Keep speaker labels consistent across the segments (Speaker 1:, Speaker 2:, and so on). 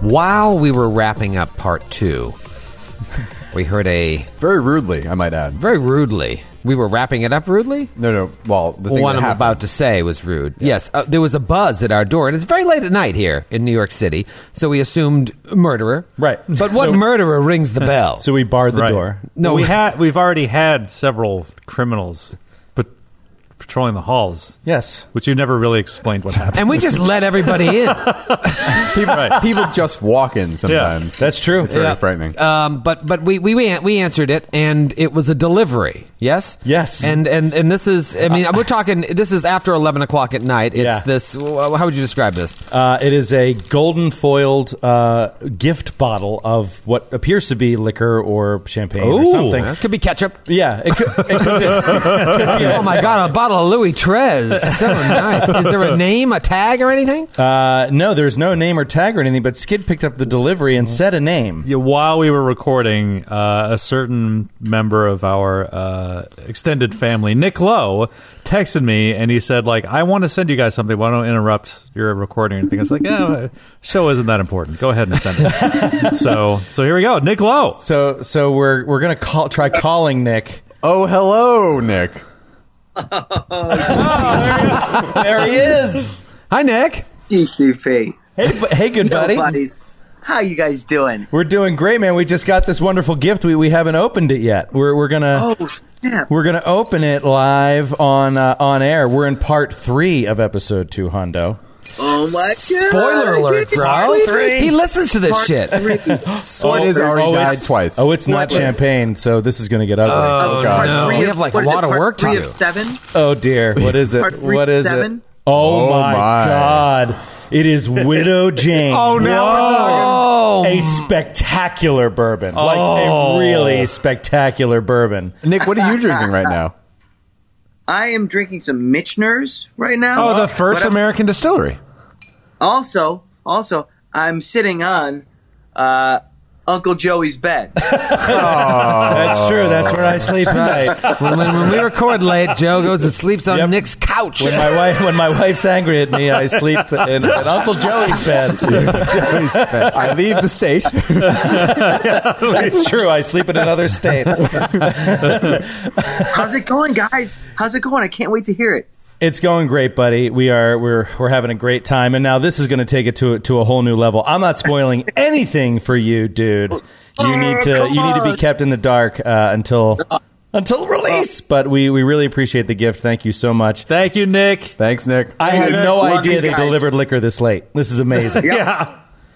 Speaker 1: While we were wrapping up part two, we heard a
Speaker 2: Very rudely, I might add.
Speaker 1: very rudely. We were wrapping it up rudely.
Speaker 2: No, no. Well, the thing
Speaker 1: what
Speaker 2: that
Speaker 1: I'm
Speaker 2: happened-
Speaker 1: about to say was rude. Yes, uh, there was a buzz at our door, and it's very late at night here in New York City, so we assumed murderer.
Speaker 3: Right.
Speaker 1: But what
Speaker 3: So-
Speaker 1: murderer rings the bell?
Speaker 3: So we barred the
Speaker 4: Right.
Speaker 3: door.
Speaker 1: No,
Speaker 4: No, we
Speaker 1: we-
Speaker 4: had we've already had several criminals pat- patrolling the halls.
Speaker 3: Yes.
Speaker 4: which you never really explained what happened.
Speaker 1: and we just let everybody in.
Speaker 2: people,
Speaker 4: Right.
Speaker 2: people just walk in sometimes.
Speaker 3: That's true.
Speaker 2: It's very
Speaker 1: Yeah.
Speaker 2: frightening.
Speaker 1: Um, but but we, we we we answered it, and it was a delivery. Yes.
Speaker 3: Yes.
Speaker 1: And and and this is. I mean, we're talking. This is after eleven o'clock at night. It's
Speaker 3: Yeah.
Speaker 1: this. wh- How would you describe this?
Speaker 3: Uh, it is a golden foiled uh, gift bottle of what appears to be liquor or champagne or something.
Speaker 1: this could be ketchup.
Speaker 3: Yeah, it could, it could be, could be
Speaker 1: Oh my god, a bottle of Louis Trez. So nice. Is there a name, a tag, or anything?
Speaker 3: Uh, no, there's no name or tag or anything, but Skid picked up the delivery and said a name.
Speaker 4: Yeah, while we were recording, uh, a certain member of our uh, extended family, Nick Lowe, texted me and he said, "Like, I want to send you guys something. Why don't I interrupt your recording or anything?" I was like, "Yeah, show isn't that important. Go ahead and send it." so, so here we go, Nick Lowe.
Speaker 3: So, so we're we're gonna call, try calling Nick.
Speaker 2: oh, hello, Nick.
Speaker 3: There he is.
Speaker 1: Hi, Nick.
Speaker 5: GCP.
Speaker 3: Hey, bu- hey, good buddy.
Speaker 5: Buddies, how you guys doing?
Speaker 3: We're doing great, man. We just got this wonderful gift. We, we haven't opened it yet. We're we're gonna
Speaker 5: Oh, snap.
Speaker 3: we're gonna open it live on uh, on air. We're in part three of episode two, Hondo.
Speaker 5: Oh, my God.
Speaker 1: Spoiler alert, bro. He listens to this shit.
Speaker 2: What is already
Speaker 3: oh,
Speaker 2: died
Speaker 3: it's-
Speaker 2: twice.
Speaker 3: Oh, it's not
Speaker 5: What?
Speaker 3: champagne, so this is gonna get ugly.
Speaker 2: Oh,
Speaker 5: Part
Speaker 2: God.
Speaker 5: three
Speaker 1: We
Speaker 5: of-
Speaker 1: have, like,
Speaker 5: what
Speaker 1: a
Speaker 5: is
Speaker 1: lot
Speaker 5: it,
Speaker 1: of
Speaker 5: part
Speaker 1: work to
Speaker 5: three
Speaker 1: do.
Speaker 5: Of seven?
Speaker 3: Oh dear, what is
Speaker 5: Part
Speaker 3: it?
Speaker 5: three,
Speaker 3: What is it?
Speaker 5: seven?
Speaker 3: Oh,
Speaker 2: Oh,
Speaker 3: my,
Speaker 2: my.
Speaker 3: god. It is Widow Jane. oh
Speaker 1: Oh,
Speaker 3: A spectacular bourbon. Like a
Speaker 4: Oh.
Speaker 3: really spectacular bourbon.
Speaker 2: Nick, what are you drinking right now?
Speaker 5: I am drinking some Michener's right now.
Speaker 6: Oh, the first
Speaker 5: But I'm-
Speaker 6: American distillery.
Speaker 5: Also, also, I'm sitting on uh, Uncle Joey's bed.
Speaker 3: That's true. That's where I sleep at night.
Speaker 1: when, when- when we record late, Joe goes and sleeps on
Speaker 3: Yep.
Speaker 1: Nick's couch.
Speaker 3: When my wife when my wife's angry at me, I sleep in, at Uncle Joey's bed.
Speaker 2: I leave the state.
Speaker 3: It's true. I sleep in another state.
Speaker 5: How's it going, guys? How's it going? I can't wait to hear it.
Speaker 3: It's going great, buddy. We are we're we're having a great time, and now this is going to take it to to a whole new level. I'm not spoiling anything for you, dude. You need to you need to be kept in the dark uh, until until release. But we we really appreciate the gift. Thank you so much.
Speaker 4: Thank you, Nick.
Speaker 2: Thanks, Nick.
Speaker 3: I had
Speaker 5: Nick.
Speaker 3: no
Speaker 5: Love
Speaker 3: idea
Speaker 5: you
Speaker 3: they
Speaker 5: guys.
Speaker 3: delivered liquor this late. This is amazing.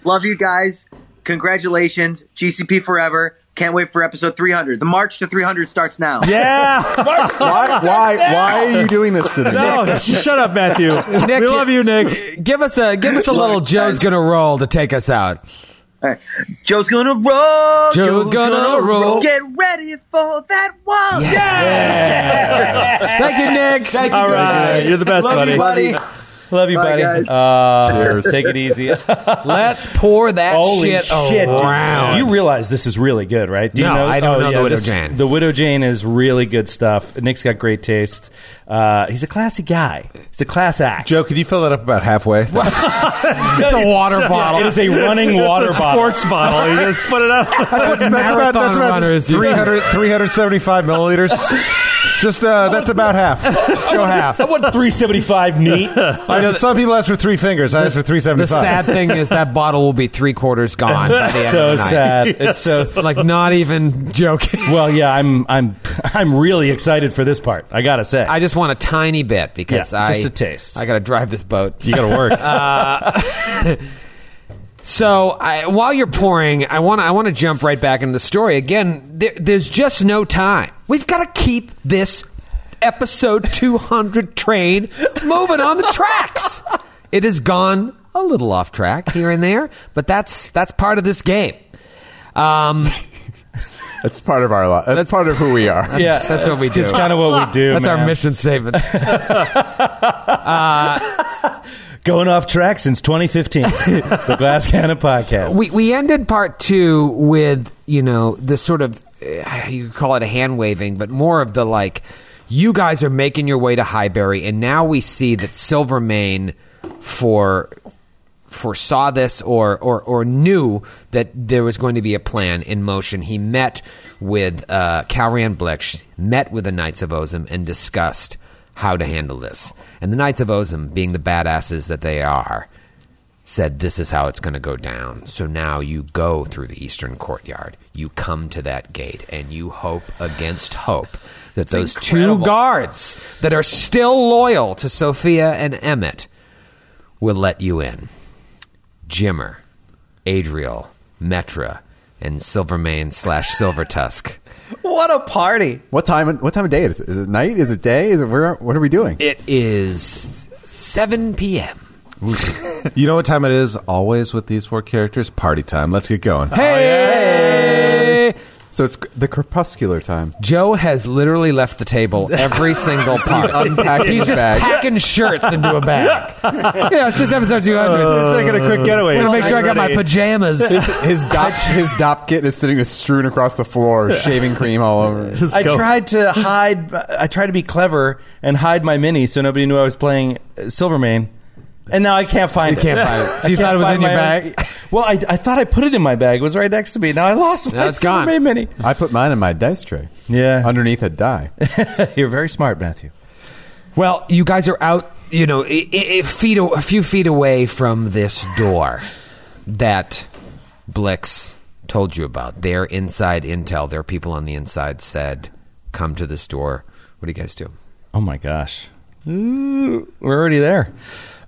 Speaker 5: Love you guys. Congratulations, GCP forever. Can't wait for episode 300. The march to 300 starts now.
Speaker 4: Yeah.
Speaker 2: why, why, why are you doing this to me?
Speaker 4: No, shut up, Matthew.
Speaker 1: Nick,
Speaker 4: we love you, Nick.
Speaker 1: give us a give us a little Joe's gonna roll to take us out.
Speaker 5: All right. Joe's gonna roll.
Speaker 1: Joe's gonna roll.
Speaker 5: Get ready for that one.
Speaker 1: Thank you, Nick. Thank you.
Speaker 4: All right, you're the best, buddy.
Speaker 5: buddy.
Speaker 3: Love you,
Speaker 5: Bye,
Speaker 3: buddy.
Speaker 5: guys.
Speaker 3: Uh, Take it easy.
Speaker 1: Let's pour that
Speaker 3: Holy
Speaker 1: shit,
Speaker 3: dude.
Speaker 1: around.
Speaker 3: You realize this is really good, right? Do you
Speaker 1: No,
Speaker 3: know? Oh,
Speaker 1: I don't know the Widow
Speaker 3: this-
Speaker 1: Jane.
Speaker 3: The Widow Jane is really good stuff. Nick's got great taste. Uh, he's a classy guy. He's a class act.
Speaker 6: Joe, could you fill that up about halfway?
Speaker 1: It's a water
Speaker 3: Yeah,
Speaker 1: bottle.
Speaker 3: it is a running water
Speaker 4: It's a
Speaker 3: bottle.
Speaker 4: sports bottle. You just put it up.
Speaker 6: that's about-
Speaker 1: marathon runners, you-
Speaker 6: 300, 375 milliliters. Just uh, that's about half. Let's go half.
Speaker 3: I want 375 neat.
Speaker 6: I know some people ask for three fingers. I asked for three
Speaker 1: the
Speaker 6: seventy five.
Speaker 1: sad thing is that bottle will be three quarters gone. By the end
Speaker 3: so
Speaker 1: of the night.
Speaker 3: sad. It's so.
Speaker 1: Like not even joking.
Speaker 3: Well, yeah, I'm, I'm, I'm really excited for this part. I gotta say,
Speaker 1: I just want a tiny bit because
Speaker 3: Yeah,
Speaker 1: I
Speaker 3: just a taste.
Speaker 1: I gotta drive this boat. Uh,
Speaker 3: you gotta work.
Speaker 1: So I, while you're pouring, I want to I want to jump right back into the story again. There, there's just no time. We've got to keep this episode 200 train moving on the tracks. It has gone a little off track here and there, but that's that's part of this game. Um,
Speaker 2: That's part of our life. That's, part of who we are.
Speaker 3: yeah,
Speaker 1: that's what we do.
Speaker 3: It's kind of what we do.
Speaker 1: that's our
Speaker 3: man.
Speaker 1: mission statement. Uh,
Speaker 3: Going off track since 2015. the Glass Cannon Podcast.
Speaker 1: we, we ended part two with you know the sort of uh, you could call it a hand waving but more of the like you guys are making your way to highbury and now we see that silvermane for foresaw this or, or, or knew that there was going to be a plan in motion. He met with uh, Calrian Blix, met with the Knights of Ozum, and discussed how to handle this. And the Knights of Ozum, being the badasses that they are, said, This is how it's going to go down. So now you go through the eastern courtyard. You come to that gate and you hope against hope that those two guards that are still loyal to Sophia and Emmett will let you in. Jimmer, Adriel, Metra, and Silvermane slash Silvertusk.
Speaker 7: What a party!
Speaker 2: What time? What time of day is it? Is it night? Is it day? Is it where? What are we doing?
Speaker 1: It is 7 p.m.
Speaker 6: You know what time it is? Always with these four characters, party time. Let's get going. Hey,
Speaker 1: Oh,
Speaker 2: So it's the crepuscular time.
Speaker 1: Joe has literally left the table every single part.
Speaker 2: unpacking
Speaker 1: He's
Speaker 2: the
Speaker 1: just
Speaker 2: bag.
Speaker 1: packing shirts into a bag. you know, it's just episode 200.
Speaker 4: Taking a quick getaway.
Speaker 1: I'm gonna make sure I got my
Speaker 4: Ready.
Speaker 1: pajamas.
Speaker 2: Uh, His, his dop his dop kit is sitting just strewn across the floor, shaving cream all over. it.
Speaker 3: I tried to hide. I tried to be clever and hide my mini so nobody knew I was playing uh, Silvermane. And now I can't find
Speaker 1: You
Speaker 3: it.
Speaker 1: can't find it. So
Speaker 3: I
Speaker 1: you thought
Speaker 3: can't
Speaker 1: it was
Speaker 3: find
Speaker 1: in your
Speaker 3: my
Speaker 1: bag?
Speaker 3: Well, I, I thought I put it in my bag. It was right next to me. Now I lost my
Speaker 1: it's gone.
Speaker 3: Silvermane mini.
Speaker 2: I put mine in my dice tray.
Speaker 3: Yeah.
Speaker 2: underneath a die.
Speaker 3: You're very smart, Matthew.
Speaker 1: Well, you guys are out, you know, i i i feet, a, a few feet away from this door that Blix told you about. Their inside intel, their people on the inside said, come to this door. What do you guys do?
Speaker 3: Oh my gosh, Ooh, we're already there.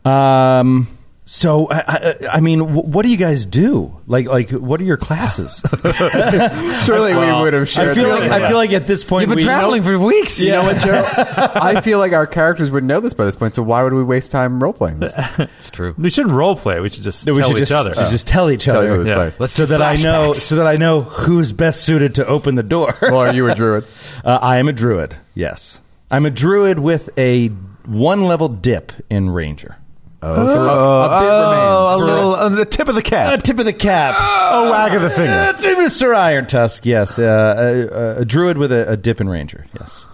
Speaker 3: Um, so I, I, I mean, wh- what do you guys do? Like, like, what are your classes?
Speaker 2: Surely we would have shared.
Speaker 3: I feel
Speaker 2: the-
Speaker 3: like I feel like at this point
Speaker 1: You've been
Speaker 3: we
Speaker 1: traveling for weeks.
Speaker 2: You know what, Joe? I feel like our characters would know this by this point, so why would we waste time role playing this?
Speaker 1: It's true.
Speaker 4: We shouldn't role play. We should just
Speaker 3: No, we
Speaker 4: tell
Speaker 3: should
Speaker 4: each
Speaker 3: just,
Speaker 4: other.
Speaker 3: should just tell each
Speaker 2: Tell
Speaker 3: other.
Speaker 2: you who this
Speaker 4: Yeah.
Speaker 2: player is.
Speaker 1: Let's
Speaker 3: So that I know,
Speaker 1: flashbacks.
Speaker 3: so that I know who's best suited to open the door.
Speaker 2: Well, are you a druid?
Speaker 3: Uh, I am a druid. Yes, I'm a druid with a one level dip in ranger.
Speaker 2: Oh, so a, a bit
Speaker 6: Oh,
Speaker 2: remains.
Speaker 6: a little uh, the tip of the
Speaker 3: A
Speaker 6: cap,
Speaker 3: tip of the cap.
Speaker 6: a wag of the finger.
Speaker 3: Uh, to Mr. Iron Tusk, yes. Uh, a, a, a druid with a, a dip and ranger, yes.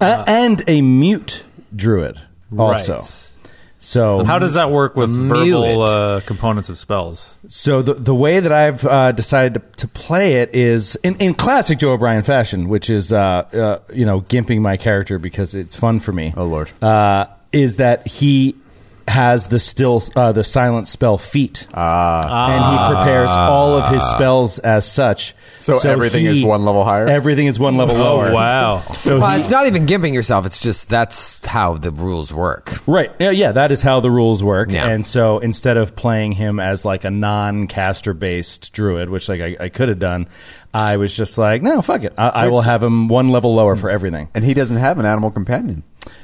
Speaker 3: Uh, and a mute druid also.
Speaker 4: Right.
Speaker 3: So
Speaker 4: How does that work with verbal uh, components of spells?
Speaker 3: so the, the way that I've uh, decided to, to play it is in, in classic Joe O'Brien fashion, which is uh, uh, you know gimping my character because it's fun for me.
Speaker 2: Oh, Lord.
Speaker 3: Uh, is that he has the still uh, the silent spell feat,
Speaker 2: Ah.
Speaker 3: and he prepares all of
Speaker 4: Ah.
Speaker 3: his spells as such.
Speaker 2: So everything is one level higher?
Speaker 3: Everything is one
Speaker 1: Oh,
Speaker 3: level lower.
Speaker 4: wow.
Speaker 3: So
Speaker 1: Well,
Speaker 3: he-
Speaker 1: it's not even gimping yourself. It's just that's how the rules work.
Speaker 3: Right. Yeah, yeah, that is how the rules work.
Speaker 1: Yeah.
Speaker 3: And so instead of playing him as like a non caster based druid, which like I, I could have done, I was just like, no, fuck it. I, I will have him one level lower for everything.
Speaker 2: And he doesn't have an animal companion.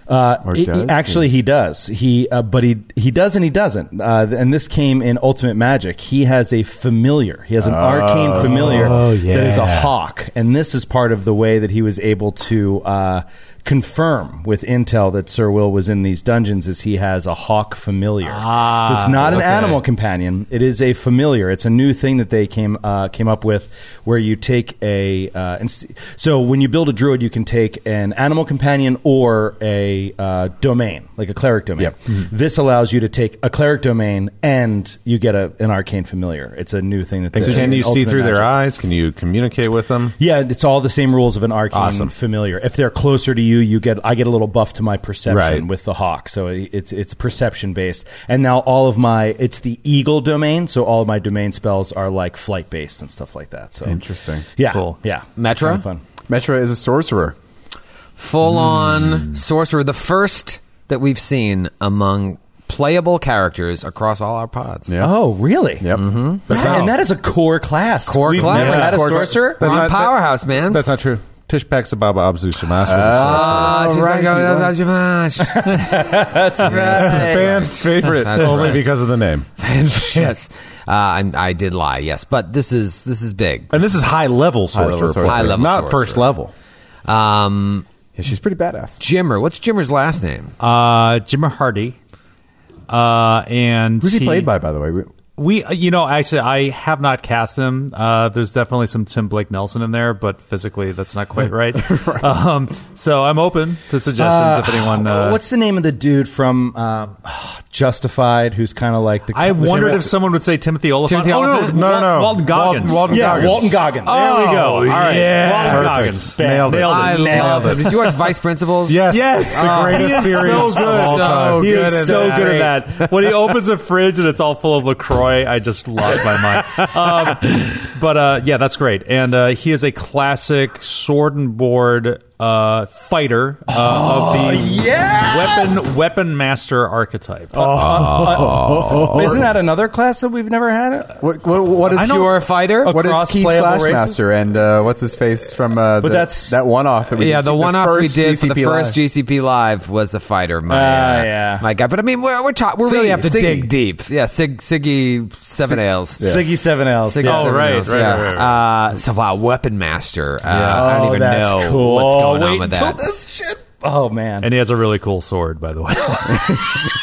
Speaker 3: Uh,
Speaker 2: Or
Speaker 3: it-
Speaker 2: does he?
Speaker 3: actually, he does. He, uh, but he he does and he doesn't. Uh, and this came in Ultimate Magic. He has a familiar. He has an arcane familiar that is a hawk, and this is part of the way that he was able to uh, confirm with intel that Sir Will was in these dungeons. Is he has a hawk familiar? so it's not an
Speaker 4: okay.
Speaker 3: animal companion. It is a familiar. It's a new thing that they came uh, came up with, where you take a uh, inst- so when you build a druid, you can take an animal companion or a uh, domain, like a cleric domain.
Speaker 2: Yep.
Speaker 6: Mm-hmm.
Speaker 3: This allows you to take a cleric domain and you get a, an arcane familiar. It's a new thing that they
Speaker 6: So
Speaker 3: did
Speaker 6: can
Speaker 3: in
Speaker 6: you see
Speaker 3: Ultimate
Speaker 6: through
Speaker 3: Magic.
Speaker 6: their eyes? Can you communicate with them?
Speaker 3: Yeah, it's all the same rules of an arcane
Speaker 6: Awesome.
Speaker 3: familiar. If they're closer to you, you get I get a little buff to my perception
Speaker 6: Right.
Speaker 3: with the hawk. So it's it's perception based. And now all of my it's the eagle domain, so all of my domain spells are like flight based and stuff like that. So
Speaker 2: Interesting.
Speaker 3: Yeah, yeah.
Speaker 1: Metro?
Speaker 3: Kinda fun.
Speaker 2: Metra is a sorcerer.
Speaker 1: full on sorcerer, the first that we've seen among playable characters across all our pods.
Speaker 2: Yeah.
Speaker 3: Oh, really?
Speaker 2: Yep. Mm-hmm.
Speaker 3: And that is a core class.
Speaker 1: Core
Speaker 3: We've
Speaker 1: class.
Speaker 3: never had a
Speaker 1: Core-
Speaker 3: sorcerer.
Speaker 1: We're on
Speaker 6: not- that-
Speaker 1: powerhouse, man.
Speaker 6: That's not true. Tishpak Sababa Abzu Shamash was a
Speaker 1: Ah,
Speaker 2: Oh,
Speaker 1: just
Speaker 2: right,
Speaker 1: like-
Speaker 2: you are.
Speaker 1: Yes.
Speaker 6: sorcerer. Fan favorite,
Speaker 1: That's
Speaker 6: only
Speaker 1: right.
Speaker 6: because of the name.
Speaker 1: yes. Uh, I'm, I did lie, yes, but this is this is big.
Speaker 6: And this is high level sorcerer,
Speaker 2: level sorcerer.
Speaker 6: play,
Speaker 1: High level
Speaker 6: not
Speaker 1: sorcerer.
Speaker 6: first level.
Speaker 1: Um,
Speaker 2: Yeah, she's pretty badass.
Speaker 1: Jimmer, what's Jimmer's last name?
Speaker 4: Uh, Jimmer Hardy. Uh, and
Speaker 2: Who's he
Speaker 4: he-
Speaker 2: played by, by the way? We-
Speaker 4: we, uh, you know, actually, I have not cast him. Uh, there's definitely some Tim Blake Nelson in there, but physically, that's not quite right. Um, so I'm open to suggestions if anyone. Uh,
Speaker 3: What's the name of the dude from um, Justified who's kind of like the?
Speaker 4: I wondered if someone would say Timothy Oliphant.
Speaker 1: Timothy
Speaker 4: oh
Speaker 1: Oliphant?
Speaker 4: no,
Speaker 6: No, no,
Speaker 4: Wa-
Speaker 6: no.
Speaker 4: Walton Goggins. Oh,
Speaker 6: Wal- Walton
Speaker 3: yeah,
Speaker 6: Goggins.
Speaker 3: Walton Goggins.
Speaker 4: There we
Speaker 1: Oh,
Speaker 4: go. All right,
Speaker 3: yeah.
Speaker 4: Walton
Speaker 6: Perfect.
Speaker 4: Goggins.
Speaker 6: Nailed it.
Speaker 4: Nailed it.
Speaker 1: I love him. Did you watch Vice Principals?
Speaker 6: Yes. Ah.
Speaker 4: Yes.
Speaker 6: It's the
Speaker 4: Oh. He
Speaker 6: greatest
Speaker 4: is
Speaker 6: series
Speaker 4: so good.
Speaker 6: of all
Speaker 1: So
Speaker 6: time.
Speaker 4: He
Speaker 1: good at
Speaker 4: is so
Speaker 1: that.
Speaker 4: good at that. When he opens a fridge and it's all full of Lacroix, I just lost my mind. Um, but uh, yeah, that's great. And uh, he is a classic sword and board uh, fighter uh,
Speaker 6: Oh,
Speaker 4: of the weapon weapon master archetype.
Speaker 6: Oh.
Speaker 4: Uh,
Speaker 3: Oh. Isn't that another class that we've never had?
Speaker 2: What, what, what is
Speaker 4: Oh. I don't-
Speaker 1: You are a fighter?
Speaker 2: what is
Speaker 3: Cross
Speaker 2: Key
Speaker 3: playable
Speaker 2: Slash
Speaker 3: races?
Speaker 2: Master and uh, what's his face from uh, the,
Speaker 3: that's-
Speaker 2: that one off that we
Speaker 1: yeah,
Speaker 2: did,
Speaker 1: the one off we
Speaker 2: first
Speaker 1: did for the
Speaker 2: GCP
Speaker 1: first
Speaker 2: Live.
Speaker 1: GCP live was a fighter. My,
Speaker 3: Ah,
Speaker 1: uh,
Speaker 3: yeah.
Speaker 1: my guy. But I mean, we're we're, ta- we really
Speaker 2: Siggy,
Speaker 1: have to
Speaker 2: Siggy.
Speaker 1: dig deep. Yeah, Sig Siggy Seven Ales.
Speaker 3: Siggy Seven Ls.
Speaker 1: Siggy
Speaker 3: yeah.
Speaker 4: Oh,
Speaker 1: Seven
Speaker 4: right,
Speaker 1: Ales,
Speaker 4: right,
Speaker 1: yeah.
Speaker 4: right, right,
Speaker 1: Uh, so wow, Weapon Master. Uh, I
Speaker 3: Oh,
Speaker 1: don't even
Speaker 3: that's
Speaker 1: know
Speaker 3: cool. Oh,
Speaker 1: what's going
Speaker 3: Wait
Speaker 1: on with
Speaker 3: until
Speaker 1: that.
Speaker 3: This shit. Oh man.
Speaker 4: and he has a really cool sword, by the way.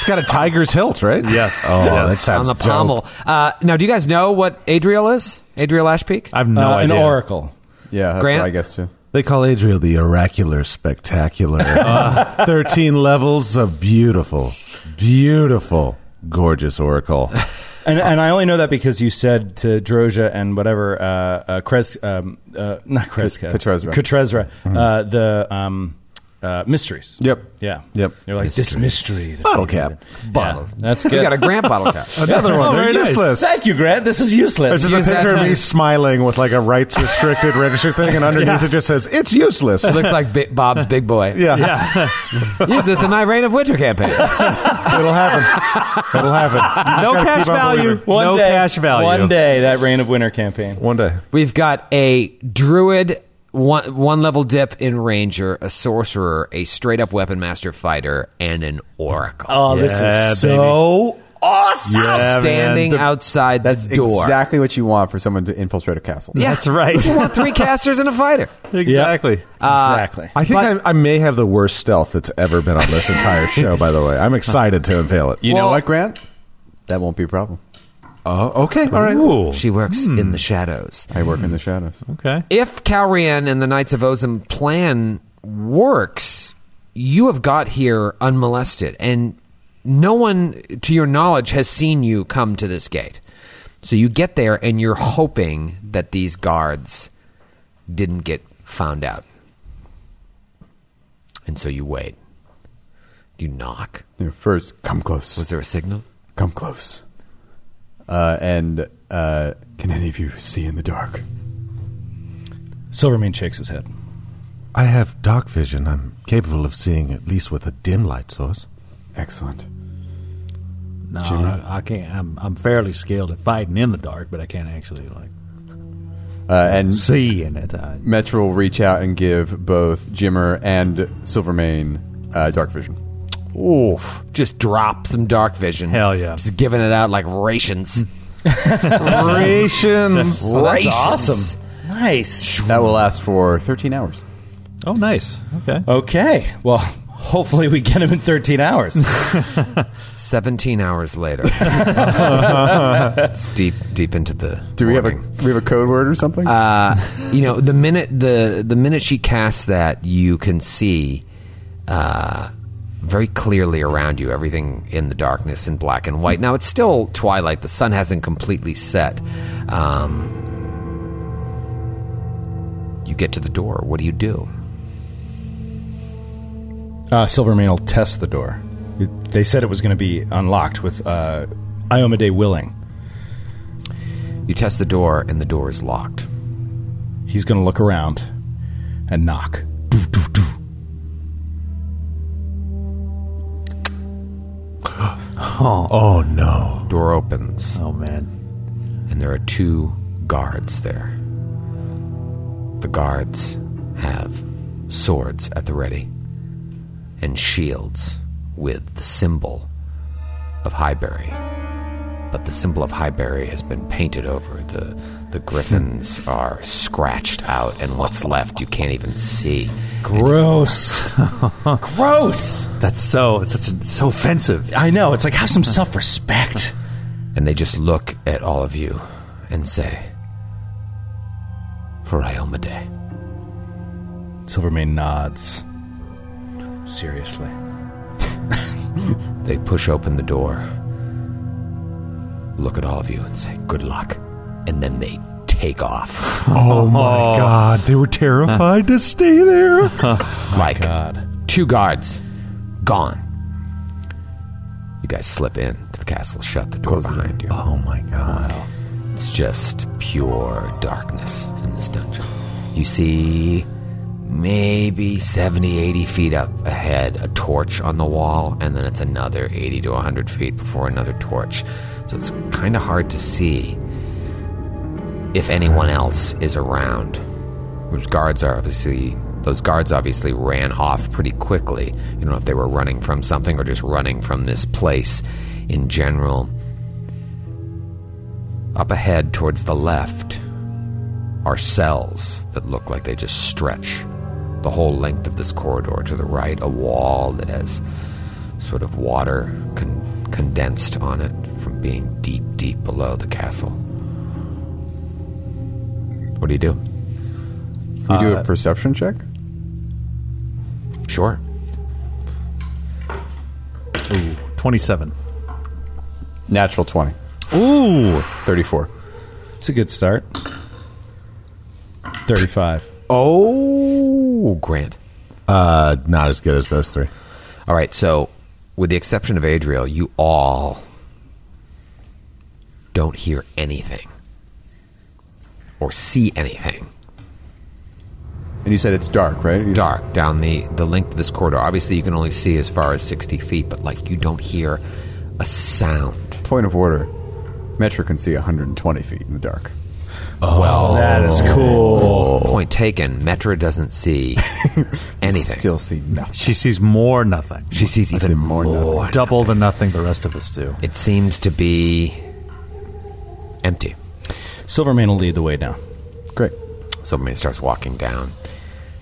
Speaker 6: It's got a tiger's hilt, right?
Speaker 4: Yes.
Speaker 6: Oh,
Speaker 4: Yes.
Speaker 6: that
Speaker 1: on
Speaker 6: sounds
Speaker 1: the
Speaker 6: dope.
Speaker 1: pommel. Uh, now, do you guys know what Adriel is? Adriel Ashpeak.
Speaker 4: I have no
Speaker 3: Uh, an
Speaker 4: idea.
Speaker 3: oracle.
Speaker 2: Yeah, that's
Speaker 1: Grant?
Speaker 2: what I guess too.
Speaker 7: They call Adriel the oracular spectacular.
Speaker 1: Uh.
Speaker 7: 13 levels of beautiful, beautiful, gorgeous oracle.
Speaker 3: And, and I only know that because you said to Droja and whatever uh, uh, Kres, um, uh, not Kreska,
Speaker 2: Katrezra.
Speaker 3: Katrezra, uh, the um, uh, mysteries.
Speaker 6: Yep.
Speaker 3: Yeah.
Speaker 6: Yep.
Speaker 3: You're like this mystery. that-
Speaker 7: Bottle cap.
Speaker 3: Yeah, that's
Speaker 1: we
Speaker 3: good.
Speaker 1: got a Grant bottle cap.
Speaker 6: Another one. They're
Speaker 3: very nice.
Speaker 6: useless.
Speaker 3: Thank you, Grant. This is useless.
Speaker 6: This is a
Speaker 1: Use that
Speaker 6: picture of me
Speaker 1: nice.
Speaker 6: smiling with like a rights restricted registered thing, and underneath it just says, it's useless.
Speaker 1: Looks like Bi- Bob's big boy.
Speaker 6: Yeah,
Speaker 1: Use this in my Reign of Winter campaign.
Speaker 6: it'll happen. It'll happen.
Speaker 4: No
Speaker 6: gotta
Speaker 4: cash
Speaker 6: keep on
Speaker 4: value.
Speaker 6: believing.
Speaker 4: no
Speaker 3: day,
Speaker 4: cash value.
Speaker 3: One day that reign of winter campaign.
Speaker 6: One day.
Speaker 1: We've got a druid, one one level dip in ranger, a sorcerer, a straight up weapon master fighter, and an oracle.
Speaker 3: Oh, this
Speaker 4: Yeah,
Speaker 3: is so awesome.
Speaker 4: Yeah,
Speaker 1: standing
Speaker 4: man. The-
Speaker 1: outside
Speaker 2: That's
Speaker 1: the door.
Speaker 2: exactly what you want for someone to infiltrate a castle.
Speaker 1: Yeah.
Speaker 4: That's right.
Speaker 1: You want three casters and a fighter. Uh,
Speaker 4: Exactly.
Speaker 3: Exactly.
Speaker 7: I think
Speaker 1: But-
Speaker 7: I, I may have the worst stealth that's ever been on this entire show, by the way. I'm excited to unveil it.
Speaker 2: You know
Speaker 1: Well-
Speaker 2: what, Grant? That won't be a problem.
Speaker 7: Oh, okay. All right.
Speaker 4: Ooh.
Speaker 1: She works in the shadows.
Speaker 2: Hmm. I work in the shadows.
Speaker 4: Okay.
Speaker 1: If Calrian and the Knights of Ozum plan works, you have got here unmolested, and no one, to your knowledge, has seen you come to this gate. So you get there, and you're hoping that these guards didn't get found out. And so you wait. You knock.
Speaker 2: You know, First, come close.
Speaker 1: Was there a signal?
Speaker 2: Come close. Uh, and uh, can any of you see in the dark?
Speaker 3: Silvermane shakes his head.
Speaker 7: I have dark vision. I'm capable of seeing at least with a dim light source.
Speaker 2: Excellent.
Speaker 4: No, I, I can't. I'm, I'm fairly skilled at fighting in the dark, but I can't actually like
Speaker 2: Uh, and
Speaker 4: see in it. I,
Speaker 2: Metro will reach out and give both Jimmer and Silvermane uh, dark vision.
Speaker 1: Oof. Just drop some dark vision.
Speaker 4: Hell yeah.
Speaker 1: Just giving it out like rations.
Speaker 6: Creations.
Speaker 1: rations.
Speaker 3: awesome. Nice.
Speaker 2: That will last for 13 hours.
Speaker 4: oh, nice. Okay.
Speaker 3: Okay. Well, Oh, hopefully we get him in 13 hours.
Speaker 1: 17 hours later. it's deep, deep into the.
Speaker 2: Do we have a
Speaker 1: morning. Uh,
Speaker 2: we have a code word or something?
Speaker 1: You know, the minute the the minute she casts that, you can see uh, very clearly around you everything in the darkness in black and white. Now it's still twilight; the sun hasn't completely set. Um, you get to the door. What do you do?
Speaker 3: Uh, Silvermane will test the door. It- They said it was going to be unlocked with uh, Ioma Day willing.
Speaker 1: You test the door, and the door is locked.
Speaker 3: He's going to look around and knock.
Speaker 7: Oh, no.
Speaker 1: Door opens.
Speaker 4: Oh man.
Speaker 1: and there are two guards there. The guards have swords at the ready and shields with the symbol of Highbury. But the symbol of Highbury has been painted over. The the
Speaker 4: Hmm.
Speaker 1: griffins are scratched out, and what's left you can't even see.
Speaker 3: Gross. Gross.
Speaker 4: That's so. It's such a, so offensive.
Speaker 3: I know. It's like, have some self respect.
Speaker 8: and they just look at all of you and say, For Iomade.
Speaker 3: Silvermane nods. Seriously.
Speaker 8: They push open the door, look at all of you, and say, Good luck. And then they take off.
Speaker 9: Oh my god, they were terrified to stay there. Oh,
Speaker 8: like,
Speaker 3: God.
Speaker 8: two guards, gone. You guys slip in to the castle, shut the door behind you.
Speaker 9: Oh my god.
Speaker 8: It's just pure darkness in this dungeon. You see maybe 70, 80 feet up ahead a torch on the wall, and then it's another 80 to 100 feet before another torch. So it's kind of hard to see if anyone else is around. Those guards are obviously those guards obviously ran off pretty quickly. You don't know if they were running from something or just running from this place in general. Up ahead towards the left are cells that look like they just stretch the whole length of this corridor. To the right, a wall that has sort of water con- condensed on it from being deep, deep below the castle. What do you do?
Speaker 2: You do a perception check?
Speaker 8: Sure.
Speaker 4: Ooh, 27.
Speaker 2: Natural 20.
Speaker 3: Ooh.
Speaker 2: 34.
Speaker 3: It's a good start. 35.
Speaker 8: Oh, Grant.
Speaker 7: Uh, not as good as those three.
Speaker 8: All right, so with the exception of Adriel, you all don't hear anything or see anything.
Speaker 2: And you said it's dark, right? You-
Speaker 8: dark down the, the length of this corridor. Obviously, you can only see as far as 60 feet, but like you don't hear a sound.
Speaker 2: Point of order. Metro can see 120 feet in the dark.
Speaker 8: well,
Speaker 3: That is cool.
Speaker 8: Oh. point taken. Metra doesn't see anything.
Speaker 2: Still see nothing.
Speaker 4: She sees more nothing.
Speaker 8: she sees
Speaker 2: I
Speaker 8: even
Speaker 2: see
Speaker 8: more.
Speaker 2: more nothing.
Speaker 4: Double the nothing the rest of us do.
Speaker 8: It seems to be empty.
Speaker 3: Silvermane will lead the way down.
Speaker 2: Great.
Speaker 8: So May starts walking down.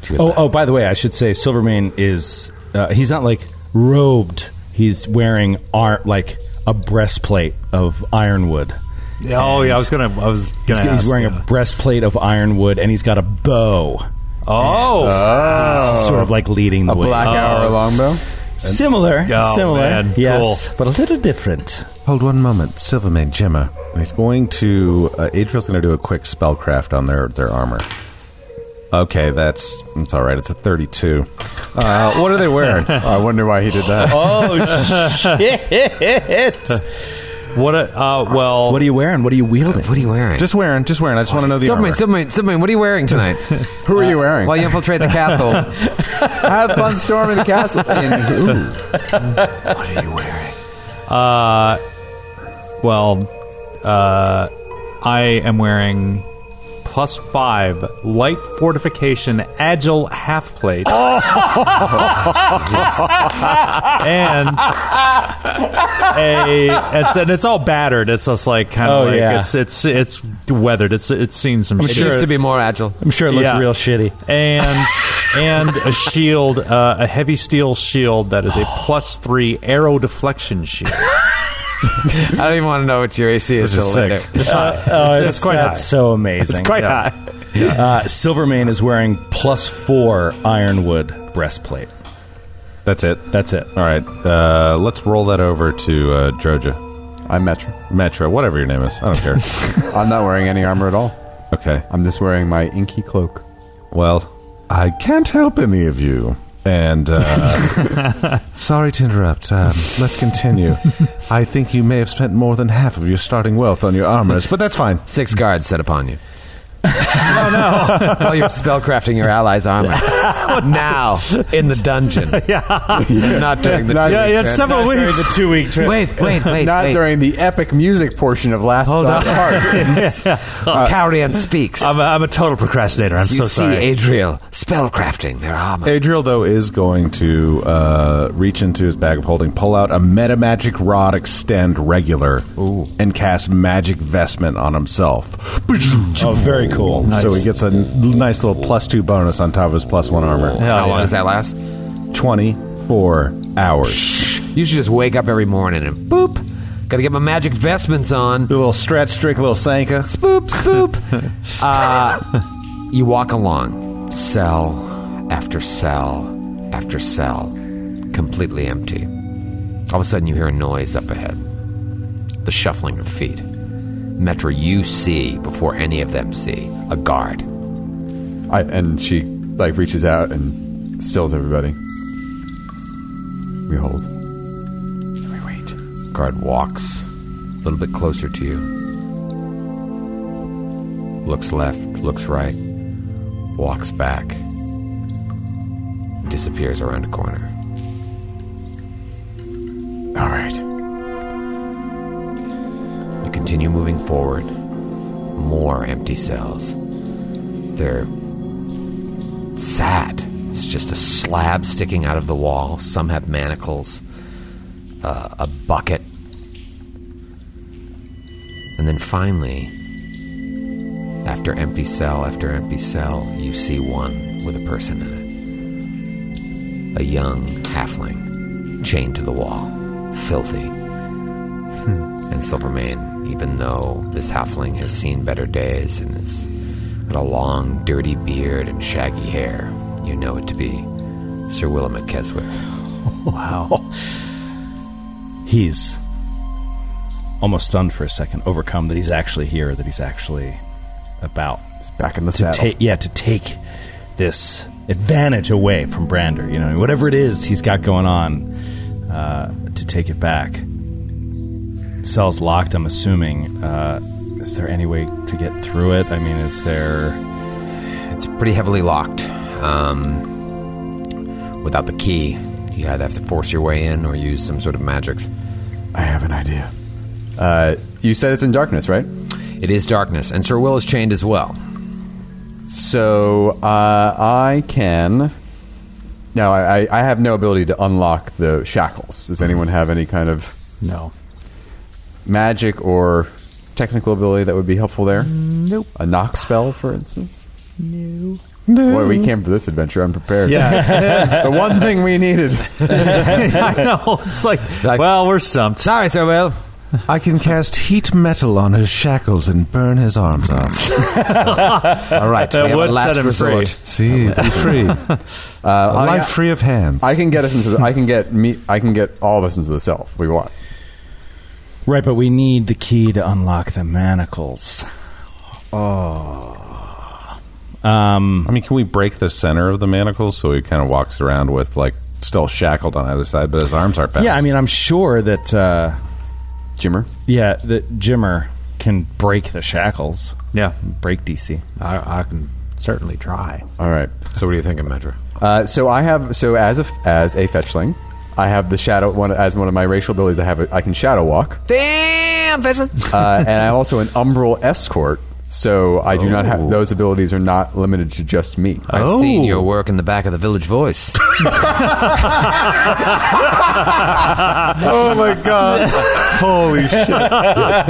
Speaker 8: to your
Speaker 3: Oh,
Speaker 8: left.
Speaker 3: oh! By the way, I should say Silvermane is—he's not like robed. He's wearing ar- like a breastplate of ironwood.
Speaker 4: Oh yeah, I was gonna. I was gonna.
Speaker 3: He's, he's
Speaker 4: ask,
Speaker 3: wearing
Speaker 4: yeah.
Speaker 3: a breastplate of ironwood, and he's got a bow.
Speaker 4: Oh,
Speaker 3: He's sort of like leading the way.
Speaker 2: Black hour longbow.
Speaker 3: Similar,
Speaker 4: Oh,
Speaker 3: similar,
Speaker 4: man,
Speaker 3: yes, but a little different.
Speaker 7: Hold one moment, Silvermane Gemma. He's going to. Uh, Adriel's going to do a quick spellcraft on their their armor. Okay, that's it's all right. It's a thirty-two. Uh, what are they wearing?
Speaker 2: I wonder why he did that.
Speaker 3: Oh shit!
Speaker 4: what? A, uh, well,
Speaker 3: what are you wearing? What are you wielding?
Speaker 8: what are you wearing?
Speaker 7: just wearing, just wearing. I just want to know the
Speaker 8: Silvermane,
Speaker 7: armor.
Speaker 8: Silvermane, Silvermane, what are you wearing tonight?
Speaker 2: Who are you wearing?
Speaker 8: Uh, While you infiltrate the castle,
Speaker 2: Have fun storming the castle. And- ooh.
Speaker 4: Uh, well, uh, I am wearing plus five light fortification agile half plate. and a it's, and it's all battered. It's just like kind of
Speaker 3: Oh,
Speaker 4: like
Speaker 3: yeah.
Speaker 4: it's it's it's weathered. It's it's seen some. shit.
Speaker 8: it used to be more agile.
Speaker 3: I'm sure it looks
Speaker 4: Yeah.
Speaker 3: real shitty.
Speaker 4: and and a shield, uh, a heavy steel shield that is a
Speaker 8: Oh.
Speaker 4: plus three arrow deflection shield.
Speaker 8: I don't even want to know what your AC is.
Speaker 7: is
Speaker 8: till later. Uh,
Speaker 7: sick.
Speaker 3: Oh,
Speaker 4: it's quite
Speaker 3: that's
Speaker 4: high.
Speaker 3: so amazing. It's
Speaker 4: quite
Speaker 3: high. Uh, Silvermane is wearing plus four ironwood breastplate.
Speaker 7: That's it.
Speaker 3: That's it.
Speaker 7: All right, uh, let's roll that over to uh, Droja,
Speaker 2: I'm Metro.
Speaker 7: Metro, whatever your name is. I don't care.
Speaker 2: I'm not wearing any armor at all.
Speaker 7: okay.
Speaker 2: I'm just wearing my inky cloak.
Speaker 7: Well, I can't help any of you. And uh, sorry to interrupt. Um, let's continue. I think you may have spent more than half of your starting wealth on your armors, but that's fine.
Speaker 8: Six guards set upon you. no, no. While you're spellcrafting your allies' armor. now, in the dungeon. yeah. Not during the two
Speaker 4: yeah,
Speaker 8: week
Speaker 4: yeah,
Speaker 8: trip.
Speaker 4: several weeks.
Speaker 3: The two week trip.
Speaker 8: Wait, wait, wait.
Speaker 2: Not
Speaker 8: wait.
Speaker 2: during the epic music portion of last,
Speaker 8: Hold
Speaker 2: last
Speaker 8: on.
Speaker 2: part.
Speaker 8: Carrion speaks.
Speaker 4: I'm a, I'm a total procrastinator. I'm
Speaker 8: you
Speaker 4: so
Speaker 8: see
Speaker 4: sorry.
Speaker 8: Adriel spellcrafting their armor.
Speaker 7: Adriel, though, is going to uh, reach into his bag of holding, pull out a meta magic rod extend regular, and cast magic vestment on himself.
Speaker 3: Oh, very cool.
Speaker 7: So he gets a n- nice little plus two bonus on top of his plus one armor.
Speaker 8: How
Speaker 4: Hell
Speaker 8: long
Speaker 4: yeah.
Speaker 8: does that last?
Speaker 7: 24 hours.
Speaker 8: You should just wake up every morning and boop, Got to get my magic vestments on.
Speaker 1: Do a little stretch, drink a little Sanka.
Speaker 8: Spoop, spoop. uh, you walk along, cell after cell after cell, completely empty. All of a sudden, you hear a noise up ahead the shuffling of feet. Metro, you see, before any of them see, a guard.
Speaker 2: I, and she like reaches out and stills everybody. We hold.
Speaker 8: Wait, wait. Guard walks a little bit closer to you. Looks left, looks right, walks back, disappears around a corner. All right. You continue moving forward. More empty cells. They're sad. It's just a slab sticking out of the wall. Some have manacles, uh, a bucket. And then finally, after empty cell after empty cell, you see one with a person in it. A young halfling, chained to the wall, filthy. And Silvermane, even though this halfling has seen better days and has got a long, dirty beard and shaggy hair, you know it to be Sir Willamette Keswick.
Speaker 3: Wow. He's almost stunned for a second, overcome that he's actually here, that he's actually about
Speaker 2: Back in the
Speaker 3: to
Speaker 2: saddle.
Speaker 3: take yeah, to take this advantage away from Brander, you know, whatever it is he's got going on, uh, to take it back. Cell's locked, I'm assuming. Uh, is there any way to get through it? I mean, is there
Speaker 8: It's pretty heavily locked. Um, without the key, you either have to force your way in or use some sort of magics.
Speaker 2: I have an idea. Uh, you said it's in darkness, right?
Speaker 8: It is darkness, and Sir Will is chained as well.
Speaker 2: So uh, I can. No, I, I I have no ability to unlock the shackles. Does anyone have any kind of
Speaker 3: no
Speaker 2: magic or technical ability that would be helpful there? Nope. A knock spell, for instance. No. Boy,
Speaker 10: Mm.
Speaker 2: we came for this adventure unprepared. Yeah. the one thing we needed.
Speaker 4: I know. It's like,
Speaker 8: Like-
Speaker 4: well, we're stumped.
Speaker 8: Sorry, Sir Will.
Speaker 7: I can cast heat metal on his shackles and burn his arms off.
Speaker 8: All right, we have a
Speaker 4: would
Speaker 8: last
Speaker 4: set him
Speaker 8: resort.
Speaker 4: free.
Speaker 7: See, it'd be free. Uh, life free of hands.
Speaker 2: I can get us into. The, I can get me. I can get all of us into the cell if we want.
Speaker 3: Right, but we need the key to unlock the manacles. Oh. Um,
Speaker 7: I mean, can we break the center of the manacles so he kind of walks around with like still shackled on either side, but his arms are bound?
Speaker 3: yeah, I mean, I'm sure that, uh,
Speaker 2: Jimmer.
Speaker 3: yeah, that Jimmer can break the shackles.
Speaker 4: Yeah.
Speaker 3: Break DC.
Speaker 11: I, I can certainly try.
Speaker 2: All right.
Speaker 11: So, what do you think of Metro?
Speaker 2: Uh, so I have. So as a as a fetchling, I have the shadow one as one of my racial abilities. I have. A, I can shadow walk.
Speaker 8: Damn, Vincent.
Speaker 2: uh, and I'm also an umbral escort. So I do not
Speaker 11: Oh.
Speaker 2: have those abilities are not limited to just me.
Speaker 8: I've seen your work in the back of the Village Voice.
Speaker 2: oh my god! Holy shit!
Speaker 3: that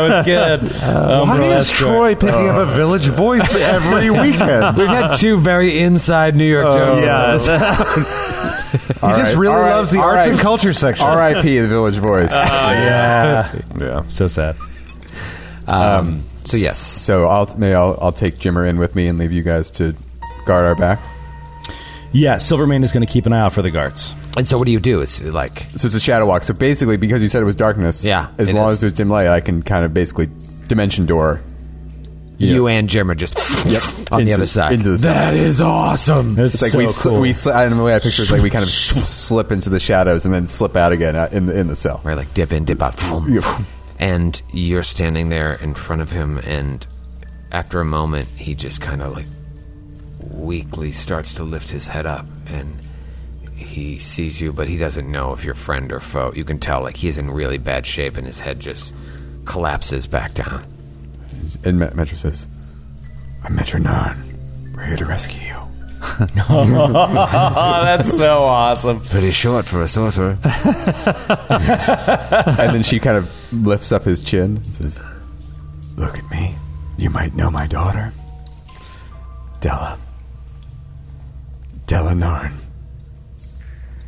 Speaker 3: was good.
Speaker 7: Why is Troy picking up a village voice every weekend?
Speaker 8: We've had two very inside New
Speaker 1: Oh,
Speaker 8: York jokes.
Speaker 4: Yeah.
Speaker 7: He just really loves the arts and culture section. Oh,
Speaker 2: R.I.P. The Village Voice.
Speaker 8: Uh,
Speaker 3: Yeah.
Speaker 7: Yeah.
Speaker 3: So sad.
Speaker 8: So yes,
Speaker 2: Um, so I'll maybe I'll, I'll take Jimmer in with me and leave you guys to guard our back.
Speaker 3: Yeah, Silvermane is going to keep an eye out for the guards.
Speaker 8: and so what do you do? It's uh, like
Speaker 2: So it's a shadow walk. So basically, because you said it was darkness,
Speaker 8: Yeah,
Speaker 2: As
Speaker 8: it
Speaker 2: long
Speaker 8: is.
Speaker 2: as there's dim light, I can kind of basically dimension door.
Speaker 8: you and Jim are just on the
Speaker 2: into-
Speaker 8: other side.
Speaker 2: into the
Speaker 11: That is awesome.
Speaker 3: That's
Speaker 2: It's like
Speaker 3: so
Speaker 2: we sli-
Speaker 3: cool.
Speaker 2: we sli- I don't know the way I picture it's like we kind of slip into the shadows and then slip out again uh, in the in the cell.
Speaker 8: Right, like dip in, dip out. And you're standing there in front of him, and after a moment, he just kind of like weakly starts to lift his head up, and he sees you, but he doesn't know if you're friend or foe. You can tell, like, he's in really bad shape, and his head just collapses back down.
Speaker 2: And Met- Metro says, "I'm Metronon. We're here to rescue you."
Speaker 3: Oh, that's so awesome.
Speaker 8: Pretty short for a sorcerer.
Speaker 2: and then she kind of lifts up his chin and says, "Look at me. You might know my daughter, Della. Della Narn.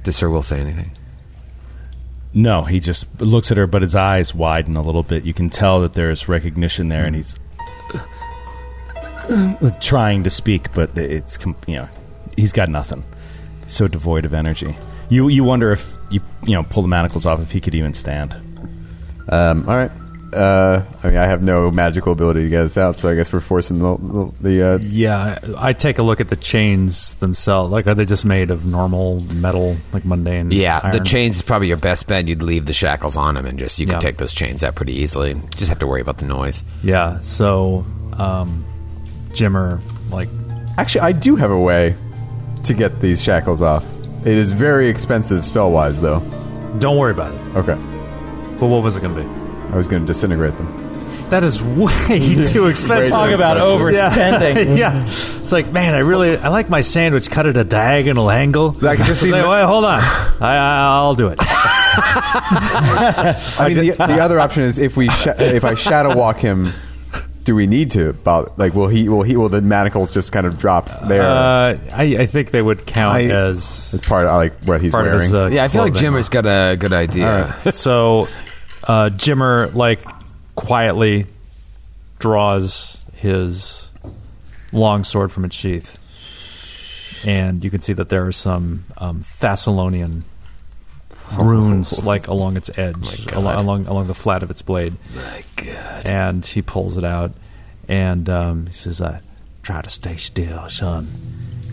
Speaker 8: Does Sir Will say anything?
Speaker 3: No, he just looks at her, but his eyes widen a little bit. You can tell that there's recognition there, and he's trying to speak, but it's com- you know he's got nothing. He's so devoid of energy. You you wonder if you you know pull the manacles off if he could even stand.
Speaker 2: Um, all right. Uh, I mean, I have no magical ability to get us out, so I guess we're forcing the the. the uh,
Speaker 4: Yeah, I, I take a look at the chains themselves. Like, are they just made of normal metal, like mundane?
Speaker 1: Yeah, the
Speaker 4: Mm, iron?
Speaker 1: chains is probably your best bet. You'd leave the shackles on him and just you can
Speaker 4: Yeah.
Speaker 1: take those chains out pretty easily. Just have to worry about the noise.
Speaker 4: Yeah. So, um, Jimmer, like,
Speaker 2: actually, I do have a way to get these shackles off. It is very expensive spell wise, though.
Speaker 4: don't worry about it.
Speaker 2: Okay,
Speaker 4: But what was it going to be?
Speaker 2: I was going to disintegrate them.
Speaker 4: That is way too expensive.
Speaker 2: Talk
Speaker 3: about overspending.
Speaker 4: Yeah. yeah. It's like, man, I really I like my sandwich cut at a diagonal angle.
Speaker 7: I can just
Speaker 4: It's
Speaker 7: see-
Speaker 4: like, wait, hold on. I, I I'll do it.
Speaker 2: I mean, the, the other option is if we sha- if I shadow walk him. Do we need to? About like, will he? Will he? Will the manacles just kind of drop there
Speaker 4: Uh, I, I think they would count
Speaker 2: I-
Speaker 4: as
Speaker 2: as part of like what he's
Speaker 4: part of
Speaker 2: wearing?
Speaker 4: his. Uh,
Speaker 1: Yeah, I feel like
Speaker 4: clothing.
Speaker 1: Jimmer's got a good idea.
Speaker 4: so uh, Jimmer like quietly draws his long sword from its sheath, and you can see that there are some um, Thessalonian runes like along its edge, alo- along along the flat of its blade. My God! And he pulls it out, and um, he says, "I try to stay still, son."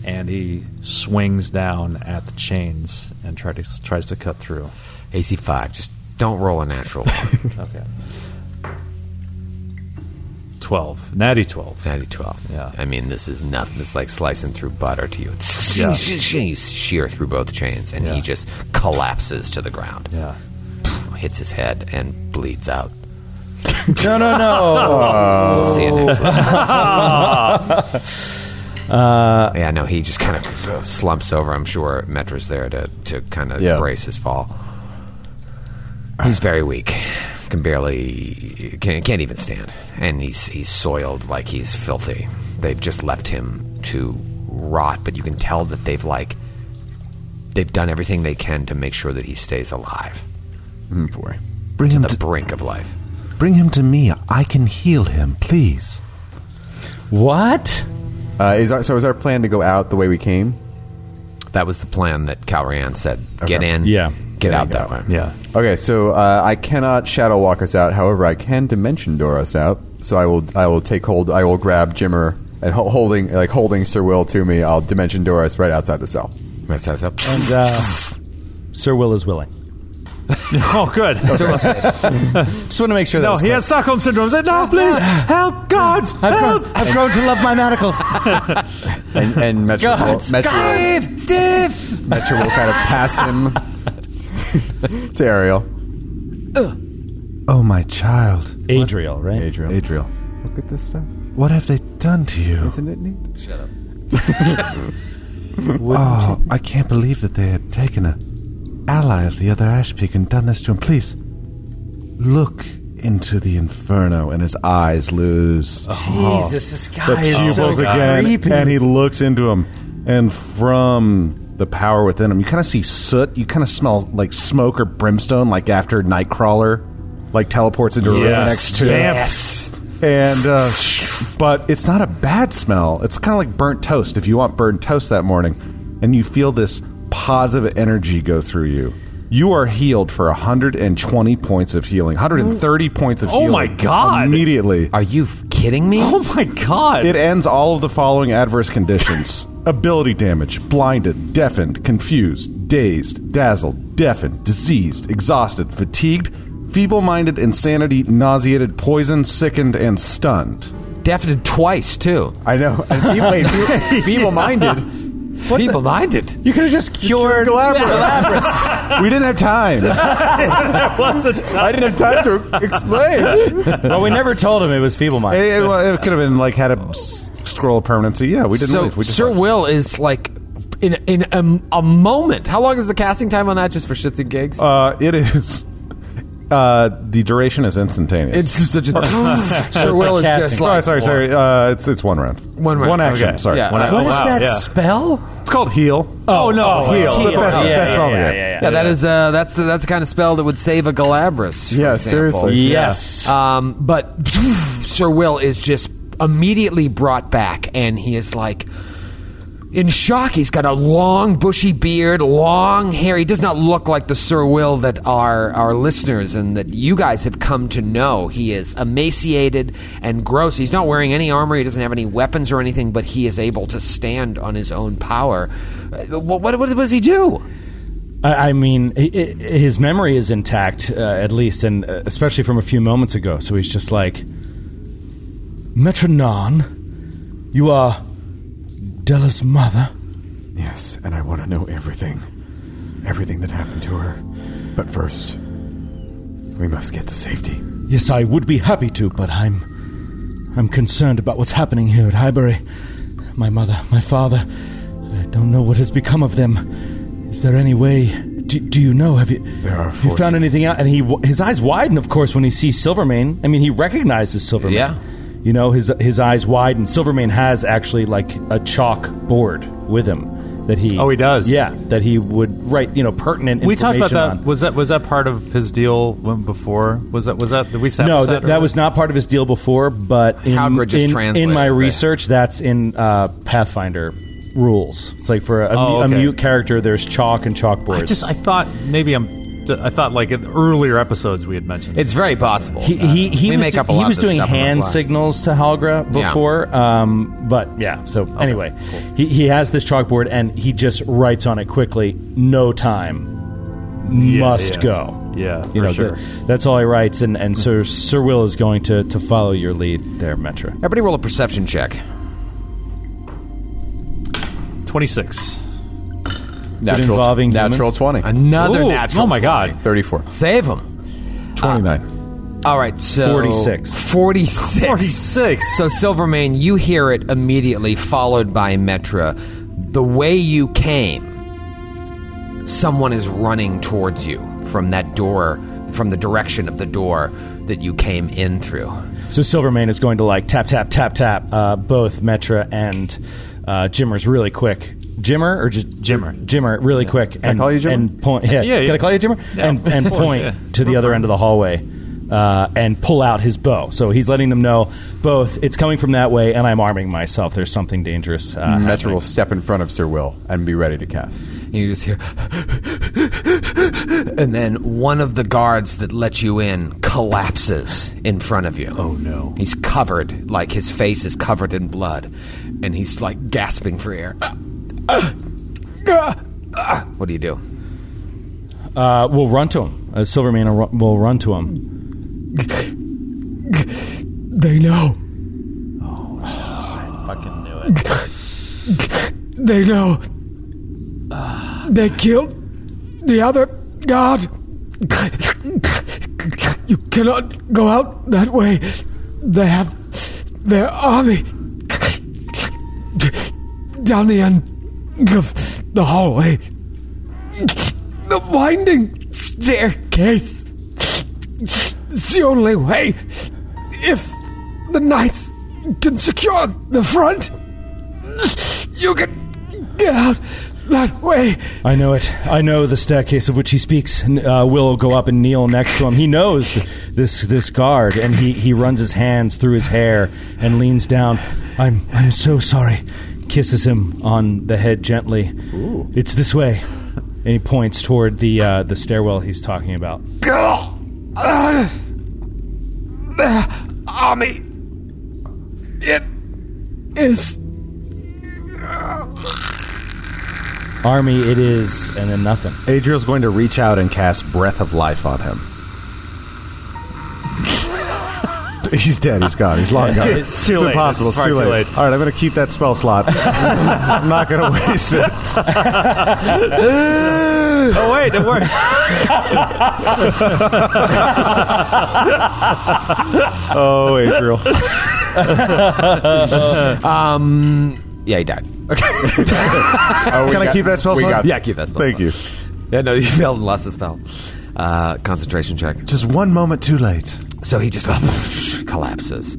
Speaker 4: And he swings down at the chains and try to, tries to cut through.
Speaker 1: AC five, just don't roll a natural.
Speaker 4: 12. Natty 12.
Speaker 1: Natty twelve.
Speaker 4: Yeah.
Speaker 1: I mean, this is nothing. It's like slicing through butter to you.
Speaker 4: Yeah.
Speaker 1: You shear through both chains, and
Speaker 4: Yeah.
Speaker 1: he just collapses to the ground.
Speaker 4: Yeah.
Speaker 1: Hits his head and bleeds out.
Speaker 3: No no no.
Speaker 1: We'll see you next week. yeah, no, he just kind of slumps over. I'm sure Metra's there to, to kind of
Speaker 2: Yeah.
Speaker 1: brace his fall. He's very weak. Can barely can, can't even stand, and he's he's soiled like he's filthy. They've just left him to rot, but you can tell that they've like they've done everything they can to make sure that he stays alive
Speaker 2: Mm, boy.
Speaker 7: Bring him
Speaker 1: the
Speaker 7: to
Speaker 1: brink of life.
Speaker 7: bring him to me. I can heal him, please.
Speaker 3: what?
Speaker 2: Uh, is our, so is our plan to go out the way we came?
Speaker 1: That was the plan that Calrian said: get in,
Speaker 3: Yeah.
Speaker 1: get out
Speaker 2: get
Speaker 1: that
Speaker 2: out.
Speaker 1: way.
Speaker 4: Yeah.
Speaker 2: Okay, so uh, I cannot shadow walk us out. However, I can dimension door us out. So I will I will take hold. I will grab Jimmer and ho- holding like holding Sir Will to me. I'll dimension door us right outside the cell.
Speaker 1: That's, that's up.
Speaker 3: And uh, Sir Will is willing.
Speaker 4: Oh, good.
Speaker 3: Just want to make sure that
Speaker 4: No,
Speaker 3: was
Speaker 4: he
Speaker 3: clear.
Speaker 4: has Stockholm syndrome. Say, no, please, help, gods, help.
Speaker 3: I've grown to love my manacles.
Speaker 2: And, and Metro, will, Metro, will,
Speaker 1: Steve!
Speaker 2: Metro will kind of pass him to Ariel.
Speaker 7: Oh, my child,
Speaker 3: Adriel, right?
Speaker 2: Adriel.
Speaker 7: Adriel.
Speaker 2: Look at this stuff.
Speaker 7: What have they done to you?
Speaker 2: Isn't it neat?
Speaker 7: Oh, I can't believe that they had taken a ally of the other Ash Peak and done this to him. Please look into the inferno, and his eyes lose.
Speaker 12: Jesus, this
Speaker 7: Oh. the
Speaker 12: guy is so
Speaker 7: pupils again,
Speaker 12: creepy.
Speaker 7: and he looks into him, and from the power within him, you kind of see soot. You kind of smell like smoke or brimstone, like after Nightcrawler, like teleports into a room next to
Speaker 4: yes.
Speaker 7: and uh, but it's not a bad smell. It's kind of like burnt toast. If you want burnt toast that morning, and you feel this positive energy go through you, you are healed for 120 points of healing, 130 points of
Speaker 4: Oh
Speaker 7: healing.
Speaker 4: my God.
Speaker 7: Immediately,
Speaker 1: Are you kidding me?
Speaker 4: Oh my God.
Speaker 7: it ends all of the following adverse conditions: ability damage, blinded, deafened, confused, dazed, dazzled, deafened, diseased, exhausted, fatigued. Feeble minded, insanity, nauseated, poisoned, sickened, and stunned.
Speaker 1: Deafened twice, too.
Speaker 2: I know. And he, wait, fe- feeble-minded.
Speaker 1: People minded.
Speaker 7: You could have just cured Galabras. we didn't have time.
Speaker 2: I didn't have time to explain.
Speaker 3: well, we never told him it was feeble
Speaker 7: It,
Speaker 3: minded.
Speaker 7: it- well, it could have been like had a s- scroll of permanency. Yeah, Oh, we didn't.
Speaker 1: So,
Speaker 7: leave. We just
Speaker 1: Sir
Speaker 7: left.
Speaker 1: Will is like in, in a, a moment. How long is the casting time on that just for shits and gigs?
Speaker 7: Uh, it is Uh, the duration is instantaneous.
Speaker 1: It's such a. Sir Will is
Speaker 3: casting.
Speaker 1: just
Speaker 7: Oh,
Speaker 1: like.
Speaker 7: sorry, sorry. Uh, it's it's one round.
Speaker 1: One round.
Speaker 7: One action.
Speaker 4: Okay.
Speaker 7: Sorry.
Speaker 1: Yeah.
Speaker 4: When I-
Speaker 1: What
Speaker 4: oh,
Speaker 1: is
Speaker 4: wow, yeah.
Speaker 1: spell?
Speaker 7: It's called heal.
Speaker 4: Oh no,
Speaker 3: Heal.
Speaker 7: The best,
Speaker 3: Yeah,
Speaker 7: best
Speaker 3: yeah,
Speaker 7: moment.
Speaker 3: yeah,
Speaker 7: yet.
Speaker 3: yeah, yeah.
Speaker 1: Yeah, that is uh, that's the, that's the kind of spell that would save a Galabras. for
Speaker 2: Yeah,
Speaker 1: example.
Speaker 2: seriously.
Speaker 3: Yes.
Speaker 1: Um, but Sir Will is just immediately brought back, and he is like in shock. He's got a long, bushy beard, long hair. He does not look like the Sir Will that our our listeners and that you guys have come to know. He is emaciated and gross. He's not wearing any armor. He doesn't have any weapons or anything, but he is able to stand on his own power. Uh, What what, what does he do?
Speaker 3: I, I mean, i i his memory is intact, uh, at least, and uh, especially from a few moments ago. So he's just like, Metronon, you uh, are Della's mother.
Speaker 2: Yes, and I want to know everything. Everything that happened to her. But first, we must get to safety.
Speaker 3: Yes, I would be happy to, but I'm, I'm concerned about what's happening here at Highbury. My mother, my father, I don't know what has become of them. Is there any way? Do, do you know? Have you?
Speaker 2: There are
Speaker 3: You found
Speaker 2: forces.
Speaker 3: anything out? And he, his eyes widen, of course, when he sees Silvermane. I mean, he recognizes Silvermane.
Speaker 1: Yeah.
Speaker 3: You know, his his eyes widen. Silvermane has actually like a chalk board with him that he.
Speaker 4: Oh, he does?
Speaker 3: Yeah, that he would write. You know, pertinent.
Speaker 4: We talked about
Speaker 3: information
Speaker 4: that.
Speaker 3: on.
Speaker 4: Was that was that part of his deal when, before? Was that was that did we
Speaker 3: No,
Speaker 4: sabotage
Speaker 3: that,
Speaker 4: or-
Speaker 3: that was not part of his deal before. But in,
Speaker 1: Howgrid just
Speaker 3: in,
Speaker 1: translated
Speaker 3: in my
Speaker 1: it.
Speaker 3: research, that's in uh, Pathfinder rules. It's like for a,
Speaker 4: Oh,
Speaker 3: a
Speaker 4: okay.
Speaker 3: mute character, there's chalk and chalkboards.
Speaker 4: I just I thought maybe I'm. I thought like in earlier episodes we had mentioned.
Speaker 1: It's very possible.
Speaker 3: he he, he
Speaker 1: We
Speaker 3: was,
Speaker 1: make
Speaker 3: do-
Speaker 1: up a
Speaker 3: he
Speaker 1: lot of
Speaker 3: was
Speaker 1: this
Speaker 3: doing
Speaker 1: stuff on the
Speaker 3: hand
Speaker 1: fly.
Speaker 3: signals to Halgra
Speaker 1: Yeah.
Speaker 3: before, um, but yeah. So anyway, he, he has this chalkboard and he just writes on it quickly. No time,
Speaker 4: Yeah,
Speaker 3: must
Speaker 4: yeah.
Speaker 3: go.
Speaker 4: Yeah,
Speaker 3: You
Speaker 4: for
Speaker 3: know,
Speaker 4: sure.
Speaker 3: that- that's all he writes, and, and Sir Sir Will is going to, to follow your lead there, Metra.
Speaker 1: Everybody roll a perception check.
Speaker 4: Twenty six.
Speaker 3: it involving
Speaker 2: natural
Speaker 3: humans?
Speaker 2: 20.
Speaker 1: Another
Speaker 4: Ooh,
Speaker 1: natural.
Speaker 4: oh my God.
Speaker 2: 34.
Speaker 1: Save him.
Speaker 7: Twenty nine.
Speaker 1: All right, so
Speaker 3: 46.
Speaker 1: 46.
Speaker 4: 46.
Speaker 1: So Silvermane, you hear it immediately followed by Metra. The way you came, someone is running towards you from that door, from the direction of the door that you came in through.
Speaker 3: So Silvermane is going to like tap tap tap tap uh, both Metra and uh, Jimmer's really quick. Jimmer or just
Speaker 4: Jimmer.
Speaker 3: Jimmer really quick. Can and,
Speaker 2: call you Jimmer?
Speaker 3: And point. Yeah.
Speaker 4: Yeah,
Speaker 3: Can
Speaker 4: yeah.
Speaker 3: I call you Jimmer?
Speaker 4: Yeah,
Speaker 3: and
Speaker 4: of
Speaker 3: and
Speaker 4: course,
Speaker 3: point
Speaker 4: yeah.
Speaker 3: to the other end of the hallway. Uh, and pull out his bow. So he's letting them know both it's coming from that way, and I'm arming myself. There's something dangerous. Uh,
Speaker 2: Metro Mm-hmm. will step in front of Sir Will and be ready to cast.
Speaker 1: You just hear, and then one of the guards that let you in collapses in front of you. Oh no! He's covered, like his face is covered in blood, and he's like gasping for air. What do you do?
Speaker 3: uh, we'll run to him. Uh, Silvermane will run, will run to him.
Speaker 1: They know.
Speaker 4: Fucking knew it.
Speaker 1: They know. They killed the other guard. You cannot go out that way. They have their army down the end of the hallway. The winding staircase. It's the only way if the knights can secure the front. You can get out that way.
Speaker 3: I know it. I know the staircase of which he speaks. N- Uh, will go up and kneel next to him. He knows this this guard, and he, he runs his hands through his hair and leans down. I'm I'm so sorry. Kisses him on the head gently. It's this way, and he points toward the uh, the stairwell he's talking about.
Speaker 1: Army. It is.
Speaker 3: Army, it is, and then nothing.
Speaker 7: Adriel's going to reach out and cast Breath of Life on him. He's dead. He's gone. He's long gone.
Speaker 4: It's too late.
Speaker 7: impossible.
Speaker 4: It's
Speaker 7: It's,
Speaker 4: far
Speaker 7: too,
Speaker 4: too
Speaker 7: late.
Speaker 4: late.
Speaker 7: All right, I'm going to keep that spell slot. I'm not going to waste it.
Speaker 4: Oh wait, it worked.
Speaker 7: Oh, Adriel.
Speaker 1: Um, Yeah, he died.
Speaker 2: Oh, we
Speaker 7: Can I
Speaker 2: got-
Speaker 7: keep that spell
Speaker 2: we
Speaker 7: slot?
Speaker 2: got-
Speaker 1: Yeah, keep that spell.
Speaker 7: Thank you.
Speaker 1: Yeah, no, you failed and lost the spell.
Speaker 8: uh, concentration check.
Speaker 7: Just one moment too late.
Speaker 8: So he just collapses.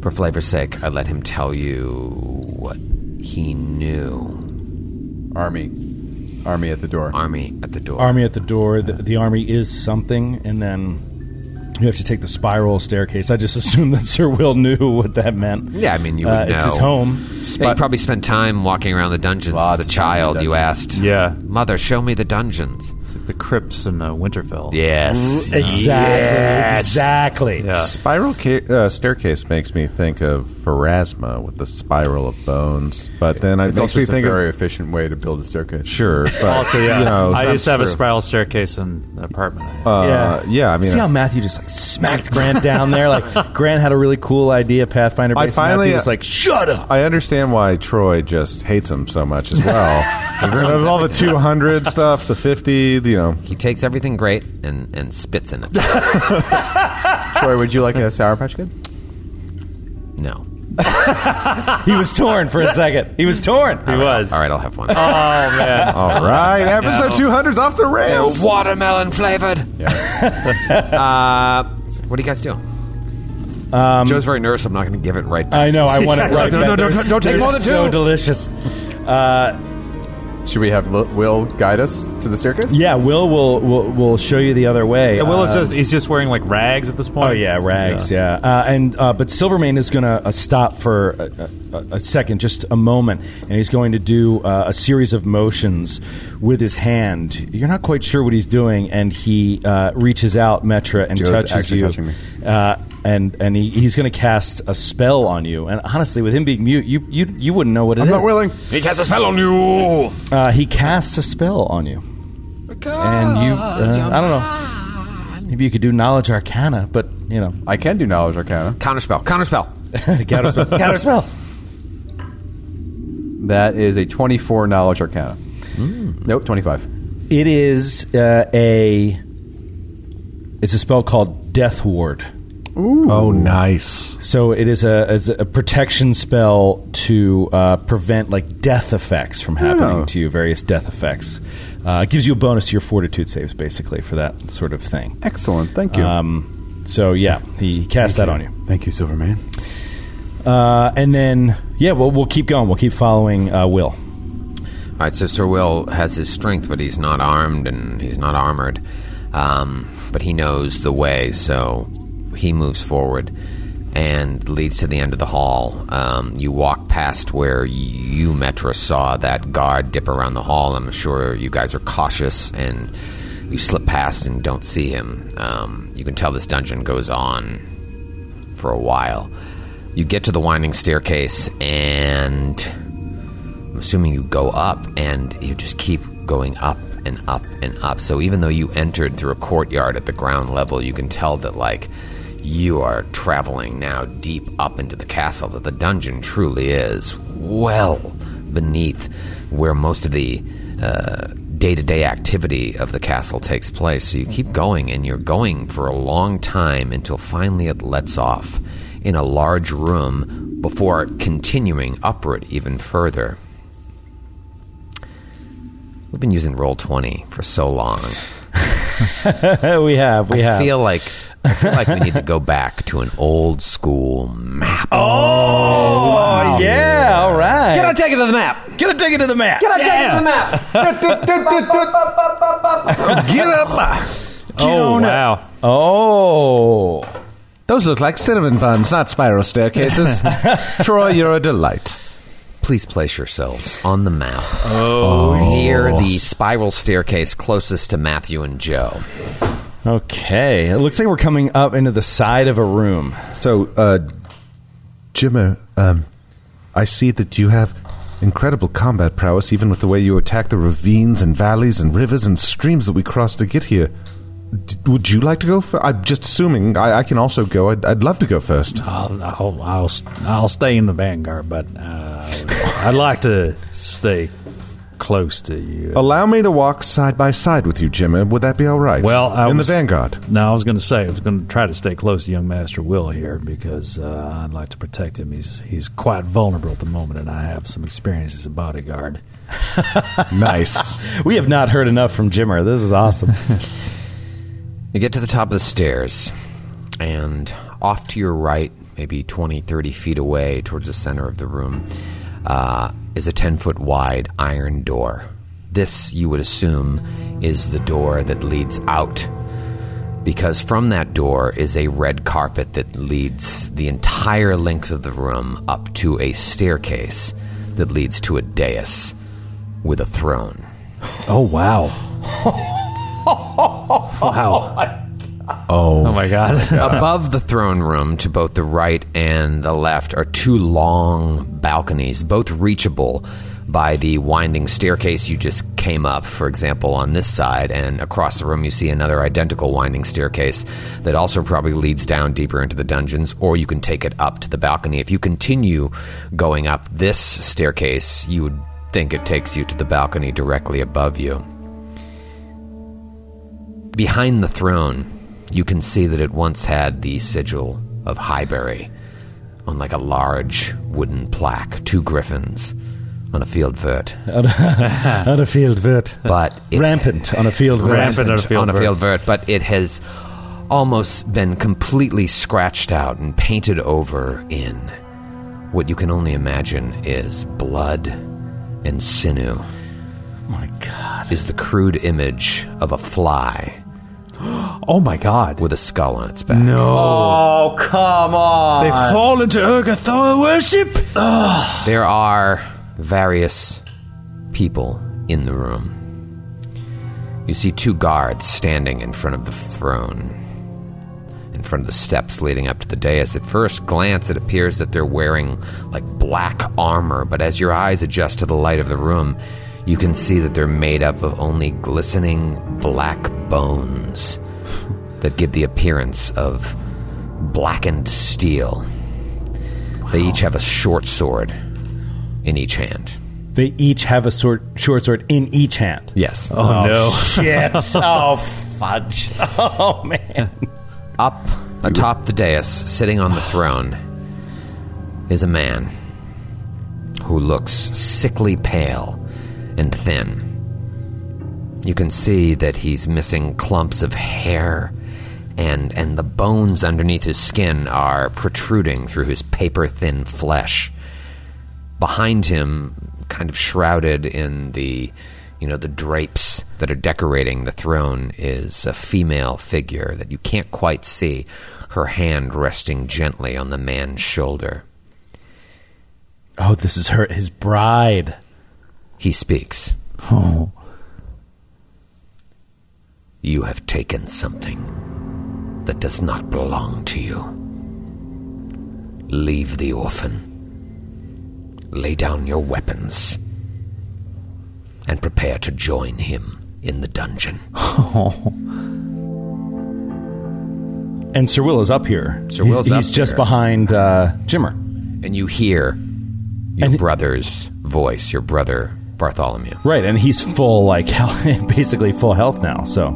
Speaker 8: For flavor's sake, I let him tell you what he knew.
Speaker 2: Army. Army at the door.
Speaker 8: Army at the door.
Speaker 3: army at the door. The, the army is something, and then you have to take the spiral staircase. I just assumed that Sir Will knew what that meant.
Speaker 8: Yeah, I mean, you would
Speaker 3: uh, It's
Speaker 8: know.
Speaker 3: his home.
Speaker 8: Yeah, you probably spent time walking around the dungeons
Speaker 2: Lots
Speaker 8: as a
Speaker 2: of time in
Speaker 8: child.
Speaker 2: the
Speaker 8: You asked,
Speaker 4: Yeah.
Speaker 8: Mother, show me the dungeons."
Speaker 4: It's like the crypts in uh, Winterfell.
Speaker 8: Yes,
Speaker 7: Mm-hmm.
Speaker 3: Exactly. Exactly.
Speaker 4: Yeah.
Speaker 7: Spiral ca- uh, staircase makes me think of Pharasma with the spiral of bones, but then I
Speaker 2: It's
Speaker 7: makes
Speaker 2: also
Speaker 7: me
Speaker 2: a
Speaker 7: think
Speaker 2: very
Speaker 7: of
Speaker 2: efficient way to build a staircase.
Speaker 7: sure. But,
Speaker 4: Also, yeah.
Speaker 7: you know,
Speaker 4: I used to have a
Speaker 7: that's
Speaker 4: spiral staircase in the apartment. I had.
Speaker 7: true. Uh, yeah. I mean,
Speaker 3: See how Matthew just like smacked Grant down there. Like Grant had a really cool idea, Pathfinder.
Speaker 7: I
Speaker 3: Base, and
Speaker 7: finally-
Speaker 3: Matthew
Speaker 8: uh,
Speaker 3: was like, "Shut up."
Speaker 7: I understand why Troy just hates him so much as well. There's all the 200 stuff, the 50, you know.
Speaker 8: he takes everything great and and spits in it.
Speaker 2: Troy, would you like a Sour Patch Kid?
Speaker 8: no,
Speaker 3: He was torn for a second. He was torn.
Speaker 4: he was. Oh,
Speaker 8: all right, I'll have
Speaker 3: Oh,
Speaker 8: one.
Speaker 7: All right, episode 200's off the rails.
Speaker 8: watermelon flavored. uh, what are you guys doing? Joe's very nervous. I'm not going to give it right now.
Speaker 3: I know. I want it right.
Speaker 8: No,
Speaker 3: back.
Speaker 8: no, no,
Speaker 3: They're-
Speaker 8: don't take
Speaker 3: they're
Speaker 8: more than
Speaker 3: So
Speaker 8: two.
Speaker 3: delicious. Uh,
Speaker 2: Should we have L- Will guide us to the staircase?
Speaker 3: Yeah, Will will will, will show you the other way.
Speaker 4: Yeah, Will is
Speaker 3: Uh,
Speaker 4: just, he's just wearing like rags at this point.
Speaker 3: Oh yeah, rags. Yeah, Uh, and uh, but Silvermane is going to uh, stop for a, a, a second, just a moment, and he's going to do uh, a series of motions with his hand. You're not quite sure what he's doing, and he uh, reaches out, Metra, and
Speaker 2: Joe's
Speaker 3: touches
Speaker 2: actually
Speaker 3: you.
Speaker 2: touching me.
Speaker 3: Uh, and and he, he's going to cast a spell on you. And honestly, with him being mute, you you, you wouldn't know what it is.
Speaker 2: I'm not willing.
Speaker 8: He casts a spell on you.
Speaker 3: Uh, he casts a spell on you, and you. Uh, I don't know. Maybe you could do knowledge arcana, but you know,
Speaker 2: I can do Knowledge Arcana.
Speaker 8: Counterspell. Counterspell.
Speaker 3: counter spell. counter spell.
Speaker 2: That is a 24 Knowledge Arcana. Nope, 25.
Speaker 3: Hmm. It is uh, a. It's a spell called Death Ward.
Speaker 13: Oh, nice.
Speaker 3: So it is a, is a protection spell to uh, prevent like death effects from happening
Speaker 2: Oh.
Speaker 3: to you, various death effects. Uh, it gives you a bonus to your Fortitude saves, basically, for that sort of thing.
Speaker 2: Excellent. Thank you.
Speaker 3: Um, so yeah, he cast that on you.
Speaker 2: Thank you, Silverman.
Speaker 3: Uh, and then yeah, well, we'll keep going. We'll keep following uh, Will.
Speaker 8: All right, so Sir Will has his strength, but he's not armed and he's not armored. Um, but he knows the way, so he moves forward and leads to the end of the hall. Um, you walk past where you, Metra, saw that guard dip around the hall. I'm sure you guys are cautious and you slip past and don't see him. Um, you can tell this dungeon goes on for a while. You get to the winding staircase, and I'm assuming you go up, and you just keep going up and up and up. So even though you entered through a courtyard at the ground level, you can tell that, like, you are traveling now deep up into the castle, that the dungeon truly is well beneath where most of the day to day activity of the castle takes place. So you keep going and you're going for a long time until finally it lets off in a large room before continuing upward even further. We've been using roll 20 for so long.
Speaker 3: we have, we
Speaker 8: I
Speaker 3: have.
Speaker 8: feel like I feel like we need to go back to an old school map. Oh,
Speaker 3: oh yeah, all right. Get on, take it to the map. Get on, take it to the map. Get on,
Speaker 8: get up.
Speaker 4: Oh wow.
Speaker 3: Oh.
Speaker 7: Those look like cinnamon buns, not spiral staircases. Troy, you're a delight.
Speaker 8: Please place yourselves on the map.
Speaker 3: Oh.
Speaker 8: Uh, Near the spiral staircase closest to Matthew and Joe.
Speaker 3: Okay. It looks like we're coming up into the side of a room.
Speaker 7: So, uh, Jimmer, um, I see that you have incredible combat prowess, even with the way you attack the ravines and valleys and rivers and streams that we cross to get here. D- would you like to go? Fir- I'm just assuming I, I can also go. I'd, I'd love to go first.
Speaker 4: I'll, I'll, I'll, I'll stay in the vanguard, but uh, I'd like to stay close to you.
Speaker 7: Allow me to walk side by side with you, Jimmer. Would that be all right?
Speaker 4: Well, I
Speaker 7: in
Speaker 4: was-
Speaker 7: the vanguard.
Speaker 4: Now, I was going to say I was going to try to stay close to young Master Will here because uh, I'd like to protect him. He's he's quite vulnerable at the moment, and I have some experience as a bodyguard.
Speaker 7: Nice.
Speaker 3: We have not heard enough from Jimmer. This is awesome.
Speaker 8: You get to the top of the stairs, and off to your right, maybe 20, 30 feet away towards the center of the room, uh, is a 10 foot wide iron door. This, you would assume, is the door that leads out, because from that door is a red carpet that leads the entire length of the room up to a staircase that leads to a dais with a throne.
Speaker 4: Oh wow. wow.
Speaker 14: Oh my god.
Speaker 8: Above the throne room, to both the right and the left, are two long balconies, both reachable by the winding staircase you just came up, for example, on this side. And across the room, you see another identical winding staircase that also probably leads down deeper into the dungeons, or you can take it up to the balcony. If you continue going up this staircase, you would think it takes you to the balcony directly above you. Behind the throne, you can see that it once had the sigil of Highbury on like a large wooden plaque, two griffins on a field vert.
Speaker 3: on a field vert.
Speaker 8: But it-
Speaker 3: Rampant on a field vert.
Speaker 14: Rampant on a field
Speaker 8: on a
Speaker 14: vert.
Speaker 8: field vert, but it has almost been completely scratched out and painted over in what you can only imagine is blood and sinew.
Speaker 4: my god.
Speaker 8: Is the crude image of a fly
Speaker 4: Oh my god.
Speaker 8: with a skull on its back.
Speaker 4: Oh, come on.
Speaker 14: They fall into Urgathoa worship.
Speaker 3: Ah.
Speaker 8: There are various people in the room. You see two guards standing in front of the throne, in front of the steps leading up to the dais. At first glance, it appears that they're wearing like black armor, but as your eyes adjust to the light of the room, you can see that they're made up of only glistening black bones that give the appearance of blackened steel. They each have a short sword in each hand.
Speaker 3: They each have a sword, short sword in each hand.
Speaker 8: Yes.
Speaker 14: Oh, no.
Speaker 3: Shit. oh, fudge. Oh, man.
Speaker 8: Up atop the dais, sitting on the throne, is a man who looks sickly pale and thin. You can see that he's missing clumps of hair, and, and the bones underneath his skin are protruding through his paper thin flesh. behind him, kind of shrouded in the, you know, the drapes that are decorating the throne, is a female figure that you can't quite see, her hand resting gently on the man's shoulder.
Speaker 3: Oh, this is her, his bride.
Speaker 8: He speaks. Oh. You have taken something that does not belong to you. Leave the orphan. Lay down your weapons. And prepare to join him in the dungeon.
Speaker 4: Oh,
Speaker 3: And Sir Will is up here.
Speaker 8: Sir
Speaker 3: he's,
Speaker 8: Will's
Speaker 3: he's
Speaker 8: up
Speaker 3: just
Speaker 8: here.
Speaker 3: behind uh, Jimmer.
Speaker 8: And you hear your
Speaker 3: And-
Speaker 8: brother's voice, your brother Bartholomew.
Speaker 3: Right, and he's full, like, health, basically full health now, so.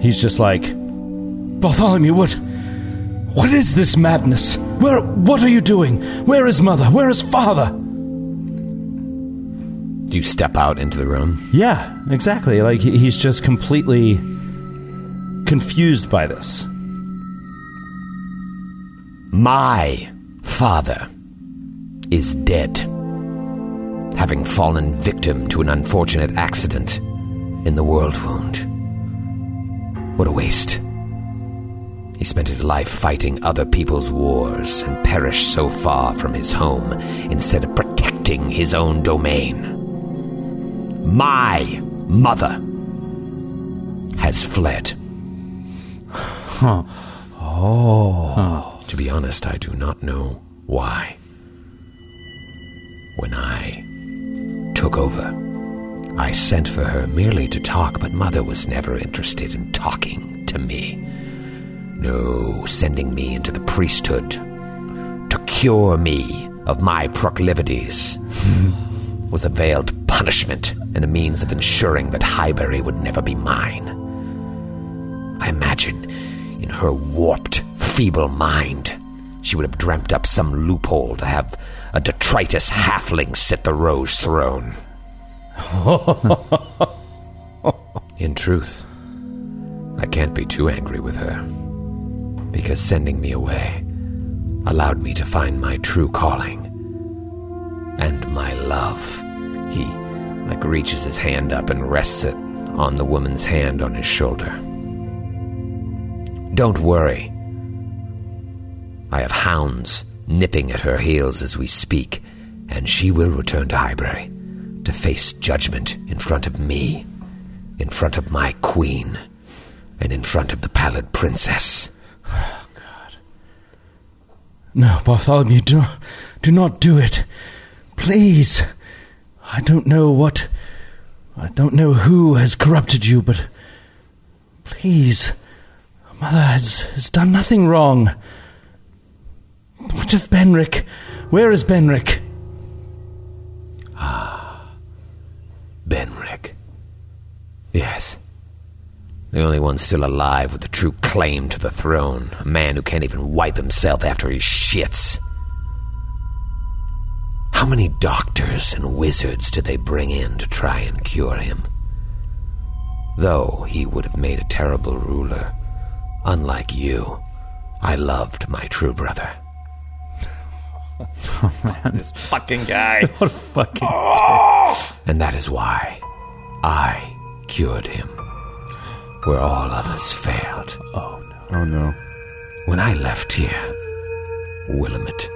Speaker 3: He's just like, Bartholomew, what? What is this madness? Where, what are you doing? Where is mother? Where is father?
Speaker 8: Do you step out into the room?
Speaker 3: Yeah, exactly. Like, he- he's just completely confused by this.
Speaker 8: My father is dead, having fallen victim to an unfortunate accident in the world wound. What a waste. He spent his life fighting other people's wars and perished so far from his home instead of protecting his own domain. My mother has fled. Oh. To be honest, I do not know why. When I took over, I sent for her merely to talk, but Mother was never interested in talking to me. No, sending me into the priesthood to cure me of my proclivities was a veiled punishment and a means of ensuring that Highbury would never be mine. I imagine, in her warped, feeble mind, she would have dreamt up some loophole to have a detritus halfling sit the rose throne. in truth, I can't be too angry with her. Because sending me away allowed me to find my true calling and my love. He, like, reaches his hand up and rests it on the woman's hand on his shoulder. Don't worry. I have hounds nipping at her heels as we speak, and she will return to Highbury to face judgment in front of me, in front of my queen, and in front of the pallid princess.
Speaker 3: No, Bartholomew, do, do not do it. Please. I don't know what. I don't know who has corrupted you, but. Please. Mother has, has done nothing wrong. What of Benrick? Where is Benrick?
Speaker 8: Ah, Benrick. Yes. The only one still alive with a true claim to the throne. A man who can't even wipe himself after he shits. How many doctors and wizards did they bring in to try and cure him? Though he would have made a terrible ruler, unlike you, I loved my true brother.
Speaker 4: this fucking guy.
Speaker 10: What a fucking.
Speaker 8: And that is why I cured him. Where all others failed. Oh no.
Speaker 2: Oh no.
Speaker 8: When I left here, Willamette,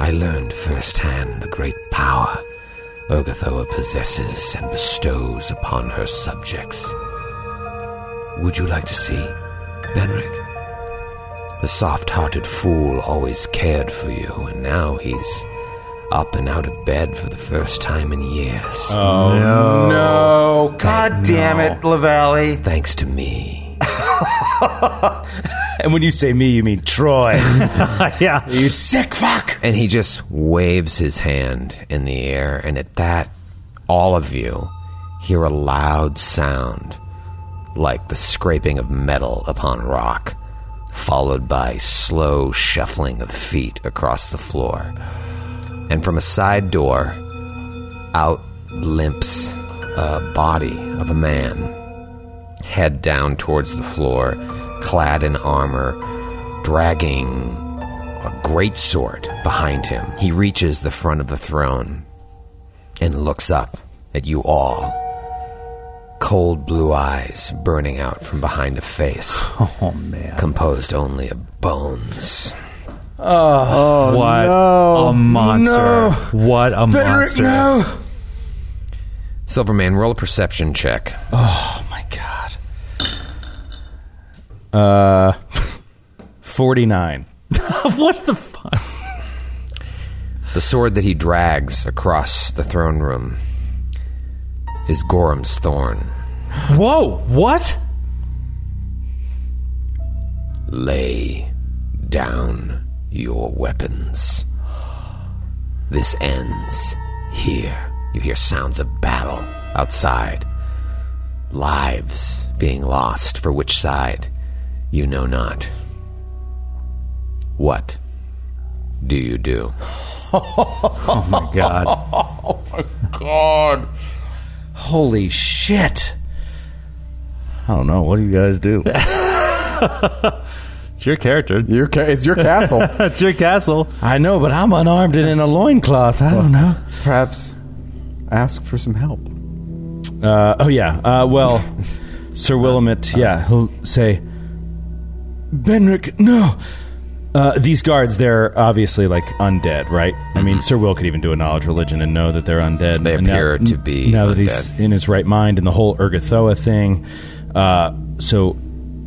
Speaker 8: I learned firsthand the great power Ogathoa possesses and bestows upon her subjects. Would you like to see Benrick? The soft hearted fool always cared for you, and now he's up and out of bed for the first time in years.
Speaker 3: Oh,
Speaker 4: No. God damn it, Lavalley.
Speaker 8: Thanks to me.
Speaker 3: And when you say me, you mean Troy.
Speaker 10: yeah.
Speaker 3: you sick fuck.
Speaker 8: And he just waves his hand in the air, and at that, all of you hear a loud sound like the scraping of metal upon rock, followed by slow shuffling of feet across the floor. And from a side door, out limps a body of a man head down towards the floor, clad in armor, dragging a greatsword behind him. He reaches the front of the throne and looks up at you all. Cold blue eyes burning out from behind a face. Oh, man. Composed only of bones. Oh,
Speaker 3: Ah,
Speaker 10: what a monster.
Speaker 3: No.
Speaker 10: What a
Speaker 3: Benrick,
Speaker 10: monster.
Speaker 3: no.
Speaker 8: Silverman, roll a perception check.
Speaker 3: Oh my god. Uh, forty nine.
Speaker 10: What the fuck?
Speaker 8: The sword that he drags across the throne room is Gorham's Thorn.
Speaker 10: Whoa. What?
Speaker 8: Lay down your weapons. This ends here. You hear sounds of battle outside. Lives being lost, for which side you know not. What do you do?
Speaker 10: Oh
Speaker 8: Oh,
Speaker 10: God.
Speaker 1: Oh,
Speaker 3: God. Holy shit. I don't know. What do you guys do?
Speaker 10: It's your character.
Speaker 2: Your ca- it's your castle.
Speaker 10: It's your castle.
Speaker 3: I know, but I'm unarmed and in a loincloth. I don't know.
Speaker 2: Perhaps ask for some help.
Speaker 3: Uh, oh, yeah. Uh, well, Sir
Speaker 8: Uh,
Speaker 3: Willamette, yeah, he'll say, Benrick, no. Uh, these guards, they're obviously like undead, right? I mean, Sir Will could even do a knowledge religion and know that they're undead.
Speaker 8: Mm-hmm. They
Speaker 3: And now-
Speaker 8: appear to be
Speaker 3: Now that he's
Speaker 8: undead.
Speaker 3: in his right mind and the whole Ergothoa thing. Uh, so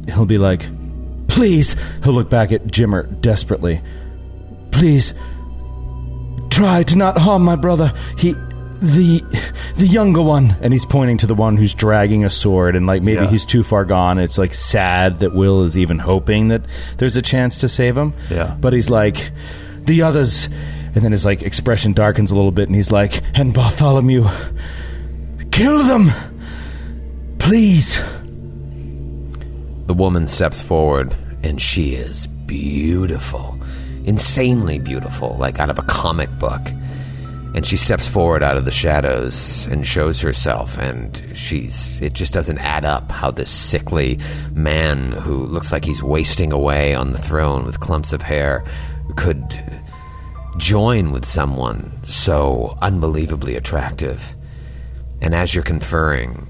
Speaker 3: he'll be like, please. He'll look back at Jimmer desperately. Please try to not harm my brother. He, the, the younger one, and he's pointing to the one who's dragging a sword, and like maybe he's too far gone. It's like sad that Will is even hoping that there's a chance to save him.
Speaker 10: Yeah.
Speaker 3: but he's like, the others, and then his like expression darkens a little bit, and he's like, and Bartholomew, kill them, please.
Speaker 8: The woman steps forward, and she is beautiful. Insanely beautiful, like out of a comic book.
Speaker 1: and she steps forward out of the shadows and shows herself and she's it just doesn't add up how this sickly man who looks like he's wasting away on the throne with clumps of hair could join with someone so unbelievably attractive and as you're conferring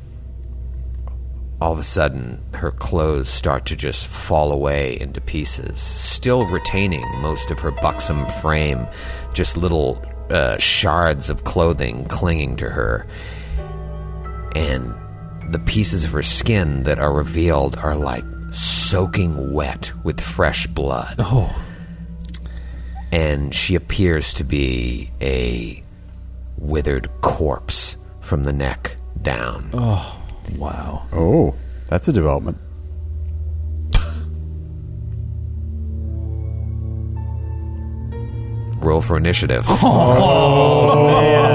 Speaker 1: all of a sudden her clothes start to just fall away into pieces, still retaining most of her buxom frame, just little uh, shards of clothing clinging to her. And the pieces of her skin that are revealed are like soaking wet with fresh blood. Oh. And she appears to be a withered corpse from the neck down.
Speaker 2: Wow. Oh, that's a development.
Speaker 1: Roll for initiative.
Speaker 3: Oh,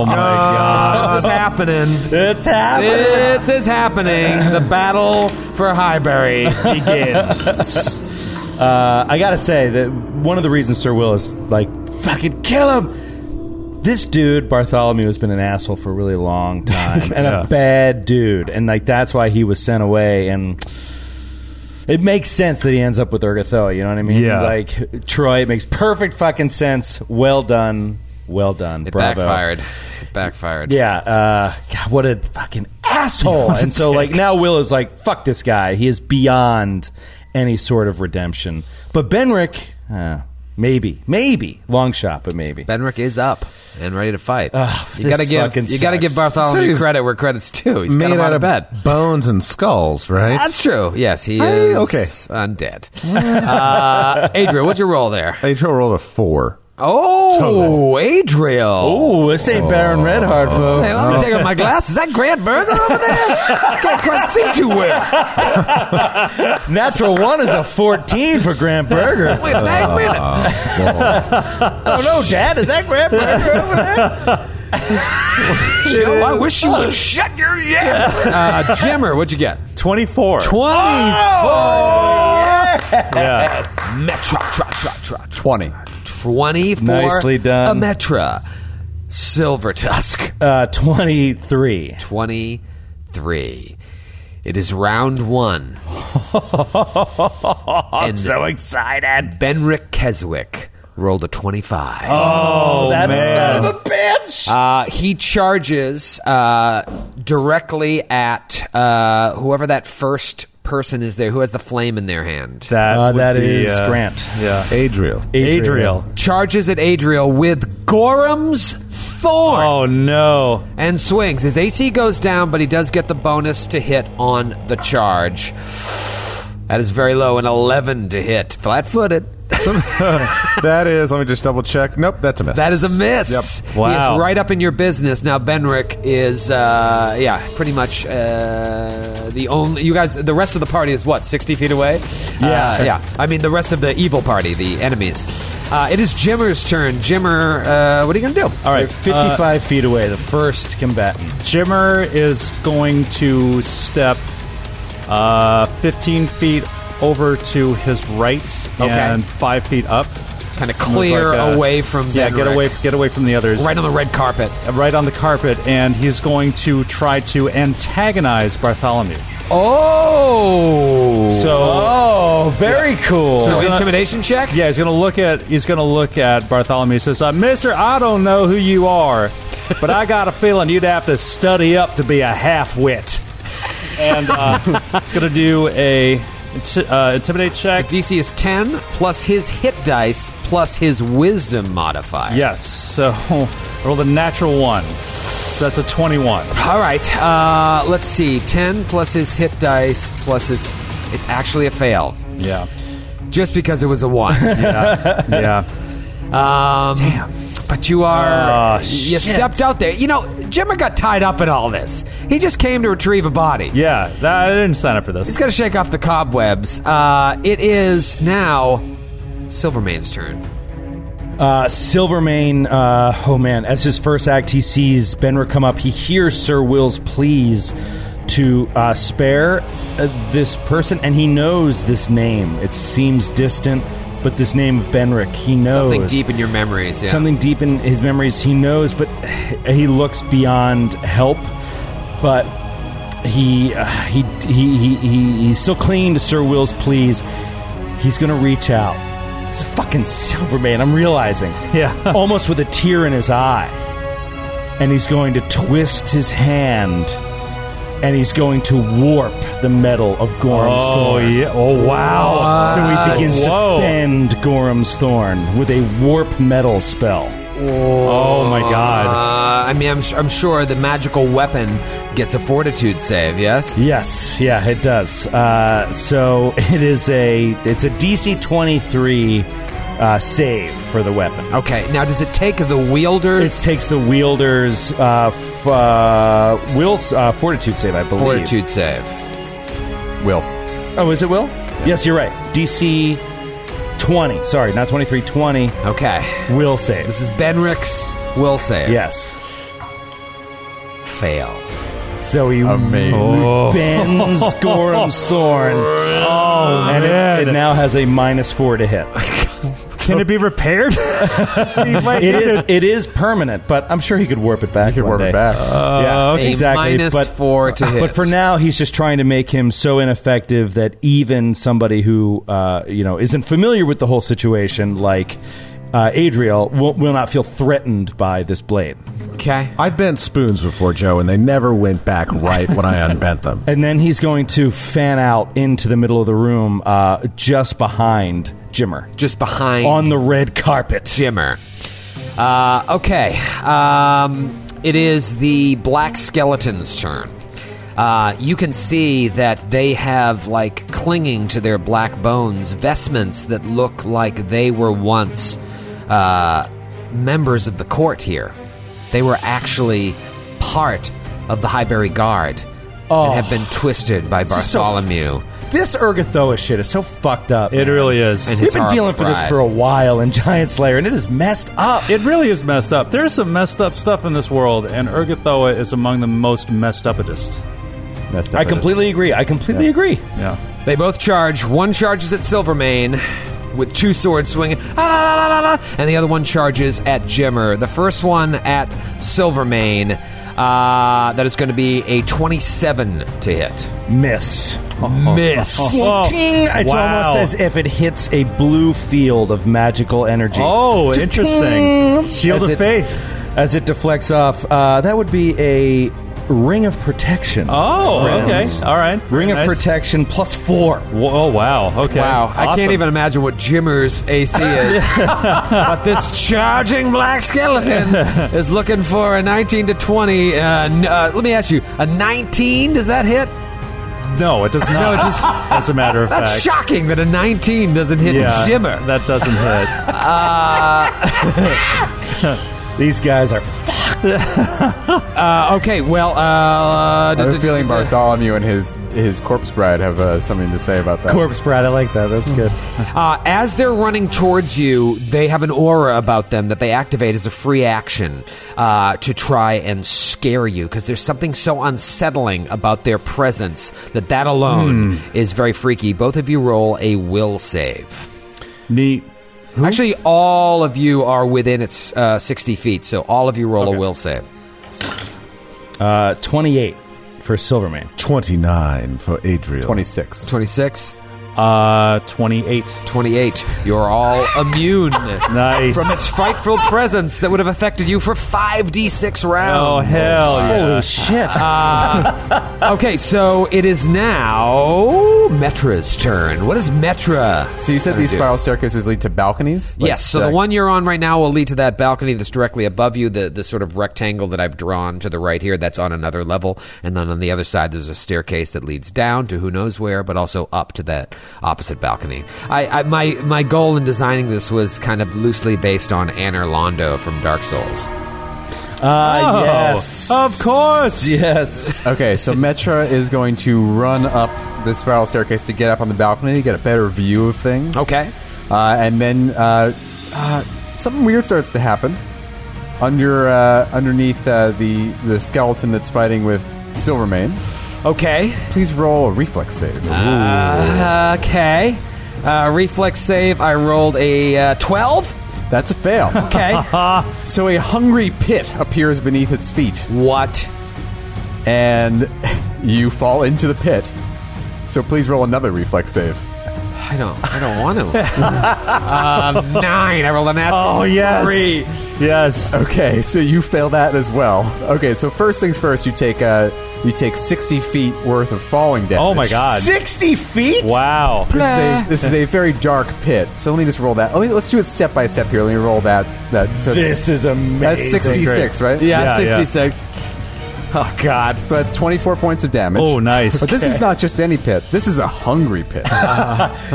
Speaker 4: Oh my god.
Speaker 10: This is happening.
Speaker 3: It's happening.
Speaker 10: This is happening. The battle for Highbury begins.
Speaker 3: Uh, I gotta say that one of the reasons Sir Will is like fucking kill him. This dude Bartholomew has been an asshole for a really long time and a bad dude, and like that's why he was sent away. And it makes sense that he ends up with Urgathoa. You know what I mean?
Speaker 4: Yeah.
Speaker 3: Like Troy, it makes perfect fucking sense. Well done. Well done.
Speaker 1: It
Speaker 3: Bravo.
Speaker 1: backfired. It backfired.
Speaker 3: Yeah, uh, God, what a fucking asshole! And so, like now, Will is like, "Fuck this guy. He is beyond any sort of redemption." But Benrick, uh, maybe, maybe long shot, but maybe.
Speaker 1: Benrick is up and ready to fight. you
Speaker 3: this
Speaker 1: gotta give
Speaker 3: fucking
Speaker 1: you gotta
Speaker 3: sucks.
Speaker 1: give
Speaker 7: So
Speaker 1: Bartholomew
Speaker 7: he's
Speaker 1: credit where credit's due. He's got
Speaker 7: Made
Speaker 1: him
Speaker 7: out
Speaker 1: out
Speaker 7: of
Speaker 1: of bed.
Speaker 7: bones and skulls, right?
Speaker 1: That's true. Yes, he
Speaker 7: Hey,
Speaker 1: is
Speaker 7: okay.
Speaker 1: undead. uh, Adriel, what's your roll there?
Speaker 7: Adriel rolled a four.
Speaker 1: Oh, Adriel.
Speaker 3: Oh, this ain't Baron Redhard,
Speaker 1: Hey,
Speaker 3: folks.
Speaker 1: let me take off my glasses. Is that Grant Berger over there? I can't quite see too well.
Speaker 3: Natural one is a fourteen for Grant Burger.
Speaker 1: Wait, hang a minute.
Speaker 3: oh no, Dad, is that Grant Burger over there?
Speaker 1: You know, I wish you would shut your yeah. Uh, Jimmer, what'd you get?
Speaker 4: 24.
Speaker 3: Oh,
Speaker 4: yeah.
Speaker 1: Metro, trot, trot, trot, trot.
Speaker 2: 20.
Speaker 1: 24.
Speaker 3: Nicely done.
Speaker 1: A Metra. Silver Tusk.
Speaker 3: Uh, Twenty-three.
Speaker 1: 23. It is round one. I'm so excited. Benrick Keswick rolled a 25.
Speaker 3: Oh, that's
Speaker 4: man.
Speaker 3: son of a bitch.
Speaker 1: Uh, he charges uh, directly at uh, whoever that first person is there who has the flame in their hand.
Speaker 4: That,
Speaker 3: Uh,
Speaker 4: would
Speaker 3: that
Speaker 4: be,
Speaker 3: is
Speaker 4: uh,
Speaker 3: Grant.
Speaker 4: Yeah.
Speaker 7: Adriel.
Speaker 4: Adriel.
Speaker 1: charges at Adriel with Gorham's Thorn.
Speaker 4: Oh no.
Speaker 1: and swings. His AC goes down, but he does get the bonus to hit on the charge. That is very low, an 11 to hit. Flat footed.
Speaker 7: that is. Let me just double check. Nope, that's a miss.
Speaker 1: That is a miss. Yep. He
Speaker 4: Wow.
Speaker 1: is right up in your business. Now, Benrick is, uh, yeah, pretty much uh, the only. You guys, the rest of the party is what, 60 feet away? Yeah. yeah. I mean, the rest of the evil party, the enemies. Uh, it is Jimmer's turn. Jimmer, uh, what are you going to do?
Speaker 3: All right, uh, fifty-five feet away, the first combatant.
Speaker 4: Jimmer is going to step uh, 15 feet over to his right
Speaker 1: Okay.
Speaker 4: and five feet up.
Speaker 1: Kind of clear
Speaker 4: Like, uh,
Speaker 1: away from
Speaker 4: Yeah, get
Speaker 1: Benrick.
Speaker 4: away, get away from the others.
Speaker 1: Right on the red carpet.
Speaker 4: right on the carpet, and he's going to try to antagonize Bartholomew.
Speaker 1: Oh.
Speaker 4: So,
Speaker 3: Oh, very cool.
Speaker 1: So
Speaker 4: gonna-
Speaker 1: intimidation check?
Speaker 4: yeah, he's going to look at he's going to look at Bartholomew. He says, uh, "Mister, I don't know who you are, but I got a feeling you'd have to study up to be a half wit." And uh, it's going to do a inti- uh, intimidate check.
Speaker 1: DC is 10 plus his hit dice plus his wisdom modifier.
Speaker 4: Yes. So roll the natural one. So that's a 21.
Speaker 1: All right. Uh, let's see. 10 plus his hit dice plus his. It's actually a fail.
Speaker 4: Yeah.
Speaker 1: Just because it was a one.
Speaker 4: Yeah.
Speaker 1: um, Damn. But you are.
Speaker 4: Oh,
Speaker 1: you stepped out there. You know, Jimmer got tied up in all this. He just came to retrieve a body.
Speaker 4: Yeah. That, I didn't sign up for
Speaker 1: He's
Speaker 4: this.
Speaker 1: got to shake off the cobwebs. Uh, it is now Silverman's turn.
Speaker 3: Uh, Silvermane, uh, oh man, as his first act, he sees Benrick come up. He hears Sir Will's pleas to uh, spare uh, this person, and he knows this name. It seems distant, but this name of Benrick, he knows
Speaker 1: Something deep in your memories. Yeah.
Speaker 3: something deep in his memories he knows but he looks beyond help but he uh, he, he, he he he's still clinging to sir will's pleas he's gonna reach out it's fucking silverman i'm realizing yeah almost with a tear in his eye and he's going to twist his hand and he's going to warp the metal of Gorm's
Speaker 4: Oh,
Speaker 3: thorn.
Speaker 4: yeah. Oh, wow.
Speaker 3: So he begins
Speaker 4: Whoa.
Speaker 3: to bend Gorm's thorn with a warp metal spell.
Speaker 1: Oh my god! Uh, I mean, I'm, su- I'm sure the magical weapon gets a fortitude save. Yes.
Speaker 3: Yes, yeah, it does. Uh, so it is a it's a DC twenty three uh, save for the weapon.
Speaker 1: Okay, now does it take the wielder?
Speaker 3: It takes the wielder's uh, f- uh, will s- uh, fortitude save, I believe.
Speaker 1: Fortitude save.
Speaker 2: Will.
Speaker 3: Oh, is it will? Yes, you're right. DC twenty. Sorry, not twenty three. Twenty.
Speaker 1: Okay.
Speaker 3: Will save.
Speaker 1: This is Benrick's will save.
Speaker 3: Yes.
Speaker 1: Fail.
Speaker 3: So he bends Gorham's thorn. Oh, and it, it now has a minus four to hit.
Speaker 14: Can it be repaired?
Speaker 3: it is it is permanent, but I'm sure he could warp it back. He could warp it back. yeah,
Speaker 1: Uh, okay. A
Speaker 3: exactly.
Speaker 1: minus
Speaker 3: but,
Speaker 1: four to hit.
Speaker 3: But for now, he's just trying to make him so ineffective that even somebody who uh, you know isn't familiar with the whole situation, like uh, Adriel, will, will not feel threatened by this blade.
Speaker 1: Okay.
Speaker 6: I've bent spoons before, Joe, and they never went back right when I unbent them.
Speaker 3: And then he's going to fan out into the middle of the room, uh, just behind Jimmer,
Speaker 1: just behind
Speaker 3: on the red carpet.
Speaker 1: Jimmer. Uh, okay. Um, it is the black skeleton's turn. Uh, you can see that they have, like, clinging to their black bones, vestments that look like they were once uh, members of the court here. They were actually part of the Highbury Guard and have been twisted by
Speaker 3: Oh. is so-
Speaker 1: Bartholomew.
Speaker 3: This Ergothoa shit is so fucked up.
Speaker 4: It
Speaker 3: man.
Speaker 4: really is.
Speaker 1: And
Speaker 3: We've
Speaker 1: his
Speaker 3: been
Speaker 1: horrible
Speaker 3: dealing for this
Speaker 1: pride.
Speaker 3: for a while in Giant Slayer, and it is messed up.
Speaker 4: It really is messed up. There's some messed up stuff in this world, and Ergothoa is among the most messed upitest.
Speaker 2: Messed up
Speaker 3: I
Speaker 2: it is.
Speaker 3: completely agree. I completely agree.
Speaker 4: Yeah.
Speaker 1: They both charge. One charges at Silvermane with two swords swinging, "Ah, la, la, la, la," and the other one charges at Jimmer. The first one at Silvermane. Uh, that is going to be a 27 to hit.
Speaker 3: Miss.
Speaker 4: Miss.
Speaker 3: Ting! It's
Speaker 4: Wow.
Speaker 3: almost as if it hits a blue field of magical energy.
Speaker 4: Oh, interesting. Shield
Speaker 3: As
Speaker 4: of
Speaker 3: it-
Speaker 4: Faith.
Speaker 3: As it deflects off, uh, that would be a ring of protection.
Speaker 4: Oh,
Speaker 3: Friends.
Speaker 4: okay. All right.
Speaker 3: Ring
Speaker 4: Very
Speaker 3: of
Speaker 4: nice.
Speaker 3: protection plus four.
Speaker 4: Wo- Oh, wow. Okay.
Speaker 1: Wow, I
Speaker 4: Awesome.
Speaker 1: can't even imagine what Jimmer's AC is. but this charging black skeleton is looking for a 19 to 20. Uh, n- uh, let me ask you, a 19, does that hit?
Speaker 4: No, it does not. no, it just, as a matter of
Speaker 1: That's
Speaker 4: fact.
Speaker 1: shocking that a 19 doesn't hit
Speaker 4: yeah,
Speaker 1: Jimmer.
Speaker 4: That doesn't hit.
Speaker 3: These guys are.
Speaker 1: Uh, okay, well, uh,
Speaker 2: I
Speaker 1: d-
Speaker 2: have
Speaker 1: d-
Speaker 2: a feeling Bartholomew and his his corpse bride have uh, something to say about that. Hmm.
Speaker 3: Corpse Brad, I like that. That's good.
Speaker 1: uh, as they're running towards you, they have an aura about them that they activate as a free action uh, to try and scare you because there's something so unsettling about their presence that that alone
Speaker 2: Hmm.
Speaker 1: is very freaky. Both of you roll a will save.
Speaker 4: Neat.
Speaker 1: Actually, all of you are within its uh, 60 feet, so all of you roll a will save.
Speaker 3: Uh, 28 for Silverman.
Speaker 6: 29 for Adriel.
Speaker 2: 26.
Speaker 1: 26,
Speaker 4: Uh, 28.
Speaker 1: 28. You're all immune.
Speaker 4: Nice.
Speaker 1: from its frightful presence that would have affected you for 5d6
Speaker 4: oh,
Speaker 1: rounds.
Speaker 4: hell yeah.
Speaker 3: shit.
Speaker 1: Uh, Okay, so it is now Oh, Metra's turn. What is Metra?
Speaker 2: So you said these spiral staircases lead to balconies? Like,
Speaker 1: yes, so the
Speaker 2: uh,
Speaker 1: one you're on right now will lead to that balcony that's directly above you, the, the sort of rectangle that I've drawn to the right here that's on another level. And then on the other side, there's a staircase that leads down to who knows where, but also up to that opposite balcony. I, I my, my goal in designing this was kind of loosely based on Anne Orlando from Dark Souls.
Speaker 3: Uh,
Speaker 4: Oh,
Speaker 3: yes.
Speaker 4: Of course.
Speaker 3: Yes.
Speaker 2: Okay, so Metra is going to run up the spiral staircase to get up on the balcony to get a better view of things.
Speaker 1: Okay.
Speaker 2: Uh, and then uh, uh, something weird starts to happen under uh, underneath uh, the the skeleton that's fighting with Silvermane.
Speaker 1: Okay. Uh,
Speaker 2: Please roll a reflex save.
Speaker 1: Okay.
Speaker 8: Uh, reflex save. I rolled a uh, twelve.
Speaker 2: That's a fail.
Speaker 8: Okay.
Speaker 2: so a hungry pit appears beneath its feet.
Speaker 8: What?
Speaker 2: And you fall into the pit. So please roll another reflex save.
Speaker 1: I don't. I don't want
Speaker 8: uh,
Speaker 1: Um,
Speaker 8: nine. I rolled a natural.
Speaker 2: Oh, yes.
Speaker 8: Three.
Speaker 2: Yes. Okay, so you fail that as well. Okay, so first things first, you take uh, you take sixty feet worth of falling damage.
Speaker 4: Oh, my God.
Speaker 10: 60 feet?
Speaker 4: Wow.
Speaker 2: This is, a, this is a very dark pit. So let me just roll that. Let me, let's do it step by step here. Let me roll that. that so it's-
Speaker 10: This is amazing.
Speaker 2: That's 66, right?
Speaker 10: Yeah, Yeah, yeah.
Speaker 2: 66. Oh, God. So that's 24 points of damage.
Speaker 4: Oh, nice.
Speaker 2: But this is
Speaker 4: Okay.
Speaker 2: not just any pit. This is a hungry pit.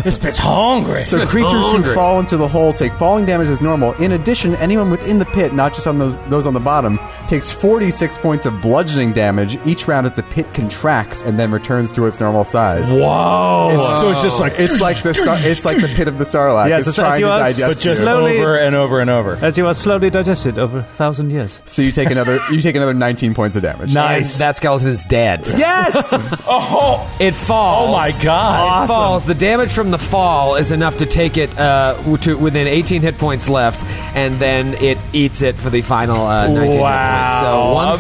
Speaker 10: this bit's hungry.
Speaker 2: So creatures who fall into the hole take falling damage as normal. In addition, anyone within the pit, not just on those those on the bottom, takes 46 points of bludgeoning damage each round as the pit contracts and then returns to its normal size.
Speaker 10: Whoa.
Speaker 2: It's-
Speaker 10: So it's just like-
Speaker 2: it's like the sar- it's like the pit of the Sarlacc.
Speaker 4: Yeah,
Speaker 2: it's,
Speaker 4: it's-
Speaker 2: trying
Speaker 4: it's
Speaker 2: to
Speaker 4: yours,
Speaker 2: digest
Speaker 4: but just
Speaker 2: you.
Speaker 4: slowly- Over and
Speaker 3: over and over.
Speaker 4: As you are slowly digested over a thousand years.
Speaker 2: So you take another you take another 19 points of damage.
Speaker 4: Nice.
Speaker 1: And that skeleton's dead.
Speaker 8: Yes.
Speaker 10: oh.
Speaker 1: It falls.
Speaker 10: Oh my
Speaker 1: It
Speaker 10: god.
Speaker 1: falls. The damage from the fall is enough to take it uh, w- to within 18 hit points left, and then it eats it for the final uh, 19
Speaker 10: Wow.
Speaker 1: hit points.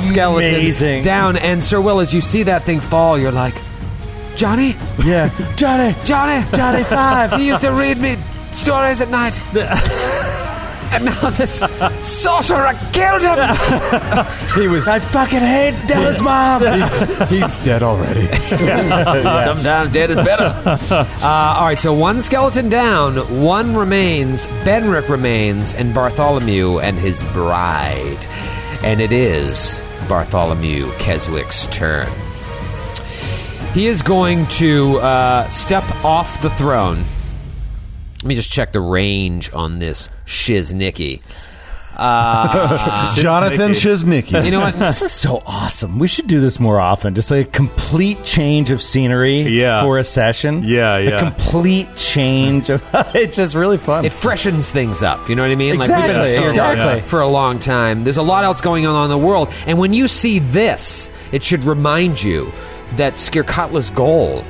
Speaker 1: So one skeleton
Speaker 10: Amazing.
Speaker 1: down, and Sir Will, as you see that thing fall, you're like, Johnny,
Speaker 10: Yeah. Johnny.
Speaker 1: Johnny,
Speaker 10: Johnny Five.
Speaker 1: He used to read me stories at night. And now this sorcerer killed him!
Speaker 2: He was.
Speaker 10: I fucking hate Dallas mom.
Speaker 2: He's dead already.
Speaker 1: Sometimes dead is better. uh, all right, so one skeleton down, one remains. Benrick remains, and Bartholomew and his bride. And it is Bartholomew Keswick's turn. He is going to uh, step off the throne. Let me just check the range on this shiznicky. Uh,
Speaker 7: Jonathan Shiznicki.
Speaker 1: You know what?
Speaker 3: this is so awesome. We should do this more often. Just like a complete change of scenery
Speaker 4: Yeah.
Speaker 3: for a session.
Speaker 4: Yeah,
Speaker 3: A
Speaker 4: yeah.
Speaker 3: complete change of. it's just really fun.
Speaker 1: It freshens things up. You know what I mean?
Speaker 3: Exactly,
Speaker 1: steering
Speaker 3: exactly.
Speaker 1: for a long time. There's a lot else going on in the world, and when you see this, it should remind you that Skirkatla's goal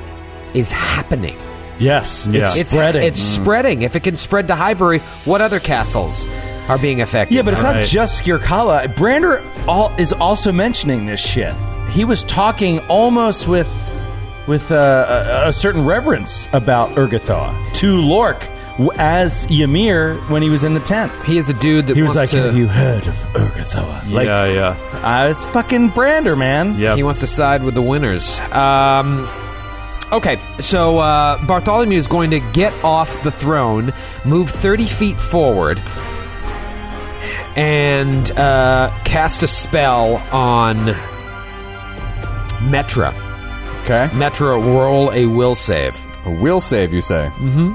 Speaker 1: is happening.
Speaker 3: Yes. It's,
Speaker 1: it's
Speaker 3: spreading.
Speaker 1: It's spreading. If it can spread to Highbury, what other castles are being affected?
Speaker 3: Yeah, but it's
Speaker 1: All
Speaker 3: not
Speaker 1: right.
Speaker 3: just Skirkala. Brander all, is also mentioning this shit. He was talking almost with with uh, a, a certain reverence about Urgathaw to Lork w- as Ymir when he was in the tent.
Speaker 1: He is a dude that
Speaker 3: he was like,
Speaker 1: wants to-
Speaker 3: "Have you heard of Urgathaw?" Like,
Speaker 4: yeah, yeah.
Speaker 2: uh,
Speaker 3: I was fucking Brander, man.
Speaker 4: Yeah.
Speaker 1: He wants to side with the winners. Um, okay, so uh, Bartholomew is going to get off the throne, move 30 feet forward, and uh, cast a spell on Metra.
Speaker 2: Okay.
Speaker 1: Metra, roll a will save.
Speaker 2: A will save, you say?
Speaker 1: Mm-hmm.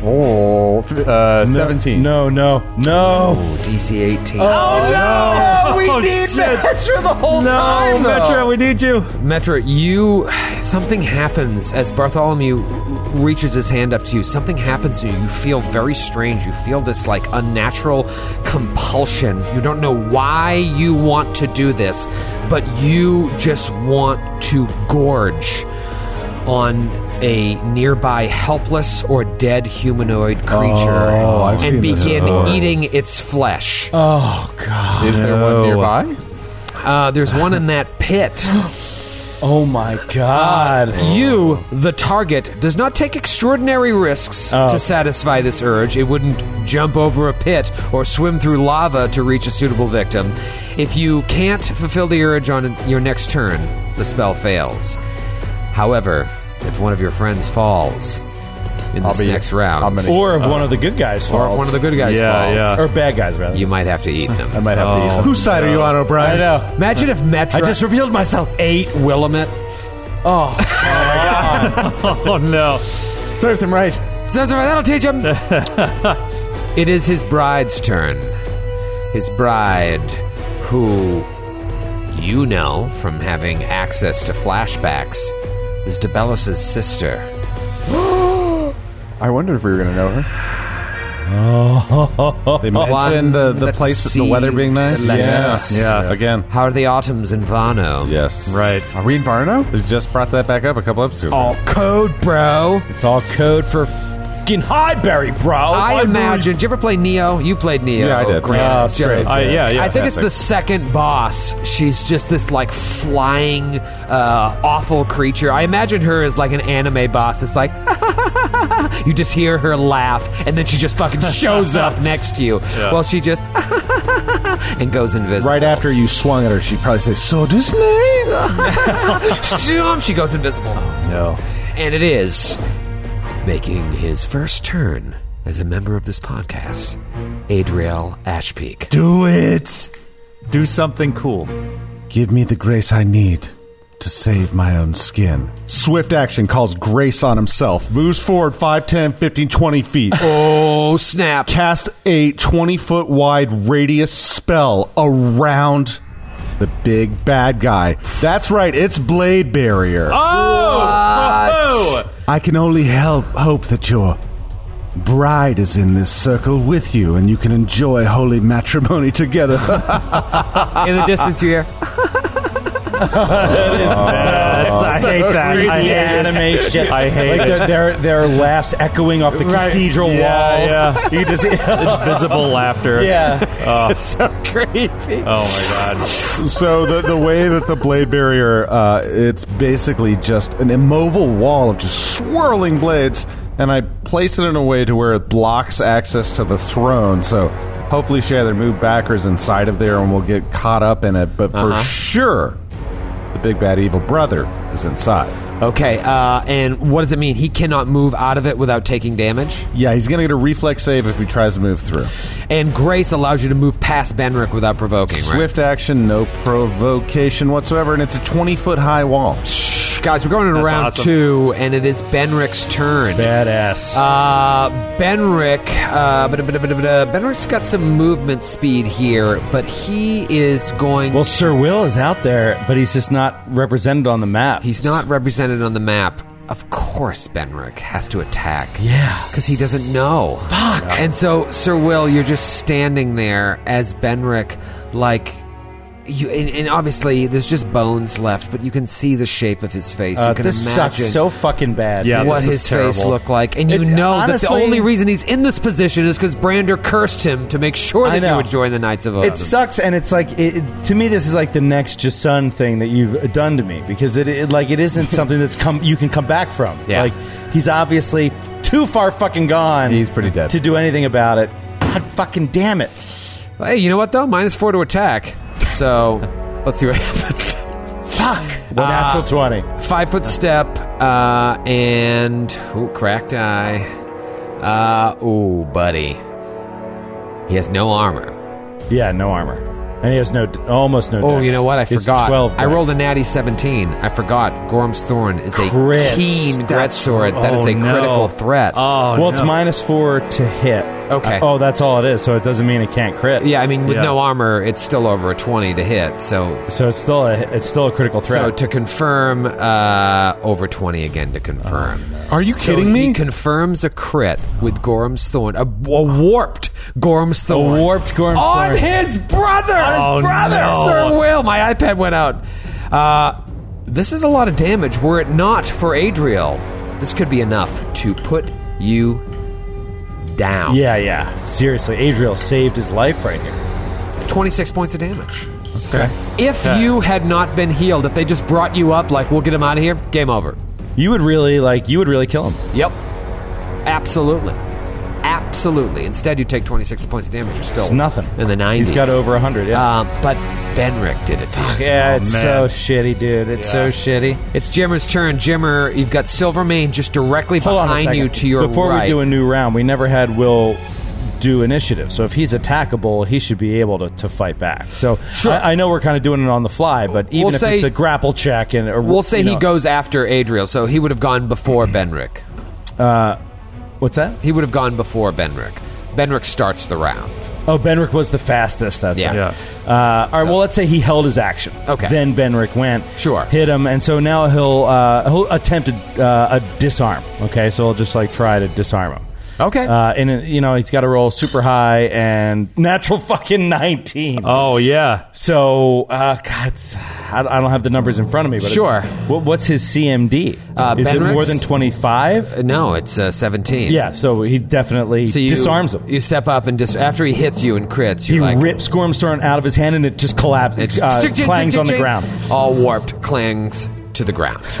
Speaker 2: Oh, uh, 17.
Speaker 3: No, no, no.
Speaker 1: DC 18.
Speaker 3: Oh.
Speaker 10: Oh, no! We need Metra the whole
Speaker 4: no,
Speaker 10: time, though.
Speaker 4: Metra, we need you.
Speaker 1: Metra, you. Something happens as Bartholomew reaches his hand up to you. Something happens to you. You feel very strange. You feel this, like, unnatural compulsion. You don't know why you want to do this, but you just want to gorge on a nearby helpless or dead humanoid creature
Speaker 10: Oh, I've
Speaker 1: and
Speaker 10: seen this
Speaker 1: begin
Speaker 10: before.
Speaker 1: eating its flesh.
Speaker 10: Oh god.
Speaker 2: Is there one nearby?
Speaker 1: Uh, there's one in that pit. Uh,
Speaker 3: Oh my god.
Speaker 1: You, the target, does not take extraordinary risks
Speaker 3: Oh.
Speaker 1: to satisfy this urge. It wouldn't jump over a pit or swim through lava to reach a suitable victim. If you can't fulfill the urge on your next turn, the spell fails. However, if one of your friends falls in
Speaker 2: I'll
Speaker 1: this
Speaker 2: be-
Speaker 1: next round,
Speaker 2: I'm gonna- uh,
Speaker 3: Or if one of the good guys
Speaker 1: or
Speaker 3: falls.
Speaker 1: if one of the good guys
Speaker 4: Yeah,
Speaker 1: falls,
Speaker 4: yeah.
Speaker 3: or bad guys rather.
Speaker 1: you might have to eat them. Oh, I
Speaker 2: might have to eat them.
Speaker 7: Oh, Whose side are you on,
Speaker 3: I
Speaker 7: O'Brien?
Speaker 3: know.
Speaker 1: Imagine if Metra
Speaker 3: I just revealed myself.
Speaker 1: ate Willamette.
Speaker 3: Oh,
Speaker 4: Oh no.
Speaker 2: Serves him right.
Speaker 1: Says, "Well, That'll teach him. it is his bride's turn. His bride, who you know from having access to flashbacks, is DeBellos' sister.
Speaker 2: I wondered if we were going to know her.
Speaker 1: Oh,
Speaker 7: They mentioned the, the place with the weather being nice. Yeah. yeah. Again.
Speaker 1: How are the autumns in Varno?
Speaker 7: Yes.
Speaker 4: Right.
Speaker 7: Are we in Varno? We just brought that back up a couple episodes ago.
Speaker 1: All code, bro.
Speaker 3: It's all code for fucking Highberry, bro.
Speaker 1: I imagine. Did you ever play Neo? You played Neo.
Speaker 4: Yeah, I did.
Speaker 1: Grant.
Speaker 7: Oh,
Speaker 4: Yeah,
Speaker 1: Did you
Speaker 4: straight.
Speaker 1: ever-
Speaker 4: I- yeah, yeah.
Speaker 1: I think it's the
Speaker 4: Fantastic.
Speaker 1: second boss. She's just this like flying, uh, awful creature. I imagine her as like an anime boss. It's like you just hear her laugh, and then she just fucking shows up next to you.
Speaker 7: Yeah.
Speaker 1: Well, she just and goes invisible.
Speaker 7: Right after you swung at her, she probably says, "So Disney."
Speaker 1: Zoom, she goes invisible.
Speaker 7: No.
Speaker 1: And it is making his first turn as a member of this podcast, Adriel Ashpeak.
Speaker 4: Do it. Do something cool.
Speaker 6: Give me the grace I need to save my own skin.
Speaker 7: Swift action calls grace on himself. Moves forward 5, 10, 15, 20 feet. Oh,
Speaker 1: snap.
Speaker 7: Cast a 20 foot wide radius spell around the big bad guy. That's right, it's Blade Barrier.
Speaker 1: Ah!
Speaker 4: Oh!
Speaker 6: I can only help hope that your bride is in this circle with you and you can enjoy holy matrimony together.
Speaker 1: In the distance, you hear.
Speaker 3: I hate that. I hate animation.
Speaker 10: I hate
Speaker 3: like
Speaker 10: it.
Speaker 3: Their, their, their laughs echoing off the cathedral walls.
Speaker 4: Yeah, yeah.
Speaker 3: You just
Speaker 4: Invisible laughter.
Speaker 3: Yeah.
Speaker 4: Oh.
Speaker 10: It's so creepy.
Speaker 4: Oh my god.
Speaker 7: so the, the way that the blade barrier uh, it's basically just an immobile wall of just swirling blades and i place it in a way to where it blocks access to the throne so hopefully she either move backwards inside of there and we'll get caught up in it but
Speaker 1: Uh-huh.
Speaker 7: for sure the big bad evil brother is inside
Speaker 1: Okay, uh, and what does it mean? He cannot move out of it without taking damage?
Speaker 7: yeah he's gonna get a reflex save if he tries to move through
Speaker 1: And Grace allows you to move past Benric without provoking, right?
Speaker 7: swift action no provocation whatsoever and it's a 20 foot high wall
Speaker 1: Guys, we're going into
Speaker 7: That's
Speaker 1: round
Speaker 7: awesome.
Speaker 1: two, and it is Benric's turn.
Speaker 3: Badass.
Speaker 1: Uh, Benric, uh, bada- bada- bada- bada. Benric's got some movement speed here, but he is going.
Speaker 3: Well, Sir Will is out there, but he's just not represented on the map.
Speaker 1: He's not represented on the map. Of course, Benric has to attack.
Speaker 3: Yeah.
Speaker 1: Because he doesn't know. Fuck. And so, Sir Will, you're just standing there as Benric, like. You, and, and obviously, there's just bones left, but you can see the shape of his face.
Speaker 3: Uh,
Speaker 1: you can
Speaker 3: this
Speaker 1: imagine
Speaker 3: sucks so fucking bad.
Speaker 1: what his face looked like, and you
Speaker 3: It-
Speaker 1: know that
Speaker 3: honestly-
Speaker 1: the only reason he's in this position is because Brander cursed him to make sure
Speaker 3: I
Speaker 1: that
Speaker 3: know.
Speaker 1: you would join the Knights of Odin.
Speaker 3: It sucks, and it's like it, it- to me, this is like the next Jason thing that you've done to me because it, it like it isn't something that's come you can come back from.
Speaker 1: Yeah.
Speaker 3: Like he's obviously too far fucking gone. He's pretty dead to do anything about it. God fucking damn it!
Speaker 1: Hey, you know what though? Minus four to attack. So let's see what happens. Fuck.
Speaker 3: Well, natural twenty.
Speaker 1: Five foot step uh, and ooh, cracked eye. Uh, ooh, buddy. He has no armor.
Speaker 3: Yeah, no armor, and he has no almost no.
Speaker 1: Oh,
Speaker 3: dex.
Speaker 1: you know what? I
Speaker 3: It's
Speaker 1: forgot.
Speaker 3: 12
Speaker 1: I
Speaker 3: dex.
Speaker 1: rolled a natty 17. I forgot. Gorm's Thorn is a
Speaker 3: Crits.
Speaker 1: keen
Speaker 3: That's-
Speaker 1: greatsword. that is
Speaker 3: oh,
Speaker 1: a
Speaker 3: no. Oh,
Speaker 1: critical threat.
Speaker 3: well, it's minus four to hit.
Speaker 1: Oh, Okay.
Speaker 3: Uh, oh, that's all it is. So it doesn't mean it can't crit.
Speaker 1: Yeah, I mean, with no armor, it's still over a 20 to hit. So
Speaker 3: So it's still a it's still a critical threat.
Speaker 1: So to confirm, uh, over 20 again to confirm.
Speaker 7: Are you
Speaker 1: So
Speaker 7: kidding me?
Speaker 1: He confirms a crit with Gorm's Thorn. A, a warped Gorm's Thorn.
Speaker 3: A warped Gorm's
Speaker 1: On
Speaker 3: Thorn.
Speaker 1: his brother!
Speaker 3: Oh,
Speaker 1: On his brother, Sir Will! My iPad went out. Uh, this is a lot of damage. Were it not for Adriel, this could be enough to put you down.
Speaker 3: Yeah, yeah. Seriously, Adriel saved his life right here.
Speaker 1: 26 points of damage.
Speaker 3: Okay.
Speaker 1: If
Speaker 3: Yeah.
Speaker 1: you had not been healed, if they just brought you up, like, we'll get him out of here, game over.
Speaker 3: You would really like you would really kill him.
Speaker 1: Yep. Absolutely. Absolutely. Instead, you take 26 points of damage. You're still
Speaker 3: It's nothing.
Speaker 1: in the 90s.
Speaker 3: He's got over 100, yeah.
Speaker 1: Uh, but Benrick did it to you.
Speaker 3: Yeah, it's so shitty, dude. It's so shitty.
Speaker 1: It's Jimmer's turn. Jimmer, you've got Silvermane just directly
Speaker 3: Hold on a
Speaker 1: behind
Speaker 3: second.
Speaker 1: you to your
Speaker 3: Before
Speaker 1: right.
Speaker 3: we do a new round, we never had Will do initiative. So if he's attackable, he should be able to, to fight back. So I, I know we're kind of doing it on the fly, but even
Speaker 1: We'll
Speaker 3: if
Speaker 1: say-
Speaker 3: it's a grapple check and or,
Speaker 1: we'll say
Speaker 3: you
Speaker 1: he
Speaker 3: know-
Speaker 1: goes after Adriel, so he would have gone before Benrick.
Speaker 3: Mm-hmm. Uh, what's that?
Speaker 1: He would have gone before Benrick. Benrick starts the round.
Speaker 3: Oh, Benrick was the fastest. That's
Speaker 1: Yeah.
Speaker 3: right. Uh, all right. Well, let's say he held his action.
Speaker 1: Okay.
Speaker 3: Then Benrick went.
Speaker 1: Sure.
Speaker 3: Hit him, and so now he'll uh, he'll attempt a, uh, a disarm. Okay. So he'll just like try to disarm him. Okay. Uh, and uh, you know he's got to roll super high and natural fucking nineteen.
Speaker 4: Oh yeah.
Speaker 3: So uh, God, it's- I, I don't have the numbers in front of me, but
Speaker 1: Sure.
Speaker 3: it's- What, what's his CMD? Uh, Is it
Speaker 1: Benrix?
Speaker 3: more than twenty five?
Speaker 1: No, it's uh, seventeen.
Speaker 3: Yeah. So he definitely
Speaker 1: So you,
Speaker 3: disarms him.
Speaker 1: You step up and dis- after he hits you and crits,
Speaker 3: He
Speaker 1: you like
Speaker 3: rips Gormstorm out of his hand and it just collapses. It
Speaker 1: just-
Speaker 3: clangs on the ground.
Speaker 1: All warped, clangs to the ground.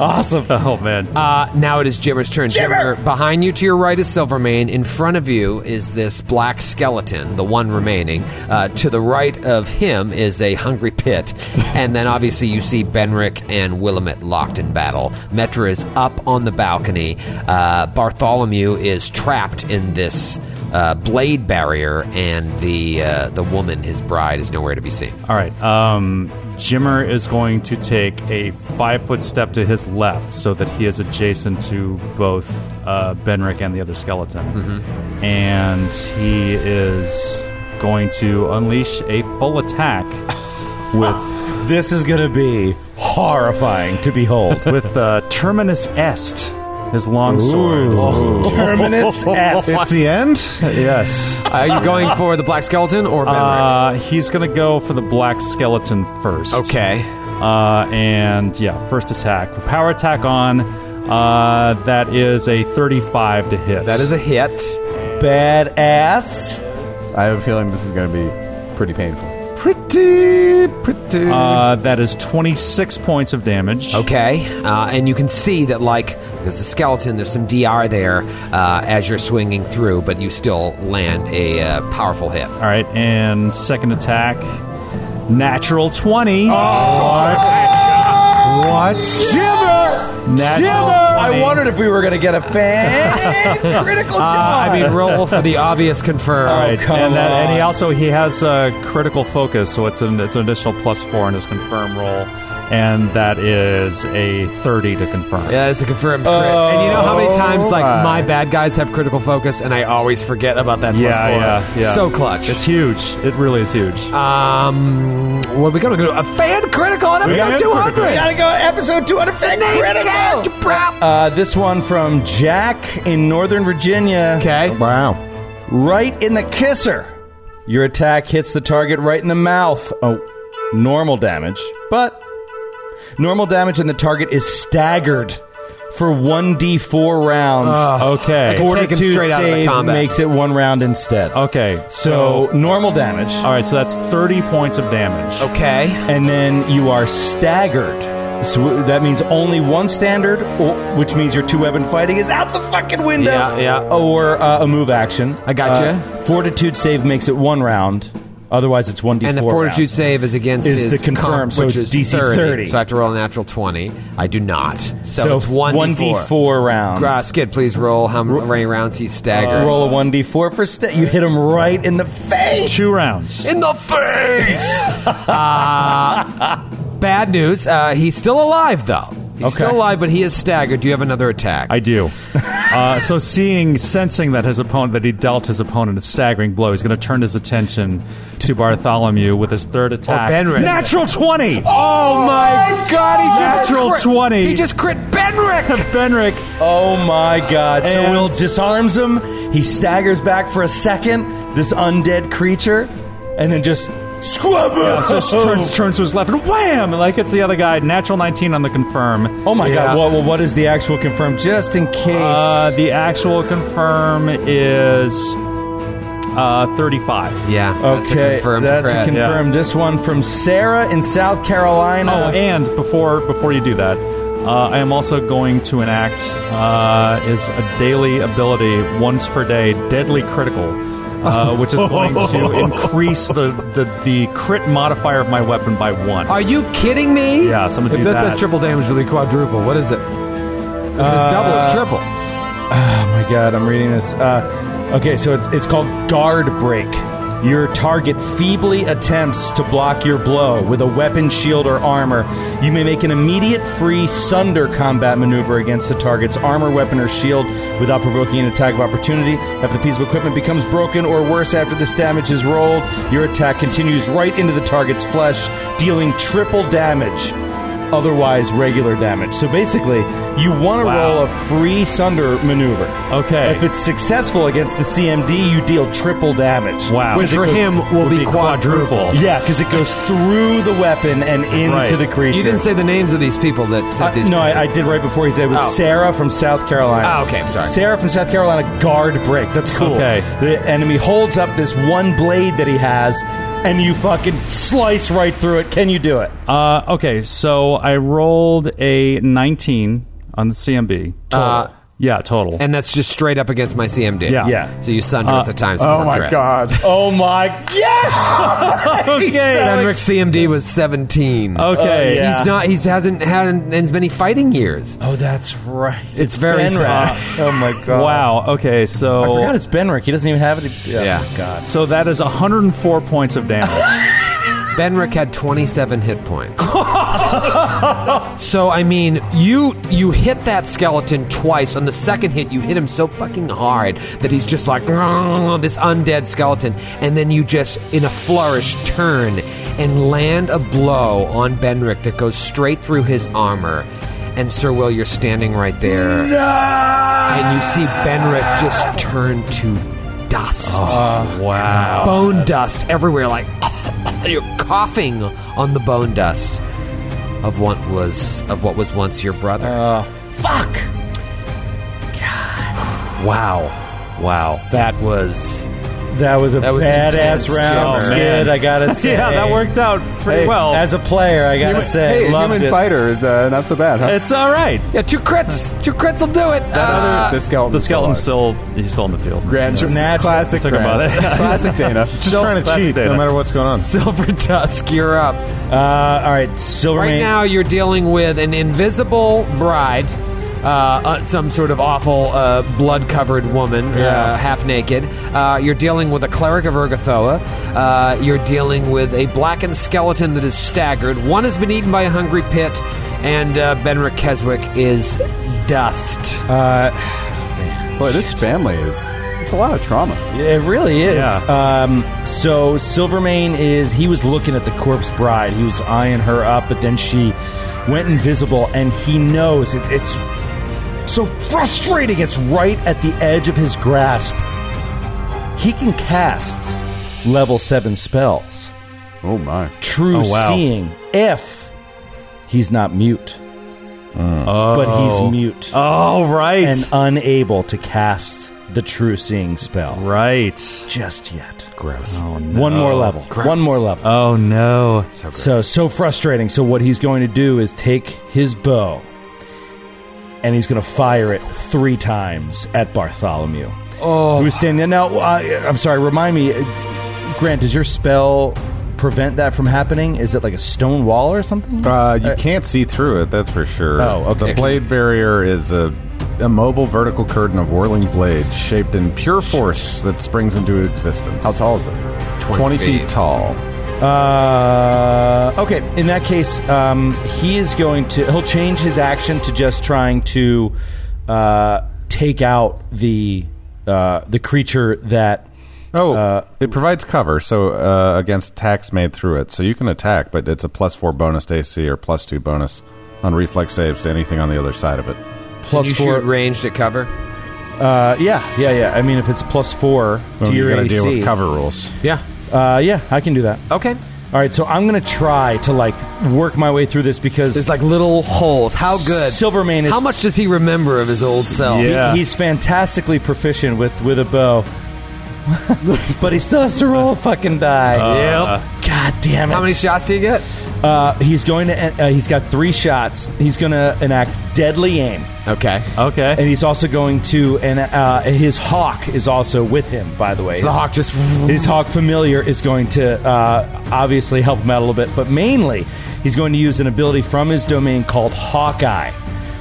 Speaker 3: awesome.
Speaker 4: Oh man.
Speaker 1: Uh, now it is Jimmer's turn. Jimmer! behind you to your right is Silvermane. In front of you is this black skeleton, the one remaining. Uh, to the right of him is a hungry pit, and then obviously you see Benric and Willamette locked in battle. Metra is up on the balcony. Uh, Bartholomew is trapped in this uh, blade barrier, and the uh, the woman, his bride, is nowhere to be seen.
Speaker 4: All right. Um, Jimmer is going to take a five foot step to his left so that he is adjacent to both uh, Benric and the other skeleton.
Speaker 3: Mm-hmm.
Speaker 4: And he is going to unleash a full attack with.
Speaker 3: this is going to be horrifying to behold.
Speaker 4: with uh, Terminus Est, his long sword.
Speaker 3: Terminus S.
Speaker 4: It's
Speaker 7: the end?
Speaker 4: Yes.
Speaker 1: Are you going for the black skeleton or
Speaker 4: Uh, he's going to go for the black skeleton first.
Speaker 1: Okay.
Speaker 4: Uh, and yeah, first attack. Power attack on. Uh, that is a 35 to hit. That
Speaker 1: is a hit.
Speaker 3: Badass.
Speaker 2: I have a feeling this is going to be pretty painful.
Speaker 7: Pretty, pretty.
Speaker 4: Uh, that is 26 points of damage.
Speaker 1: Okay, uh, and you can see that, like, there's a skeleton, there's some DR there uh, as you're swinging through, but you still land a uh, powerful hit.
Speaker 4: All right, and second attack. Natural
Speaker 1: Oh,
Speaker 4: 20.
Speaker 7: What?
Speaker 10: Jimmer!
Speaker 4: Natural
Speaker 10: I
Speaker 4: 20.
Speaker 10: wondered if we were going to get a fan. Critical
Speaker 1: Uh, I mean, roll for the obvious confirm.
Speaker 4: All right, and, that, and he also he has a critical focus, so it's an it's an additional plus four in his confirm roll, and that is a thirty to confirm.
Speaker 1: Yeah, it's a confirmed crit. and you know how many times, like, my bad guys have critical focus, and I always forget about that plus
Speaker 4: Yeah,
Speaker 1: four.
Speaker 4: yeah, yeah.
Speaker 1: So clutch.
Speaker 4: It's huge. It really is huge.
Speaker 1: Um, what are we gonna do? A fan critical on
Speaker 10: We
Speaker 1: episode
Speaker 10: gotta-
Speaker 1: two hundred.
Speaker 10: we gotta go episode two hundred.
Speaker 3: Uh, this one from Jack in Northern Virginia.
Speaker 1: Okay.
Speaker 3: Wow. Right in the kisser. Your attack hits the target right in the mouth. Oh, normal damage, but normal damage, and the target is staggered for 1d4 rounds.
Speaker 4: Ugh. Okay. I could take him
Speaker 3: Um, Fortitude
Speaker 4: straight out of the
Speaker 3: save
Speaker 4: combat.
Speaker 3: makes it one round instead.
Speaker 4: Okay,
Speaker 3: so normal damage.
Speaker 4: All right, so that's thirty points of damage.
Speaker 1: Okay.
Speaker 3: And then you are staggered. So w- that means only one standard, or, which means your two weapon fighting is out the fucking window.
Speaker 10: Yeah,
Speaker 1: yeah.
Speaker 3: Or uh, a move action. I
Speaker 1: gotcha.
Speaker 3: fortitude save makes it one round. Otherwise, it's one d4.
Speaker 1: And the fortitude
Speaker 3: rounds.
Speaker 1: save is against
Speaker 3: Is
Speaker 1: his
Speaker 3: the confirm,
Speaker 1: comp,
Speaker 3: so
Speaker 1: which is
Speaker 3: DC
Speaker 1: 30.
Speaker 3: 30.
Speaker 1: So I have to roll a natural twenty. I do not. So,
Speaker 3: So
Speaker 1: it's one
Speaker 3: 1d4 rounds.
Speaker 1: Uh, Skid, please roll how many rounds he's staggered.
Speaker 3: Uh, roll a one d four for sta- you hit him right in the face.
Speaker 4: Two rounds
Speaker 1: in the face. uh, bad news. Uh, he's still alive though. He's still alive, but he is staggered. Do you have another attack?
Speaker 4: I do. uh, so seeing, sensing that his opponent that he dealt his opponent a staggering blow, he's going to turn his attention to Bartholomew with his
Speaker 1: Oh,
Speaker 4: third attack.
Speaker 10: Benric.
Speaker 4: Natural twenty.
Speaker 10: Oh my
Speaker 1: god, he
Speaker 10: just
Speaker 4: Natural
Speaker 10: crit-
Speaker 4: 20.
Speaker 10: He just
Speaker 1: crit Benric!
Speaker 4: Benric.
Speaker 3: Oh my god. So
Speaker 10: And-
Speaker 3: Will disarms him. He staggers back for a second, this undead creature, and then just Oh. squabble.
Speaker 4: Yeah, Oh, just turns, turns to his left and wham! Like it's the other guy. Natural 19 on the confirm.
Speaker 3: Oh my god. Well, well, what is the actual confirm just in case?
Speaker 4: Uh, the actual confirm is uh, 35.
Speaker 1: Yeah.
Speaker 3: okay. that's a confirmed. This one from Sarah in South Carolina.
Speaker 4: Oh, and before before you do that, uh, I am also going to enact uh, is a daily ability once per day, deadly critical, uh, which is going to increase the, the the crit modifier of my weapon by one.
Speaker 1: Are you kidding me?
Speaker 4: Yeah, so I'm gonna
Speaker 1: If
Speaker 4: do
Speaker 1: that's-
Speaker 4: that.
Speaker 1: that's triple damage, really quadruple. What is it? If it's double, it's triple.
Speaker 3: Uh, Oh my god, I'm reading this. Uh, okay, so it's, it's called Guard Break. Your target feebly attempts to block your blow with a weapon, shield, or armor. You may make an immediate free Sunder combat maneuver against the target's armor, weapon, or shield without provoking an attack of opportunity. If the piece of equipment becomes broken or worse after this damage is rolled, your attack continues right into the target's flesh, dealing triple damage. otherwise regular damage. So basically, you want to roll a free Sunder maneuver. Okay. If it's successful against the CMD, you deal triple damage. Wow.
Speaker 1: Which for him will, be, quadruple.
Speaker 3: Yeah, because it goes through the weapon and into the creature.
Speaker 8: You didn't say the names of these people that sent
Speaker 3: I-
Speaker 8: these.
Speaker 3: Uh, no,
Speaker 8: creatures.
Speaker 3: I, I did right before he said it was
Speaker 8: Oh.
Speaker 3: Sarah from South Carolina.
Speaker 8: Oh, okay, I'm sorry.
Speaker 3: Sarah from South Carolina guard break. That's cool.
Speaker 8: Okay.
Speaker 3: The enemy holds up this one blade that he has, and you fucking slice right through it. Can you do it?
Speaker 14: Uh, okay, so I rolled a 19 on the CMB. Total.
Speaker 1: Uh,
Speaker 14: yeah, total.
Speaker 1: And that's just straight up against my CMD.
Speaker 14: Yeah.
Speaker 1: So you sunder
Speaker 14: Uh,
Speaker 1: it's a times.
Speaker 14: oh
Speaker 1: four
Speaker 14: my
Speaker 1: threat.
Speaker 14: God.
Speaker 3: Oh my yes!
Speaker 1: Fenric's CMD was 17.
Speaker 14: Okay. Oh, yeah.
Speaker 1: He's not. He hasn't had as many fighting years.
Speaker 3: Oh, that's right.
Speaker 1: It's very
Speaker 14: Benrak.
Speaker 1: soft.
Speaker 3: Oh my god.
Speaker 14: Wow. Okay. So
Speaker 3: I forgot it's Benrick. He doesn't even have it. Yeah. God.
Speaker 14: So that is 104 points of damage.
Speaker 1: Benrick had 27 hit points. so I mean, you you hit that skeleton twice. On the second hit, you hit him so fucking hard that he's just like "Grrrr," this undead skeleton, and then you just in a flourish turn and land a blow on Benrick that goes straight through his armor. And Sir Will, you're standing right there, and you see Benrick just turn to dust.
Speaker 14: wow.
Speaker 1: Bone dust everywhere, like you're coughing on the bone dust of what was of what was once your brother.
Speaker 8: Oh.
Speaker 3: fuck.
Speaker 1: wow, wow, that was
Speaker 3: That was a
Speaker 1: That was intense,
Speaker 3: badass round
Speaker 1: Jim.
Speaker 3: skid.
Speaker 1: Man.
Speaker 3: I gotta say,
Speaker 1: Yeah, that worked
Speaker 14: out pretty
Speaker 3: Hey,
Speaker 14: well.
Speaker 3: as a player. I gotta
Speaker 2: Human-
Speaker 3: say,
Speaker 2: hey,
Speaker 3: loved
Speaker 2: human
Speaker 3: it.
Speaker 2: fighter is uh, not so bad, huh?
Speaker 14: It's all right. Uh,
Speaker 1: Yeah, two crits. Two crits will do it.
Speaker 2: other- the skeleton.
Speaker 14: The skeleton's still, he's still in the field.
Speaker 2: Grand classic.
Speaker 14: Took about
Speaker 2: Grant.
Speaker 14: it.
Speaker 2: classic Dana.
Speaker 14: Just trying to cheat, no matter
Speaker 1: what's going on. Silver Tusk, you're up.
Speaker 3: Uh, all right, Silver.
Speaker 1: Right now, you're dealing with an invisible bride, uh, uh, some sort of awful uh, blood-covered woman, uh,
Speaker 3: Yeah.
Speaker 1: half naked. Uh, you're dealing with a cleric of Urgathoa. Uh, you're dealing with a blackened skeleton that is staggered. One has been eaten by a hungry pit, and uh, Benric Keswick is dust.
Speaker 2: Boy, this family is. It's a lot of trauma.
Speaker 3: It really is. Um, so Silvermane is he was looking at the corpse bride. He was eyeing her up, but then she went invisible, and he knows it, it's so frustrating. It's right at the edge of his grasp. He can cast level seven spells.
Speaker 2: Oh my!
Speaker 3: True
Speaker 14: Oh, wow.
Speaker 3: seeing if he's not mute. But he's mute.
Speaker 14: Oh, right.
Speaker 3: And unable to cast the true seeing spell.
Speaker 14: Right.
Speaker 3: Just yet.
Speaker 1: Gross.
Speaker 14: Oh, no.
Speaker 3: One more level. One more level.
Speaker 14: Oh, no.
Speaker 3: So so frustrating. So what he's going to do is take his bow and he's going to fire it three times at Bartholomew.
Speaker 1: Oh.
Speaker 3: Who's standing there now? I, I'm sorry. Remind me, uh, Grant. Does your spell prevent that from happening? Is it like a stone wall or something?
Speaker 7: Uh, you can't see through it, that's for sure.
Speaker 3: Oh, okay.
Speaker 7: The blade barrier is a immobile vertical curtain of whirling blades shaped in pure force that springs into existence. How
Speaker 2: tall is it?
Speaker 7: 20, feet. tall.
Speaker 3: Uh, okay. In that case, um, he is going to. He'll change his action to just trying to uh, take out the uh, the creature that.
Speaker 7: Oh, it provides cover, so uh, against attacks made through it. So you can attack, but it's a plus four bonus to AC or plus two bonus on reflex saves to anything on the other side of it.
Speaker 1: Plus you shoot ranged at cover.
Speaker 3: Uh, yeah, yeah, yeah. I mean, if it's plus four
Speaker 7: Oh,
Speaker 3: to
Speaker 7: you
Speaker 3: your
Speaker 7: gotta
Speaker 3: AC,
Speaker 7: deal with cover rules.
Speaker 1: Yeah.
Speaker 3: Uh, yeah, I can do that.
Speaker 1: Okay.
Speaker 3: All right, so I'm gonna try to like work my way through this because
Speaker 1: There's like little holes. How good?
Speaker 3: Silvermane Uh, is.
Speaker 1: How much does he remember of his old self?
Speaker 3: He- he's fantastically proficient with with a bow, but he still has to roll a fucking die.
Speaker 1: Uh,
Speaker 3: yep. God damn it!
Speaker 1: How many shots do you get?
Speaker 3: Uh, he's going to. Uh, he's got three shots. He's going to enact deadly aim.
Speaker 1: Okay.
Speaker 14: Okay.
Speaker 3: And he's also going to. And uh, his hawk is also with him. By the way,
Speaker 1: So the hawk just.
Speaker 3: His hawk familiar is going to uh, obviously help him out a little bit, but mainly he's going to use an ability from his domain called Hawkeye,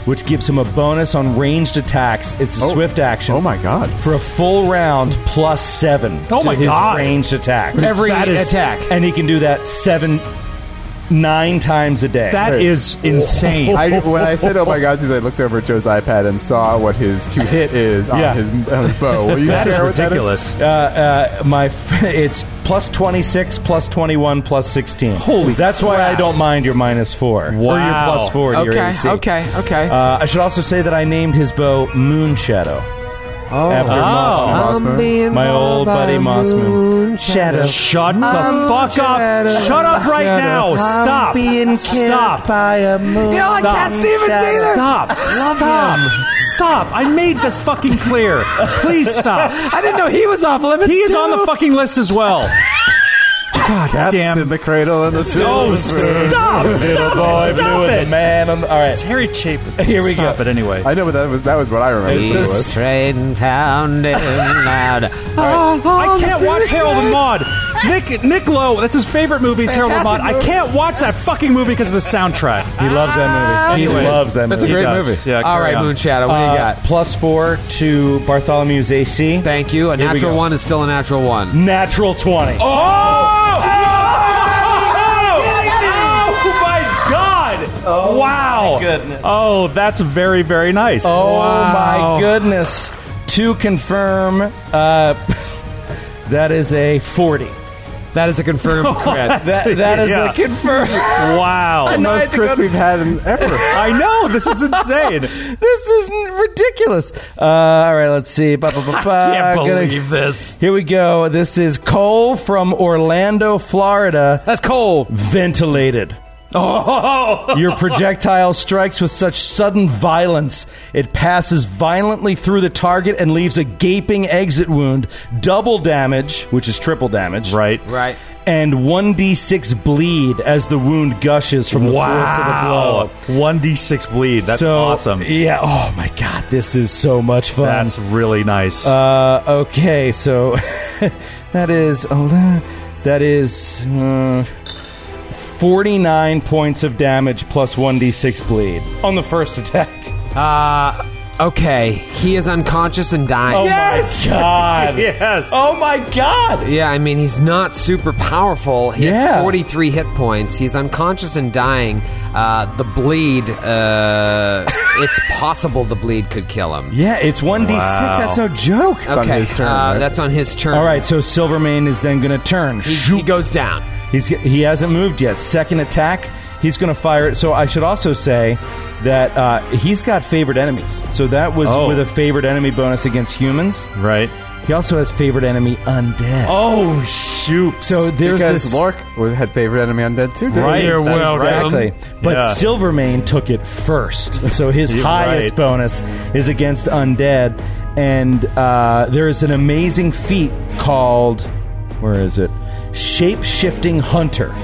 Speaker 3: which gives him a bonus on ranged attacks. It's a swift action.
Speaker 2: Oh my god!
Speaker 3: For a full round, plus seven.
Speaker 14: Oh
Speaker 3: to
Speaker 14: my
Speaker 3: his
Speaker 14: God.
Speaker 3: Ranged attacks.
Speaker 1: Every
Speaker 14: That is-
Speaker 1: attack.
Speaker 3: And he can do that seven nine times a day.
Speaker 4: That is insane.
Speaker 2: I, when I said, "Oh my God," Susie, I looked over at Joe's iPad and saw what his to hit is on
Speaker 3: Yeah.
Speaker 2: his on his bow. Will you
Speaker 3: That is
Speaker 2: share what that
Speaker 3: ridiculous. Uh, uh, my, f- it's plus twenty six, plus twenty one, plus sixteen. Holy! That's why I don't mind your minus four or your
Speaker 7: Wow.
Speaker 3: plus four. to your
Speaker 7: Okay,
Speaker 3: AC.
Speaker 7: okay, okay.
Speaker 3: Uh, I should also say that I named his bow Moon Shadow. Oh, after
Speaker 7: Oh.
Speaker 3: Moss
Speaker 7: I'm
Speaker 3: Moon.
Speaker 7: being
Speaker 3: my old
Speaker 7: loved by
Speaker 3: buddy Moss Moon.
Speaker 7: Shadow.
Speaker 4: Shut
Speaker 3: the
Speaker 4: fuck up! Shut up right now! Stop! Stop!
Speaker 7: You don't like
Speaker 4: Stop.
Speaker 7: Cat Stevens either?
Speaker 4: Stop! Stop! Stop! I made this fucking clear. Please stop.
Speaker 7: I didn't know he was off limits.
Speaker 4: He is
Speaker 7: too.
Speaker 4: on the fucking list as well. God damn!
Speaker 2: in the cradle and the
Speaker 4: No,
Speaker 2: silver.
Speaker 4: Oh, stop!
Speaker 3: Oh, Little boy
Speaker 4: Stop
Speaker 3: blue
Speaker 4: it.
Speaker 3: and the man on the, all right.
Speaker 4: It's Harry Chapin.
Speaker 3: Here we
Speaker 4: Stop
Speaker 3: go.
Speaker 4: it anyway.
Speaker 2: I know, but that was that was what I remember.
Speaker 4: It's
Speaker 2: it
Speaker 4: just
Speaker 2: was.
Speaker 7: Train pounding loud. Uh-huh.
Speaker 4: I can't watch Harold and Maude. Nick Nick Lowe, that's his favorite movie, is Harold and Maude.
Speaker 7: Fantastic
Speaker 4: I
Speaker 7: movie.
Speaker 4: can't watch that fucking movie because of the soundtrack.
Speaker 3: He loves that movie.
Speaker 4: Anyway,
Speaker 3: he loves that movie.
Speaker 4: that's a great He does. movie. Yeah,
Speaker 1: All
Speaker 4: carry
Speaker 1: right,
Speaker 4: on.
Speaker 1: Moonshadow, what do you
Speaker 3: Uh,
Speaker 1: got?
Speaker 3: Plus four to Bartholomew's AC.
Speaker 1: Thank you. A
Speaker 3: Here we
Speaker 1: natural
Speaker 3: go.
Speaker 1: one is still a natural one.
Speaker 3: Natural 20.
Speaker 4: Oh! Oh! Oh my God! wow!
Speaker 3: goodness.
Speaker 4: Oh, that's very, very nice.
Speaker 3: Oh
Speaker 4: Wow.
Speaker 3: my goodness. To confirm, uh, that is a 40.
Speaker 1: That is a confirmed crit.
Speaker 3: That, that is
Speaker 4: Yeah.
Speaker 3: a confirm.
Speaker 4: Wow.
Speaker 2: the most crits we've had in ever.
Speaker 4: I know, this is insane.
Speaker 3: This is n- ridiculous. Uh, all right, let's see. Ba, ba, ba, ba.
Speaker 4: can't
Speaker 3: I'm gonna-
Speaker 4: believe this.
Speaker 3: Here we go. This is Cole from Orlando, Florida.
Speaker 1: That's Cole.
Speaker 3: Ventilated.
Speaker 4: Oh!
Speaker 3: Your projectile strikes with such sudden violence, it passes violently through the target and leaves a gaping exit wound, double damage, which is triple damage.
Speaker 4: Right.
Speaker 1: Right.
Speaker 3: And 1d6 bleed as the wound gushes from the
Speaker 4: Wow.
Speaker 3: force of the blow.
Speaker 4: 1d6 bleed. That's
Speaker 3: So,
Speaker 4: awesome.
Speaker 3: Yeah. Oh my god, this is so much fun.
Speaker 4: That's really nice.
Speaker 3: Uh, okay, so that is hold on. that is uh, forty nine points of damage plus one d six bleed on the first attack.
Speaker 1: Uh, okay. He is unconscious and dying.
Speaker 3: Oh
Speaker 4: Yes!
Speaker 3: my god!
Speaker 4: yes.
Speaker 3: Oh my god!
Speaker 1: Yeah, I mean, he's not super powerful. He
Speaker 3: Yeah.
Speaker 1: had 43 hit points. He's unconscious and dying. Uh, the bleed, uh, it's possible the bleed could kill him.
Speaker 3: Yeah, it's one d six.
Speaker 4: Wow.
Speaker 3: That's no joke.
Speaker 1: Okay.
Speaker 2: on his turn,
Speaker 1: uh,
Speaker 2: right?
Speaker 1: That's on his turn.
Speaker 3: All right, so Silvermane is then going to turn.
Speaker 1: He, he goes down.
Speaker 3: He's he hasn't moved yet. Second attack, he's going to fire it. So I should also say that uh, he's got favored enemies. So that was
Speaker 4: Oh.
Speaker 3: with a favored enemy bonus against humans.
Speaker 4: right.
Speaker 3: He also has favored enemy undead.
Speaker 4: Oh, shoot.
Speaker 3: so there's
Speaker 2: because
Speaker 3: this
Speaker 2: Lork was, had favorite enemy undead too. Didn't
Speaker 4: Right.
Speaker 2: He?
Speaker 4: You're
Speaker 3: That's
Speaker 4: well done.
Speaker 3: exactly. But
Speaker 4: Yeah.
Speaker 3: Silvermane took it first, so his
Speaker 4: You're
Speaker 3: highest
Speaker 4: right.
Speaker 3: bonus is against undead, and uh, there is an amazing feat called where is it? Shape shifting hunter.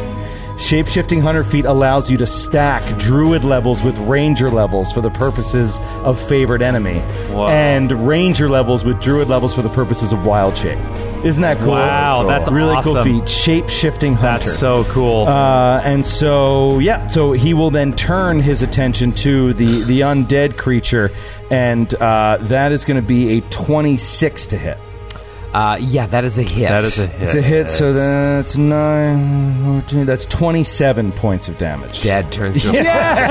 Speaker 3: Shape shifting hunter feat allows you to stack druid levels with ranger levels for the purposes of favored enemy,
Speaker 4: Wow.
Speaker 3: and ranger levels with druid levels for the purposes of wild shape. Isn't that cool?
Speaker 4: Wow, that's
Speaker 3: really cool
Speaker 4: awesome.
Speaker 3: feat. Shape shifting hunter.
Speaker 4: That's so cool.
Speaker 3: Uh, and so, yeah, so he will then turn his attention to the, the undead creature, and uh, that is going to be a 26 to hit.
Speaker 1: Uh, yeah, that is a hit.
Speaker 4: that is a hit.
Speaker 3: It's a hit, so that's 9, 14, that's 27 points of damage.
Speaker 1: Dead turns to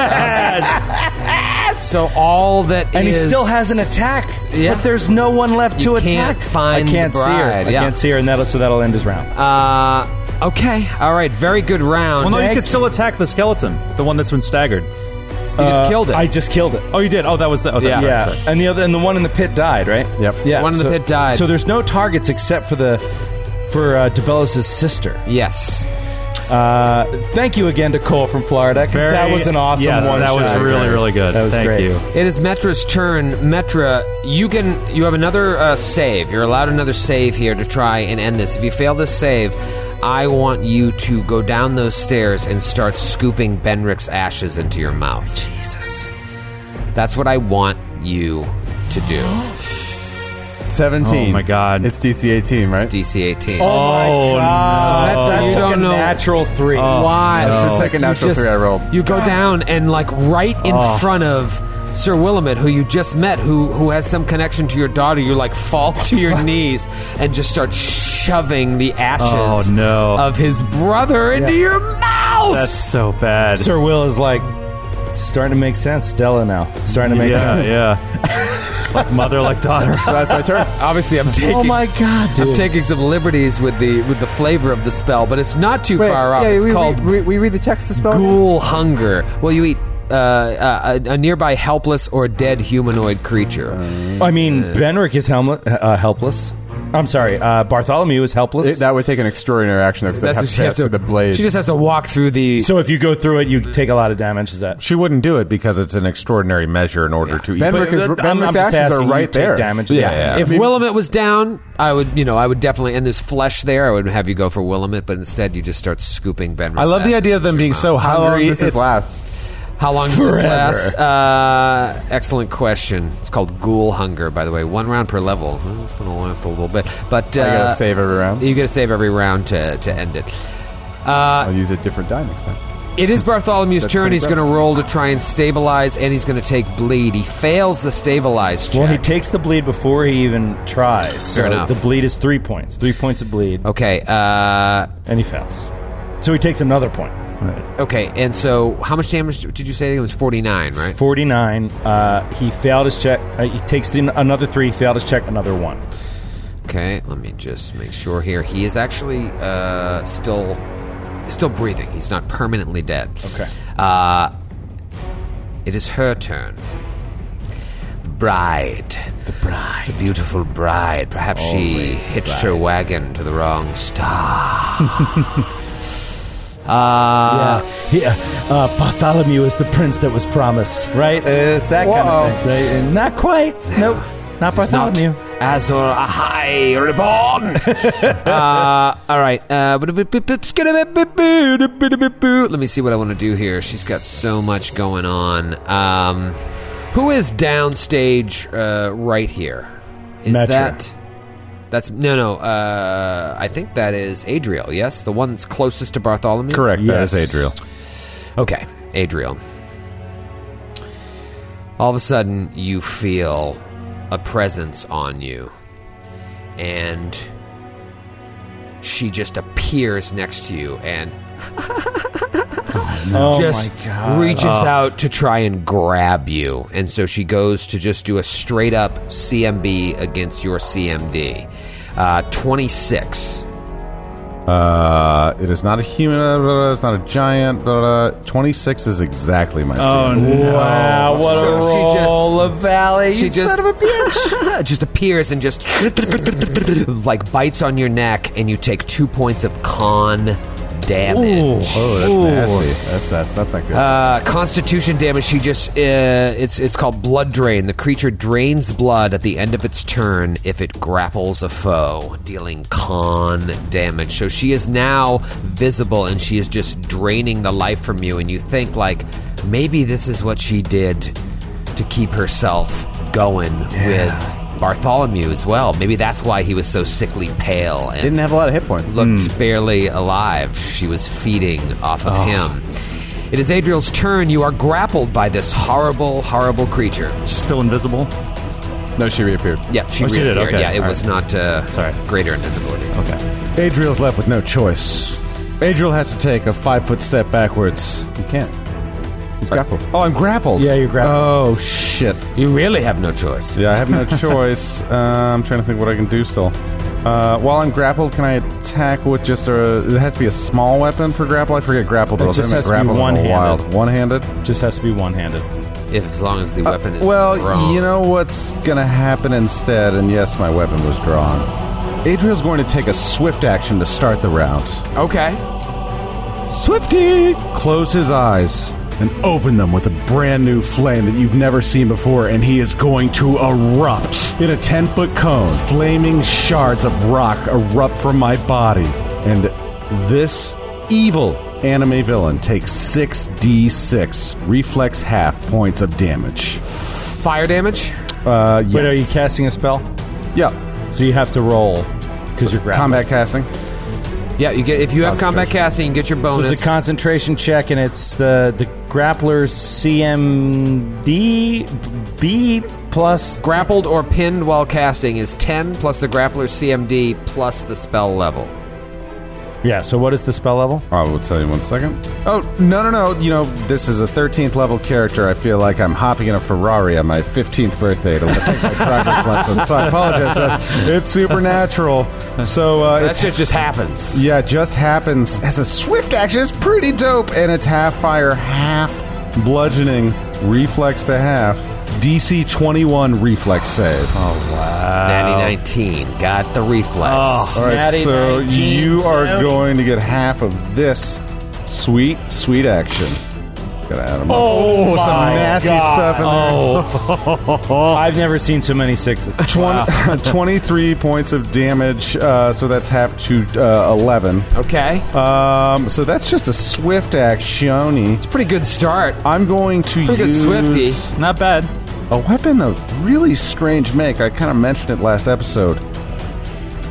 Speaker 4: Yes!
Speaker 1: So all that
Speaker 3: And
Speaker 1: is-
Speaker 3: he still has an attack,
Speaker 1: Yeah.
Speaker 3: but there's no one left
Speaker 1: You
Speaker 3: to
Speaker 1: can't
Speaker 3: attack.
Speaker 1: find
Speaker 3: I can't
Speaker 1: the bride,
Speaker 3: see her.
Speaker 1: yeah.
Speaker 3: I can't see her, and that'll, so that'll end his round.
Speaker 1: Uh, okay. All right. Very good round.
Speaker 4: well, no, you
Speaker 3: Thank-
Speaker 4: could still attack the skeleton, the one that's been staggered.
Speaker 1: you just killed it.
Speaker 3: Uh, I just killed it.
Speaker 4: Oh, you did? Oh, that was the. Oh, that's
Speaker 3: yeah,
Speaker 4: Right, sorry.
Speaker 3: and the other, and the one in the pit died, right?
Speaker 2: Yep.
Speaker 3: Yeah,
Speaker 1: One in the
Speaker 3: so-
Speaker 1: pit died.
Speaker 3: So there's no targets except for the for uh, Develis' sister.
Speaker 1: yes.
Speaker 3: Uh, thank you again to Cole from Florida 'cause
Speaker 4: Very-
Speaker 3: that was an awesome
Speaker 4: yes,
Speaker 3: one.
Speaker 4: That was
Speaker 3: shot.
Speaker 4: really, really good.
Speaker 3: That was
Speaker 4: Thank
Speaker 3: great.
Speaker 4: you.
Speaker 1: It is Metra's turn. Metra, you can you have another uh, save. You're allowed another save here to try and end this. If you fail this save, I want you to go down those stairs and start scooping Benrick's ashes into your mouth. Jesus. That's what I want you to do.
Speaker 2: Seventeen.
Speaker 4: Oh my God.
Speaker 2: It's DC eighteen, right?
Speaker 1: DC 18.
Speaker 3: Oh,
Speaker 4: Oh,
Speaker 3: my God.
Speaker 1: no.
Speaker 3: That's
Speaker 1: You
Speaker 3: like
Speaker 1: don't
Speaker 3: a
Speaker 1: know.
Speaker 3: natural three.
Speaker 1: Why?
Speaker 2: That's the No. second
Speaker 1: You
Speaker 2: natural three I rolled.
Speaker 1: You go down and like right in
Speaker 3: Oh.
Speaker 1: front of Sir Willamette, who you just met, who who has some connection to your daughter, you like fall to your knees and just start. Sh- shoving the ashes
Speaker 4: Oh, no.
Speaker 1: of his brother into
Speaker 3: Yeah.
Speaker 1: your mouth.
Speaker 4: That's so bad.
Speaker 3: Sir Will is like "It's starting to make sense. Della now It's starting to make
Speaker 4: Yeah,
Speaker 3: sense.
Speaker 4: Yeah, like mother, like daughter.
Speaker 8: So that's my turn. Obviously, I'm taking.
Speaker 1: Oh my
Speaker 8: god,
Speaker 1: I'm taking some liberties with the with the flavor of the spell, but it's not too far off.
Speaker 2: yeah,
Speaker 1: it's
Speaker 2: we,
Speaker 1: called
Speaker 2: we, we read the text of spell.
Speaker 1: ghoul hunger. Well, you eat uh, uh, a, a nearby helpless or dead humanoid creature.
Speaker 3: I mean, Benric is helmle- uh, helpless. I'm sorry, uh, Bartholomew is helpless.
Speaker 2: that would take an extraordinary action though, because
Speaker 3: That's
Speaker 2: have
Speaker 3: what
Speaker 2: to
Speaker 3: she has
Speaker 2: pass
Speaker 3: to-
Speaker 2: through the blade.
Speaker 3: she just has
Speaker 1: to walk through the.
Speaker 3: So if you go through it, you take a lot of damage. Is that
Speaker 7: She wouldn't do it because it's an extraordinary measure in order to eat.
Speaker 3: Benric is- But I'm- Benric's I'm just actions are asking, you right take there. damage.
Speaker 7: Yeah,
Speaker 3: Yeah.
Speaker 7: yeah.
Speaker 1: If Willamette was down, I would, you know, I would definitely. And there's flesh there. I would have you go for Willamette, but instead you just start scooping Ben.
Speaker 7: I love the idea of them being so hungry. it's-
Speaker 2: last?
Speaker 1: How long does
Speaker 7: Forever.
Speaker 1: this last? Uh, excellent question. It's called Ghoul Hunger, by the way. One round per level. Hmm, It's going to last a little bit, but uh,
Speaker 2: I gotta save every round.
Speaker 1: You got to save every round to to end it. Uh,
Speaker 2: I'll use a different die next time.
Speaker 1: It is Bartholomew's
Speaker 2: That's
Speaker 1: turn.
Speaker 2: pretty
Speaker 1: He's going to
Speaker 2: gross.
Speaker 1: roll to try and stabilize, and he's going to take bleed. He fails the stabilize check.
Speaker 3: Well, he takes the bleed before he even tries. so
Speaker 1: enough.
Speaker 3: The bleed is three points. Three points of bleed.
Speaker 1: Okay. Uh,
Speaker 3: and he fails. So he takes another point.
Speaker 1: Okay, and so how much damage did you say? It was 49, right?
Speaker 3: 49. Uh, he failed his check. Uh, he takes the, another three, failed his check, another one.
Speaker 1: Okay, let me just make sure here. He is actually uh, still still breathing. He's not permanently dead. Okay. Uh, it is her turn. The bride, the bride, the beautiful bride. Perhaps she
Speaker 10: Always the
Speaker 1: hitched her
Speaker 10: bride.
Speaker 1: wagon to the wrong star. uh,
Speaker 3: yeah. He, uh, uh, Bartholomew is the prince that was promised, right? Uh, it's that kind of thing. Right? And not quite. Nope. Not Bartholomew.
Speaker 1: Azor Ahai Reborn. uh, all right. Uh, let me see what I want to do here. She's got so much going on. Um, who is downstage uh, right here? Is
Speaker 3: Metra.
Speaker 1: that? That's no, no. Uh, I think that is Adriel. Yes, the one that's closest to Bartholomew.
Speaker 7: Correct, that is Yes. Adriel.
Speaker 1: Okay, Adriel. All of a sudden, you feel a presence on you, and she just appears next to you and
Speaker 10: no. Oh,
Speaker 1: just
Speaker 10: my God.
Speaker 1: reaches
Speaker 10: Oh.
Speaker 1: out to try and grab you. And so she goes to just do a straight up CMB against your CMD. Uh, 26.
Speaker 7: Uh, it is not a human. blah, blah, blah, It's not a giant. blah, blah. Twenty-six is exactly my.
Speaker 10: Oh,
Speaker 7: seed.
Speaker 10: no. Wow, what
Speaker 1: So
Speaker 10: a
Speaker 1: she just-
Speaker 10: roll of valley.
Speaker 1: she
Speaker 10: you
Speaker 1: just-
Speaker 10: son of a bitch.
Speaker 1: just appears and just like bites on your neck, and you take two points of con damage.
Speaker 2: Oh, that's nasty. That's that's that's not good.
Speaker 1: Uh, constitution damage. She just uh, it's it's called blood drain. The creature drains blood at the end of its turn if it grapples a foe, dealing con damage. So she is now visible, and she is just draining the life from you. And you think like maybe this is what she did to keep herself going with Bartholomew as well. Maybe that's why he was so sickly pale and
Speaker 2: Didn't have a lot of hit points.
Speaker 1: looked barely alive. She was feeding off of
Speaker 2: Oh.
Speaker 1: him. It is Adriel's turn. You are grappled by this horrible, horrible creature.
Speaker 14: Still invisible?
Speaker 2: No, she reappeared.
Speaker 1: Yeah, she
Speaker 7: Oh, she did,
Speaker 1: reappeared.
Speaker 7: okay.
Speaker 1: Yeah, it
Speaker 7: All
Speaker 1: was
Speaker 7: right.
Speaker 1: not uh, Sorry. greater invisibility.
Speaker 14: Okay.
Speaker 7: Adriel's left with no choice. Adriel has to take a five-foot step backwards. You can't. He's grappled. Oh, I'm grappled. Yeah,
Speaker 3: you're
Speaker 7: grappled. Oh shit!
Speaker 1: You really have no choice.
Speaker 7: Yeah, I have no choice. Uh, I'm trying to think what I can do still. Uh, while I'm grappled, can I attack with just a? It has to be a small weapon for grapple. I forget grapple.
Speaker 3: It just has to be one-handed.
Speaker 7: One-handed.
Speaker 3: Just has to be one-handed.
Speaker 1: If as long as the
Speaker 7: Uh,
Speaker 1: weapon is
Speaker 7: well,
Speaker 1: wrong.
Speaker 7: you know what's gonna happen instead, and yes, my weapon was drawn. Adriel's going to take a swift action to start the round.
Speaker 1: Okay.
Speaker 7: Swifty! Close his eyes
Speaker 6: and open them with a brand new flame that you've never seen before, and he is going to erupt in a 10 foot cone. Flaming shards of rock erupt from my body, and this evil anime villain takes 6d6 reflex half points of damage.
Speaker 1: Fire damage?
Speaker 7: Uh, yes.
Speaker 3: Wait, are you casting a spell?
Speaker 7: Yeah.
Speaker 3: So you have to roll because you're grappled.
Speaker 7: Combat casting.
Speaker 1: Yeah, you get if you have combat casting, you get your
Speaker 3: So
Speaker 1: bonus.
Speaker 3: it's a concentration check, and it's the the grappler's CMD B
Speaker 1: plus grappled or pinned while casting is 10 plus the grappler's CMD plus the spell level.
Speaker 3: Yeah, so what is the spell level?
Speaker 15: I will tell you one second.
Speaker 7: Oh,
Speaker 15: no, no, no. You know, this is a 13th level character. I feel like I'm hopping in a Ferrari on my 15th birthday to take my driver's lesson. So I apologize. but It's supernatural. So uh,
Speaker 16: That
Speaker 15: it's-
Speaker 16: shit just happens.
Speaker 15: Yeah, it just happens. Has a swift action. It's pretty dope, and it's half fire, half
Speaker 7: bludgeoning, reflex to half, DC 21 reflex save.
Speaker 1: Oh, wow. Oh, Natty 19. Got the reflex.
Speaker 7: All right, so you are going to get half of this sweet, sweet action. Gotta add 'em up.
Speaker 3: Oh,
Speaker 7: some
Speaker 3: my
Speaker 7: nasty
Speaker 3: God.
Speaker 7: stuff in
Speaker 3: oh. I've never seen so many sixes.
Speaker 7: 23 points of damage, uh, so that's half to uh, 11.
Speaker 1: Okay.
Speaker 7: Um, so that's just a swift action. It's a
Speaker 1: pretty good start.
Speaker 7: I'm going to
Speaker 4: Pretty good
Speaker 7: use
Speaker 4: swifty. Not bad.
Speaker 7: a weapon of really strange make. I kind of mentioned it last episode.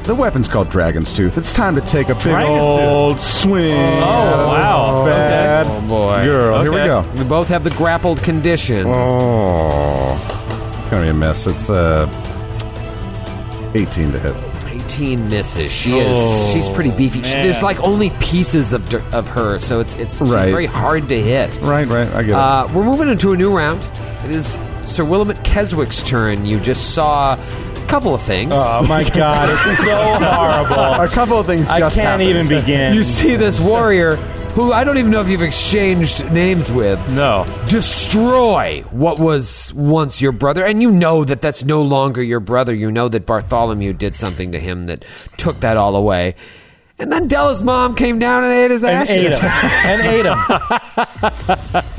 Speaker 7: The weapon's called Dragon's Tooth. It's time to take a big
Speaker 1: Dragon's Tooth.
Speaker 7: old swing. at it. Bad
Speaker 1: Oh, boy.
Speaker 7: girl. Here we go.
Speaker 1: We both have the grappled condition.
Speaker 7: Oh, it's gonna be a miss. It's uh, 18 to hit.
Speaker 1: 18 misses. She
Speaker 7: Oh,
Speaker 1: is. She's pretty beefy. She,
Speaker 7: man.
Speaker 1: there's like only pieces of dir- of her, so it's it's she's
Speaker 7: Right.
Speaker 1: very hard to hit.
Speaker 7: Right, right. I get it.
Speaker 1: Uh, we're moving into a new round. It is Sir Willamette Keswick's turn. You just saw a couple of things.
Speaker 3: Oh, my God, it's so horrible.
Speaker 7: A couple of things.
Speaker 3: I
Speaker 1: just
Speaker 3: can't
Speaker 1: happened.
Speaker 3: even begin.
Speaker 1: You see this warrior who I don't even know if you've exchanged names with.
Speaker 17: No.
Speaker 1: Destroy what was once your brother. And you know that that's no longer your brother. You know that Bartholomew did something to him that took that all away. And then Della's mom came down and ate his
Speaker 3: And
Speaker 1: ashes.
Speaker 3: ate him. And ate him.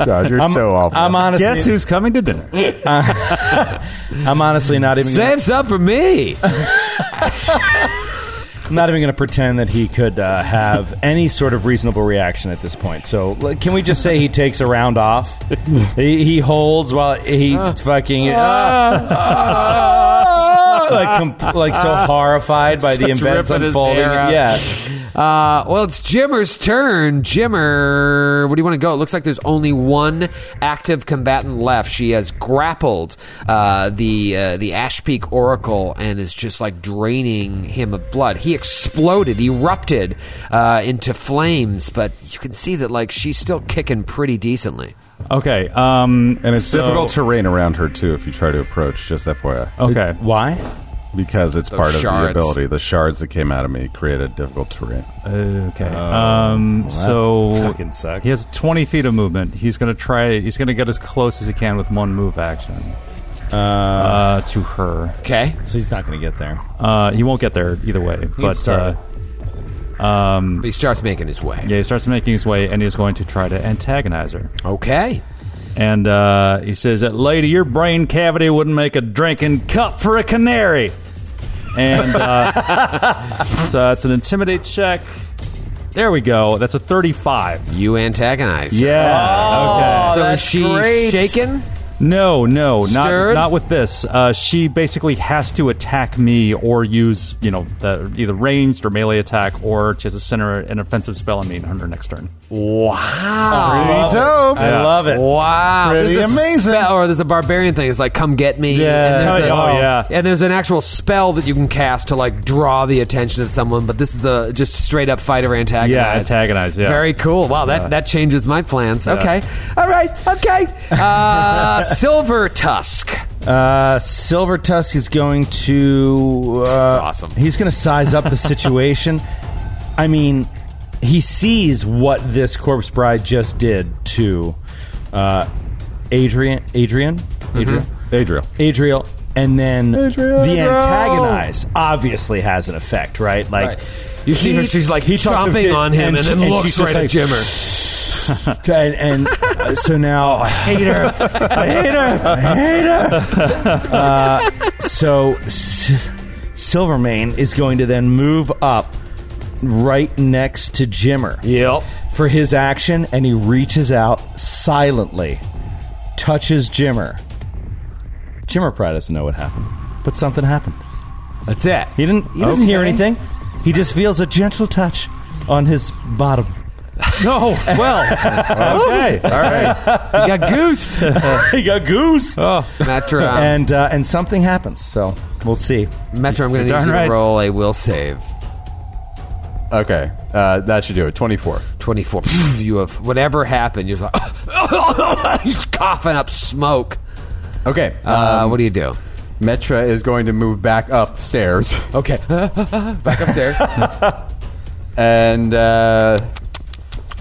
Speaker 7: God, you're
Speaker 3: I'm-
Speaker 7: so awful.
Speaker 3: I'm honestly.
Speaker 7: Guess
Speaker 3: who's
Speaker 17: coming to dinner?
Speaker 3: I'm honestly not even. gonna-
Speaker 1: Saves up for me.
Speaker 3: I'm not even going to pretend that he could uh, have any sort of reasonable reaction at this point. So like, can we just say he takes a round off? he, he holds while he fucking ah, like com- like so horrified by the
Speaker 1: Just
Speaker 3: events
Speaker 1: ripping his
Speaker 3: unfolding.
Speaker 1: hair out.
Speaker 3: Yeah,
Speaker 1: Uh, well, it's Jimmer's turn. Jimmer, where do you want to go? It looks like there's only one active combatant left. She has grappled uh, the uh, the Ash Peak Oracle and is just like draining him of blood. He exploded, erupted uh, into flames, but you can see that like she's still kicking pretty decently.
Speaker 4: Okay. Um,
Speaker 7: And it's
Speaker 4: so-
Speaker 7: difficult terrain around her too if you try to approach. Just FYI.
Speaker 4: Okay.
Speaker 3: Why?
Speaker 7: Because it's
Speaker 4: Those
Speaker 7: part of
Speaker 4: shards.
Speaker 7: the ability. The shards that came out of me created difficult terrain.
Speaker 4: Okay.
Speaker 7: Oh,
Speaker 4: um.
Speaker 7: well, that
Speaker 4: so
Speaker 7: fucking sucks.
Speaker 4: he has 20 feet of movement. He's gonna try. He's gonna get as close as he can with one move action. Uh, to her.
Speaker 1: Okay.
Speaker 3: So he's not going to get there.
Speaker 4: Uh, he won't get there either way. but
Speaker 1: start.
Speaker 4: uh, um,
Speaker 1: he starts making his way.
Speaker 4: Yeah, he starts making his way, and he's going to try to antagonize her.
Speaker 1: Okay.
Speaker 4: And uh, he says, that, "Lady, your brain cavity wouldn't make a drinking cup for a canary." And uh, so it's an intimidate check. There we go. That's a thirty-five.
Speaker 1: You antagonize. her.
Speaker 4: Yeah.
Speaker 1: Oh,
Speaker 4: okay.
Speaker 1: So is she that's great. shaken?
Speaker 4: No, no,
Speaker 1: Stirred?
Speaker 4: not not with this. Uh, she basically has to attack me or use you know the, either ranged or melee attack, or she has to center an offensive spell on me on her next turn.
Speaker 1: Wow.
Speaker 4: Pretty
Speaker 1: Love it.
Speaker 4: dope. I love it.
Speaker 1: Wow.
Speaker 4: Pretty
Speaker 1: There's Ah, a
Speaker 4: amazing.
Speaker 1: spell- or there's a barbarian thing. It's like, come get me.
Speaker 4: Yeah.
Speaker 1: And there's
Speaker 4: Oh,
Speaker 1: a-
Speaker 4: yeah.
Speaker 1: And there's an actual spell that you can cast to like draw the attention of someone. But this is a just straight up fight or antagonize.
Speaker 4: Yeah, antagonize, yeah.
Speaker 1: Very cool. Wow.
Speaker 4: Yeah.
Speaker 1: That that changes my plans.
Speaker 3: Uh,
Speaker 4: Yeah.
Speaker 1: Okay. All right. Okay. Uh, Silver Tusk.
Speaker 3: Uh, Silver Tusk is going to. Uh, awesome. He's going to size up the situation. I mean, he sees what this corpse bride just did to uh, Adrian. Adrian.
Speaker 1: Mm-hmm.
Speaker 3: Adrian.
Speaker 7: Adriel.
Speaker 3: Adriel. And then
Speaker 7: Adriel.
Speaker 3: the antagonize obviously has an effect, right? Like
Speaker 1: Right. You see her, she's, like,
Speaker 3: talks to
Speaker 1: chomping
Speaker 3: Jim-
Speaker 1: on him and
Speaker 3: she-
Speaker 1: then looks
Speaker 3: she's
Speaker 1: right
Speaker 3: just
Speaker 1: at
Speaker 3: like, and, and uh, so now I hate her. I hate her. I hate her. Uh, so S- Silvermane is going to then move up right next to Jimmer.
Speaker 1: Yep.
Speaker 3: For his action, and he reaches out silently, touches Jimmer. Jimmer probably doesn't know what happened, but something happened.
Speaker 1: That's it.
Speaker 3: He didn't. He doesn't hear
Speaker 4: Okay.
Speaker 3: anything. He just feels a gentle touch on his bottom.
Speaker 4: No. Oh, Well.
Speaker 3: okay.
Speaker 4: All
Speaker 3: right.
Speaker 4: You got goosed.
Speaker 3: you got goosed.
Speaker 1: Metro.
Speaker 3: Oh. And uh, and something happens. So we'll see.
Speaker 1: Metro, I'm
Speaker 3: You're
Speaker 1: going to need
Speaker 3: darn
Speaker 1: you
Speaker 3: right.
Speaker 1: to roll a will save.
Speaker 2: Okay, uh, that should do it. Twenty-four.
Speaker 1: Twenty-four. you have whatever happened. You're like uh, he's coughing up smoke.
Speaker 2: Okay. um,
Speaker 1: Uh, what do you do?
Speaker 2: Metra is going to move back upstairs.
Speaker 1: Okay. Back upstairs.
Speaker 2: and uh,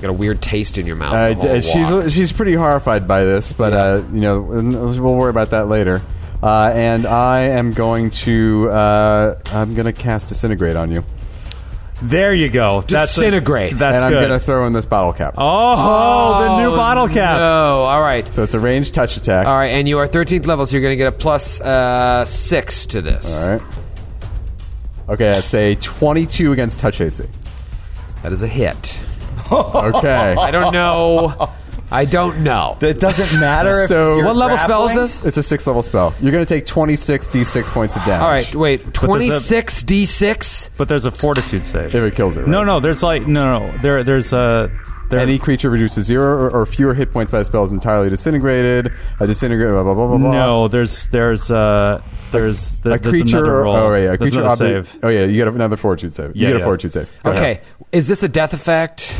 Speaker 1: got a weird taste in your mouth. Oh,
Speaker 2: Uh,
Speaker 1: the whole
Speaker 2: d- she's she's pretty horrified by this, but uh, you know we'll worry about that later. Uh, and I am going to uh, I'm going to cast disintegrate on you.
Speaker 4: There you go.
Speaker 2: That's
Speaker 4: a- Disintegrate. that's
Speaker 2: and
Speaker 4: good.
Speaker 2: I'm going to throw in this bottle cap.
Speaker 4: Oh, the new
Speaker 1: Oh,
Speaker 4: bottle cap.
Speaker 1: No, all right. So
Speaker 2: it's a ranged touch attack.
Speaker 1: All right, and you are 13th level, so you're going to get a plus uh, six to this.
Speaker 2: All right. Okay, that's a 22 against touch AC.
Speaker 1: That is a hit.
Speaker 2: okay.
Speaker 1: I don't know. I don't know.
Speaker 3: It doesn't matter. if
Speaker 2: So
Speaker 3: you're
Speaker 1: what level spell is
Speaker 3: grappling.
Speaker 1: this?
Speaker 2: It's a six level spell. You're going to take 26 d6 points of damage.
Speaker 1: All right, wait. Twenty six d six.
Speaker 4: But there's a fortitude
Speaker 2: If
Speaker 4: save.
Speaker 2: it kills it. Right?
Speaker 4: No, no. There's like no, no. There, there's a. There,
Speaker 2: Any creature reduces zero or, or fewer hit points by a spell is entirely disintegrated. A disintegrated. Blah blah blah blah. blah.
Speaker 4: No, there's there's uh there's there,
Speaker 2: A
Speaker 4: there's
Speaker 2: creature.
Speaker 4: another roll.
Speaker 2: Oh yeah, a
Speaker 4: There's
Speaker 2: creature.
Speaker 4: another
Speaker 2: obli-
Speaker 4: save.
Speaker 2: Oh yeah, you get another fortitude save. you
Speaker 4: Yeah,
Speaker 2: get
Speaker 4: yeah.
Speaker 2: a fortitude save. Go ahead.
Speaker 1: Okay, is this a death effect?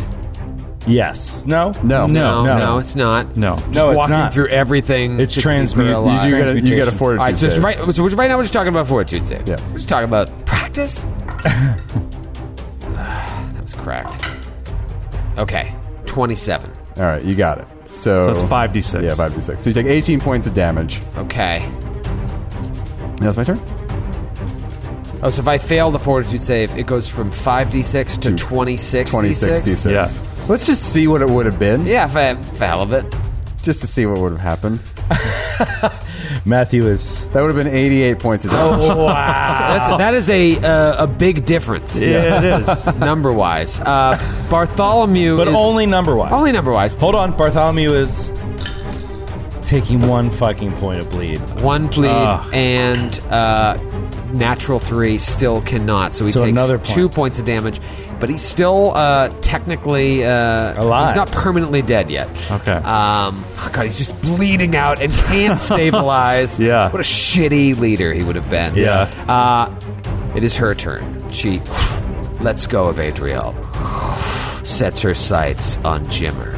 Speaker 3: Yes. No.
Speaker 2: No.
Speaker 1: No.
Speaker 2: No.
Speaker 1: No. it's not.
Speaker 4: No.
Speaker 1: Just
Speaker 3: No, it's
Speaker 1: walking
Speaker 3: not.
Speaker 1: through everything.
Speaker 3: It's
Speaker 1: to keep her
Speaker 3: transmute-
Speaker 1: alive.
Speaker 3: you do get a- you get a
Speaker 1: All right,
Speaker 3: fortitude
Speaker 1: so, it's
Speaker 3: save.
Speaker 1: right, so right now we're just talking about fortitude save. Yeah. We're just talking about practice. that was cracked. Okay, twenty-seven.
Speaker 2: All right, you got it. So,
Speaker 1: So it's 5d6.
Speaker 2: Yeah, five d six. So you take 18 points of damage.
Speaker 1: Okay.
Speaker 2: That's my turn.
Speaker 1: Oh, so if I fail the fortitude save, it goes from five d six to twenty six.
Speaker 2: 26 d6. Let's just see what it would have been.
Speaker 1: Yeah, for, for hell of it.
Speaker 2: Just to see what would have happened.
Speaker 3: Matthew is.
Speaker 2: That would have been 88 points of damage.
Speaker 1: Oh, That's, that is a uh, a big difference.
Speaker 2: Yeah, it is.
Speaker 1: number wise. Uh, Bartholomew,
Speaker 3: But
Speaker 1: is-
Speaker 3: only number wise.
Speaker 1: Only number wise.
Speaker 3: Hold on, Bartholomew is taking one fucking point of bleed.
Speaker 1: one plead
Speaker 3: Ugh.
Speaker 1: and uh, natural three still cannot. So he
Speaker 3: So
Speaker 1: takes
Speaker 3: another point.
Speaker 1: two points of damage, but he's still uh, technically uh,
Speaker 3: Alive.
Speaker 1: He's not permanently dead yet.
Speaker 4: Okay.
Speaker 1: Um, oh God, he's just bleeding out and can't stabilize. yeah. What a shitty leader he would have been.
Speaker 4: Yeah.
Speaker 1: Uh, it is her turn. She lets go of Adriel, sets her sights on Jimmer,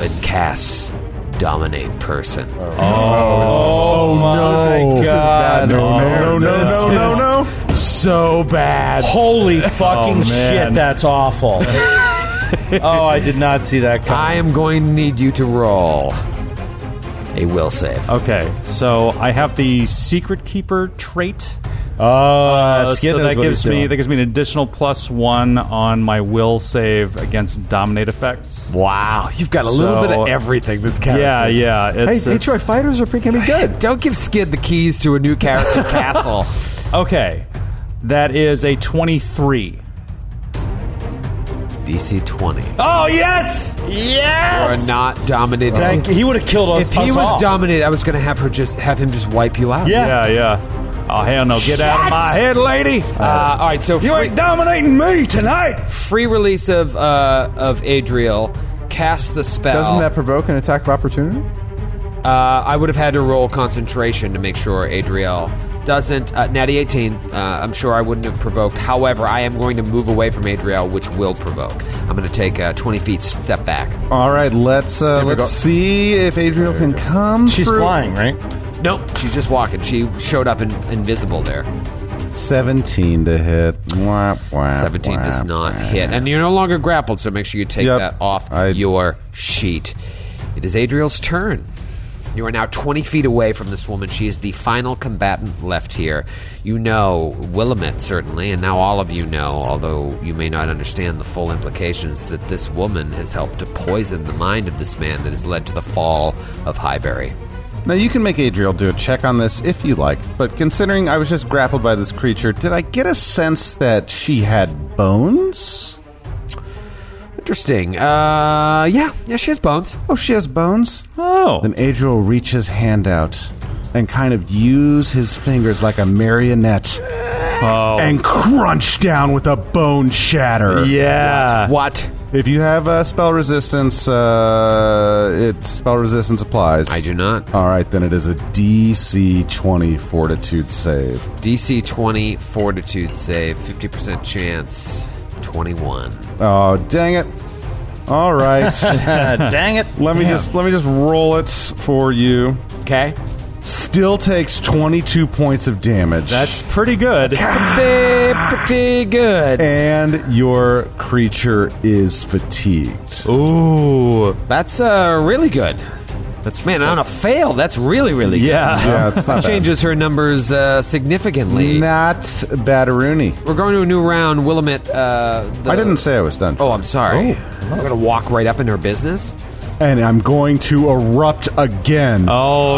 Speaker 1: and casts Dominate Person.
Speaker 3: Oh, my god!
Speaker 4: No, no, no, no, no, no.
Speaker 1: So bad.
Speaker 3: Holy fucking
Speaker 4: Oh, man.
Speaker 3: shit! That's awful. oh, I did not see that coming.
Speaker 1: I am going to need you to roll a will save.
Speaker 4: Okay, so I have the secret keeper trait.
Speaker 3: Uh, Skid
Speaker 4: so
Speaker 3: knows
Speaker 4: that
Speaker 3: what
Speaker 4: gives
Speaker 3: he's
Speaker 4: me
Speaker 3: doing.
Speaker 4: that gives me an additional plus one on my will save against dominate effects.
Speaker 1: Wow, you've got a little bit of everything. This character.
Speaker 4: Yeah, yeah. It's,
Speaker 2: hey,
Speaker 4: it's-
Speaker 2: Detroit fighters are pretty gonna be good.
Speaker 1: Don't give Skid the keys to a new character castle.
Speaker 4: Okay, that is a twenty-three.
Speaker 1: DC twenty.
Speaker 4: Oh yes, yes.
Speaker 1: Or not dominated.
Speaker 3: Thank- he would have killed us.
Speaker 1: If he
Speaker 3: us
Speaker 1: was
Speaker 3: all.
Speaker 1: dominated, I was going to have her just have him just wipe you out.
Speaker 4: Yeah, yeah. Oh hell no! Get out of my head, lady.
Speaker 1: Uh, all right, so
Speaker 4: You
Speaker 1: free,
Speaker 4: ain't dominating me tonight.
Speaker 1: free release of uh, of Adriel. Cast the spell.
Speaker 2: Doesn't that provoke an attack of opportunity?
Speaker 1: Uh, I would have had to roll concentration to make sure Adriel doesn't. Uh, natty 18, uh, I'm sure I wouldn't have provoked. However, I am going to move away from Adriel, which will provoke. I'm going to take uh, 20 feet step back.
Speaker 7: All right, let's uh,
Speaker 1: Difficult.
Speaker 7: let's see if Adriel can come.
Speaker 3: She's
Speaker 7: through.
Speaker 3: flying, right?
Speaker 1: Nope. She's just walking. She showed up in, invisible there.
Speaker 7: Seventeen to hit. Wah, wah,
Speaker 1: 17
Speaker 7: wah.
Speaker 1: does not hit. And you're no longer grappled, so make sure you take
Speaker 7: Yep.
Speaker 1: that off your sheet. It is Adriel's turn. You are now 20 feet away from this woman. She is the final combatant left here. You know Willamette, certainly, and now all of you know, although you may not understand the full implications, that this woman has helped to poison the mind of this man that has led to the fall of Highbury.
Speaker 7: Now you can make Adriel do a check on this if you like, but considering I was just grappled by this creature, did I get a sense that she had bones?
Speaker 1: Interesting. Uh, yeah, yeah, she has bones.
Speaker 7: Oh, she has bones.
Speaker 4: Oh.
Speaker 7: Then Adriel reach his hand out and kind of use his fingers like a marionette
Speaker 1: Oh.
Speaker 18: and crunch down with a bone shatter.
Speaker 1: What?
Speaker 7: If you have uh, spell resistance, uh, it spell resistance applies. I do
Speaker 1: not.
Speaker 7: All right, then it is a DC 20 Fortitude save.
Speaker 1: DC 20 fortitude save, 50% chance, 21.
Speaker 7: Oh, dang it! All right,
Speaker 1: Dang it.
Speaker 7: Let me
Speaker 1: Damn.
Speaker 7: just let me just roll it for you.
Speaker 1: Okay.
Speaker 7: Still takes 22 points of damage.
Speaker 4: That's pretty good.
Speaker 1: Pretty, pretty good.
Speaker 7: And your creature is fatigued.
Speaker 4: Ooh,
Speaker 1: that's uh, really good.
Speaker 4: That's
Speaker 1: man on a fail. That's really really good.
Speaker 7: Yeah. Yeah, it's not bad.
Speaker 1: changes her numbers uh, significantly.
Speaker 7: Not Badaruni.
Speaker 1: We're going to a new round. Willamette. Uh, the-
Speaker 7: I didn't say I was done.
Speaker 1: Oh, I'm sorry. I'm going to walk right up in her business.
Speaker 18: And I'm going to erupt again.
Speaker 4: Oh,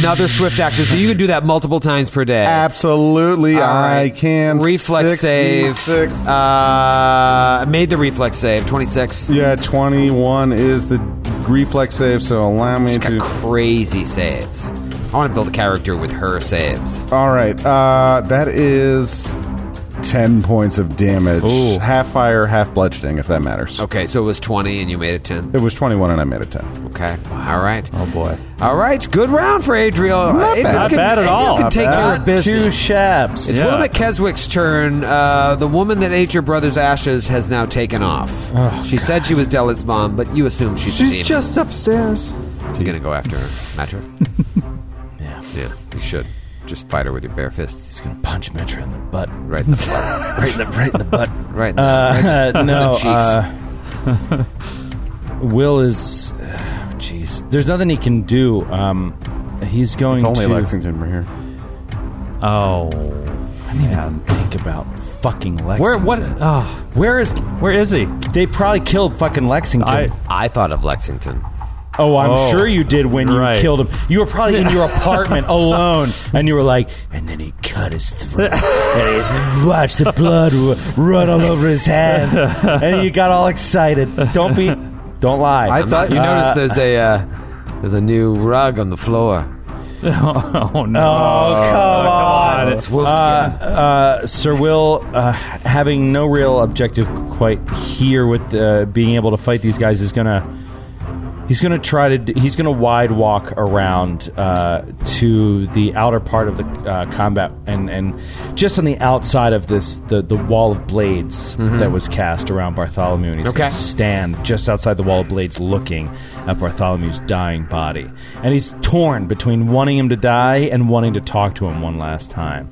Speaker 1: Another swift action. So you can do that multiple times per day.
Speaker 7: Absolutely,
Speaker 1: All
Speaker 7: I
Speaker 1: right.
Speaker 7: can.
Speaker 1: Reflex save.
Speaker 7: 66.
Speaker 1: Uh, made the reflex save. Twenty six.
Speaker 7: Yeah, 21 is the reflex save, so allow me to.
Speaker 1: crazy saves. I want to build a character with her saves.
Speaker 7: All right, uh, that is 10 points of damage. Half fire, half bludgeoning, if that matters.
Speaker 1: Okay, so it was twenty, and you made it ten.
Speaker 7: It was 21 and I made a 10.
Speaker 1: Okay. All right.
Speaker 7: Oh, boy.
Speaker 1: All right, good round for Adriel.
Speaker 7: Not
Speaker 1: Adriel
Speaker 7: bad. Not
Speaker 1: can-
Speaker 7: bad at
Speaker 1: Adriel
Speaker 7: all.
Speaker 1: Can
Speaker 7: Not
Speaker 1: take
Speaker 7: bad.
Speaker 1: care of
Speaker 7: Not
Speaker 1: business.
Speaker 3: two shabs.
Speaker 1: It's
Speaker 3: Yeah.
Speaker 1: Willamette Keswick's turn. Uh, the woman that ate your brother's ashes has now taken off. she said she was Della's mom, but you assume she's a demon.
Speaker 7: upstairs.
Speaker 1: You're gonna go after her, Metra. yeah, yeah, you should. Just fight her with your bare fists. He's
Speaker 3: gonna punch Metra in the butt,
Speaker 1: right in the butt,
Speaker 3: right in the right in the butt,
Speaker 1: right in the, right
Speaker 3: Uh,
Speaker 1: in the
Speaker 3: no.
Speaker 1: cheeks.
Speaker 3: uh, Will is, oh, jeez. There's nothing he can do. Um, he's going
Speaker 7: If only
Speaker 3: to.
Speaker 7: Lexington were here.
Speaker 4: Oh,
Speaker 3: I didn't even think about fucking Lexington.
Speaker 4: Where- what- oh.
Speaker 3: where is
Speaker 4: where is he?
Speaker 3: They probably killed fucking Lexington.
Speaker 4: I-
Speaker 1: I thought of Lexington.
Speaker 3: Oh, I'm
Speaker 4: Oh,
Speaker 3: sure you did when
Speaker 4: right.
Speaker 3: you killed him. You were probably in your apartment alone, and you were like, and then he cut his throat. and he- watch the blood ru- run all over his hands, and you got all excited. Don't be, don't lie.
Speaker 1: I thought you
Speaker 3: Uh,
Speaker 1: noticed there's a uh, there's a new rug on the floor.
Speaker 4: oh
Speaker 3: Oh, come on.
Speaker 1: It's wolf
Speaker 3: Uh,
Speaker 1: skin.
Speaker 3: uh, Sir Will, uh, having no real objective quite here with uh, being able to fight these guys, is gonna. He's gonna try to. d- He's gonna wide walk around uh, to the outer part of the uh, combat, and, and just on the outside of this, the, the wall of blades
Speaker 4: Mhm.
Speaker 3: that was cast around Bartholomew, and he's
Speaker 4: Okay.
Speaker 3: gonna stand just outside the wall of blades, looking at Bartholomew's dying body, and he's torn between wanting him to die and wanting to talk to him one last time.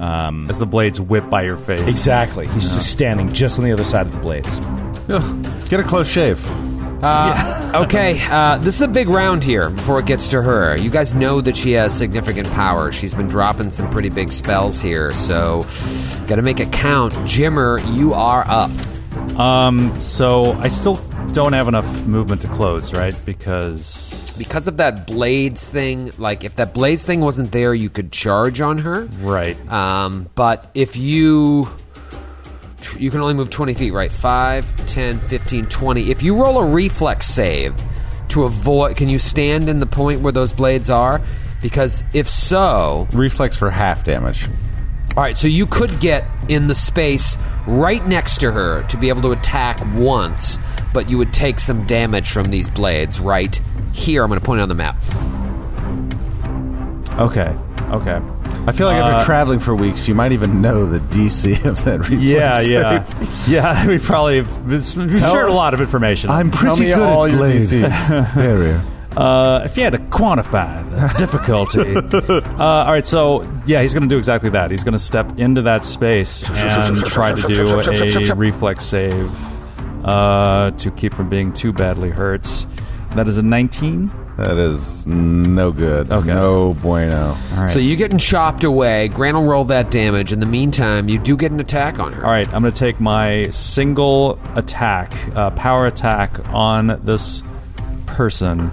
Speaker 3: Um,
Speaker 4: As the blades whip by your face,
Speaker 3: exactly. He's just standing just on the other side of the blades.
Speaker 7: Get a close shave.
Speaker 1: Uh, okay, uh, this is a big round here before it gets to her. You guys know that she has significant power. She's been dropping some pretty big spells here, so gotta make it count. Jimmer, you are up.
Speaker 4: Um, so I still don't have enough movement to close, right? Because
Speaker 1: Because of that blades thing, like if that blades thing wasn't there, you could charge on her.
Speaker 4: Right.
Speaker 1: Um, but if you. You can only move 20 feet, right? 5, 10, 15, 20. If you roll a reflex save to avoid. Can you stand in the point where those blades are? Because if so.
Speaker 7: Reflex for half damage.
Speaker 1: All right, so you could get in the space right next to her to be able to attack once, but you would take some damage from these blades right here. I'm going to point it on the map.
Speaker 4: Okay. Okay.
Speaker 7: I feel like
Speaker 4: Uh,
Speaker 7: after traveling for weeks, you might even know the DC of that reflex
Speaker 4: Yeah, yeah,
Speaker 7: save.
Speaker 4: yeah. We probably have, this- we've
Speaker 7: Tell
Speaker 4: shared a
Speaker 7: us-
Speaker 4: lot of information.
Speaker 7: I'm Tell pretty me good at all your blades. DCs. Barrier.
Speaker 4: Uh, if you had to quantify the difficulty, uh, all right. So yeah, he's going to do exactly that. He's going to step into that space and try to do a reflex save uh, to keep from being too badly hurt. That is a 19.
Speaker 7: That is no good.
Speaker 4: Okay.
Speaker 7: No bueno. All
Speaker 1: So you're getting chopped away. Grant will roll that damage. In the meantime, you do get an attack on her.
Speaker 4: All right, I'm going to take my single attack, uh, power attack on this person.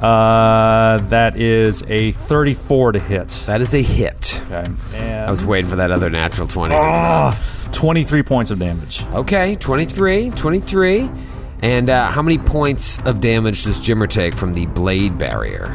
Speaker 4: Uh, that is a 34 to hit.
Speaker 1: That is a hit.
Speaker 4: Okay.
Speaker 1: I was waiting for that other natural 20.
Speaker 4: Ah, 23 points of damage.
Speaker 1: Okay, 23, 23. And uh, how many points of damage does Jimmer take from the blade barrier?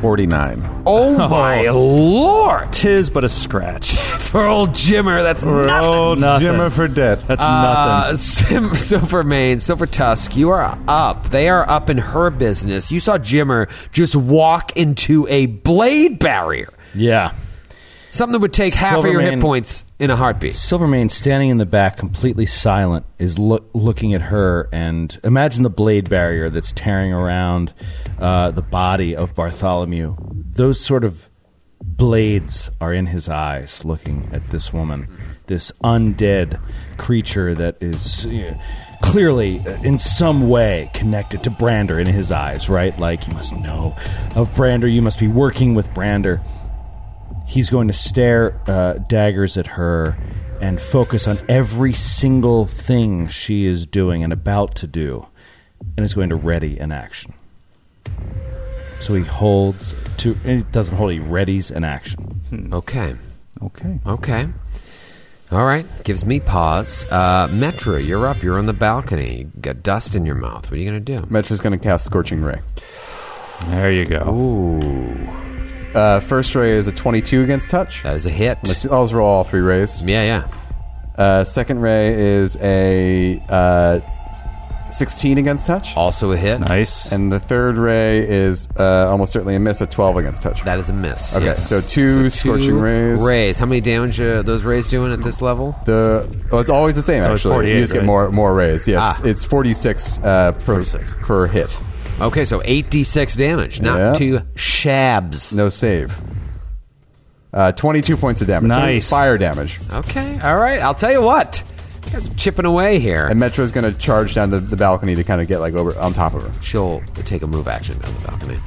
Speaker 19: 49.
Speaker 1: Oh my lord!
Speaker 14: Tis but a scratch
Speaker 1: for old Jimmer. That's
Speaker 14: For
Speaker 1: nothing.
Speaker 14: old Nothing. Jimmer for
Speaker 19: debt.
Speaker 14: That's
Speaker 1: Uh, Sim, Silver Mane, Silver Tusk, you are up. They are up in her business. You saw Jimmer just walk into a blade barrier.
Speaker 3: Yeah.
Speaker 1: Something that would take half of your hit points in a heartbeat.
Speaker 3: Silvermane standing in the back, completely silent, is look, looking at her and imagine the blade barrier that's tearing around uh, the body of Bartholomew. Those sort of blades are in his eyes, looking at this woman, this undead creature that is you know, clearly, uh, in some way, connected to Brander in his eyes. Right? Like you must know of Brander. You must be working with Brander he's going to stare uh, daggers at her and focus on every single thing she is doing and about to do and is going to ready an action so he holds to and he doesn't hold he readies an action
Speaker 1: okay
Speaker 14: okay
Speaker 1: Okay. All right. Gives me pause. Uh, Metra, you're up. You're on the balcony. You got dust in your mouth. What are you going to do?
Speaker 2: Metra's going to cast Scorching Ray.
Speaker 14: There you go.
Speaker 2: Ooh. Uh, first ray is a 22 against touch.
Speaker 1: That is a hit.
Speaker 2: Let's, I'll just roll all three rays.
Speaker 1: Yeah, yeah.
Speaker 2: Uh, second ray is a uh, 16 against touch.
Speaker 1: Also a hit.
Speaker 14: Nice.
Speaker 2: And the third ray is uh, almost certainly a miss, a 12 against touch. That
Speaker 1: is a miss.
Speaker 2: Okay,
Speaker 1: yes.
Speaker 2: so two
Speaker 1: So
Speaker 2: scorching rays.
Speaker 1: Rays. How many damage are those rays doing at this level?
Speaker 2: The oh, it's always the same.
Speaker 1: So it's
Speaker 2: actually,
Speaker 1: 48,
Speaker 2: you just
Speaker 1: right?
Speaker 2: get more more rays. Yes,
Speaker 1: Ah.
Speaker 2: it's forty six uh, per per hit.
Speaker 1: Okay, so 8d6 damage. Not
Speaker 2: Yeah.
Speaker 1: two shabs.
Speaker 2: No save. Uh, Twenty two points of damage.
Speaker 1: Nice.
Speaker 2: fire damage.
Speaker 1: Okay. All right. I'll tell you what. You guys are chipping away here.
Speaker 2: And Metro's going to charge down the, the balcony to kind of get like over on top of her.
Speaker 1: She'll take a move action down the balcony.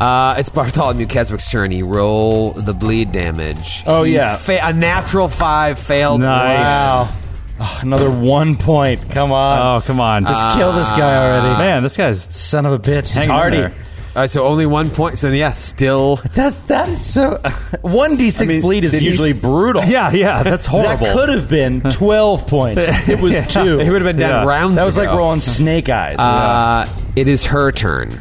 Speaker 1: Uh, it's Bartholomew Keswick's turn. He roll the bleed damage.
Speaker 3: Oh,
Speaker 1: He
Speaker 3: yeah.
Speaker 1: fa- a natural five failed.
Speaker 3: nice
Speaker 1: Wow.
Speaker 3: Oh, another one point come on
Speaker 14: oh come on
Speaker 3: just
Speaker 1: Ah.
Speaker 3: kill this guy already
Speaker 14: man this guy's
Speaker 3: son of a bitch
Speaker 1: Hang
Speaker 3: Hardy.
Speaker 1: All right, so only one point. So yeah, still
Speaker 3: that's that is so. One d six
Speaker 1: I mean,
Speaker 3: bleed is
Speaker 1: did he
Speaker 3: usually
Speaker 1: s-
Speaker 3: brutal.
Speaker 1: Yeah, yeah, that's horrible.
Speaker 3: That could have been twelve points. It was
Speaker 1: Yeah.
Speaker 3: two.
Speaker 1: It would have been down Yeah. rounds
Speaker 3: That was like
Speaker 1: ago.
Speaker 3: rolling snake eyes.
Speaker 1: Uh, It is her turn.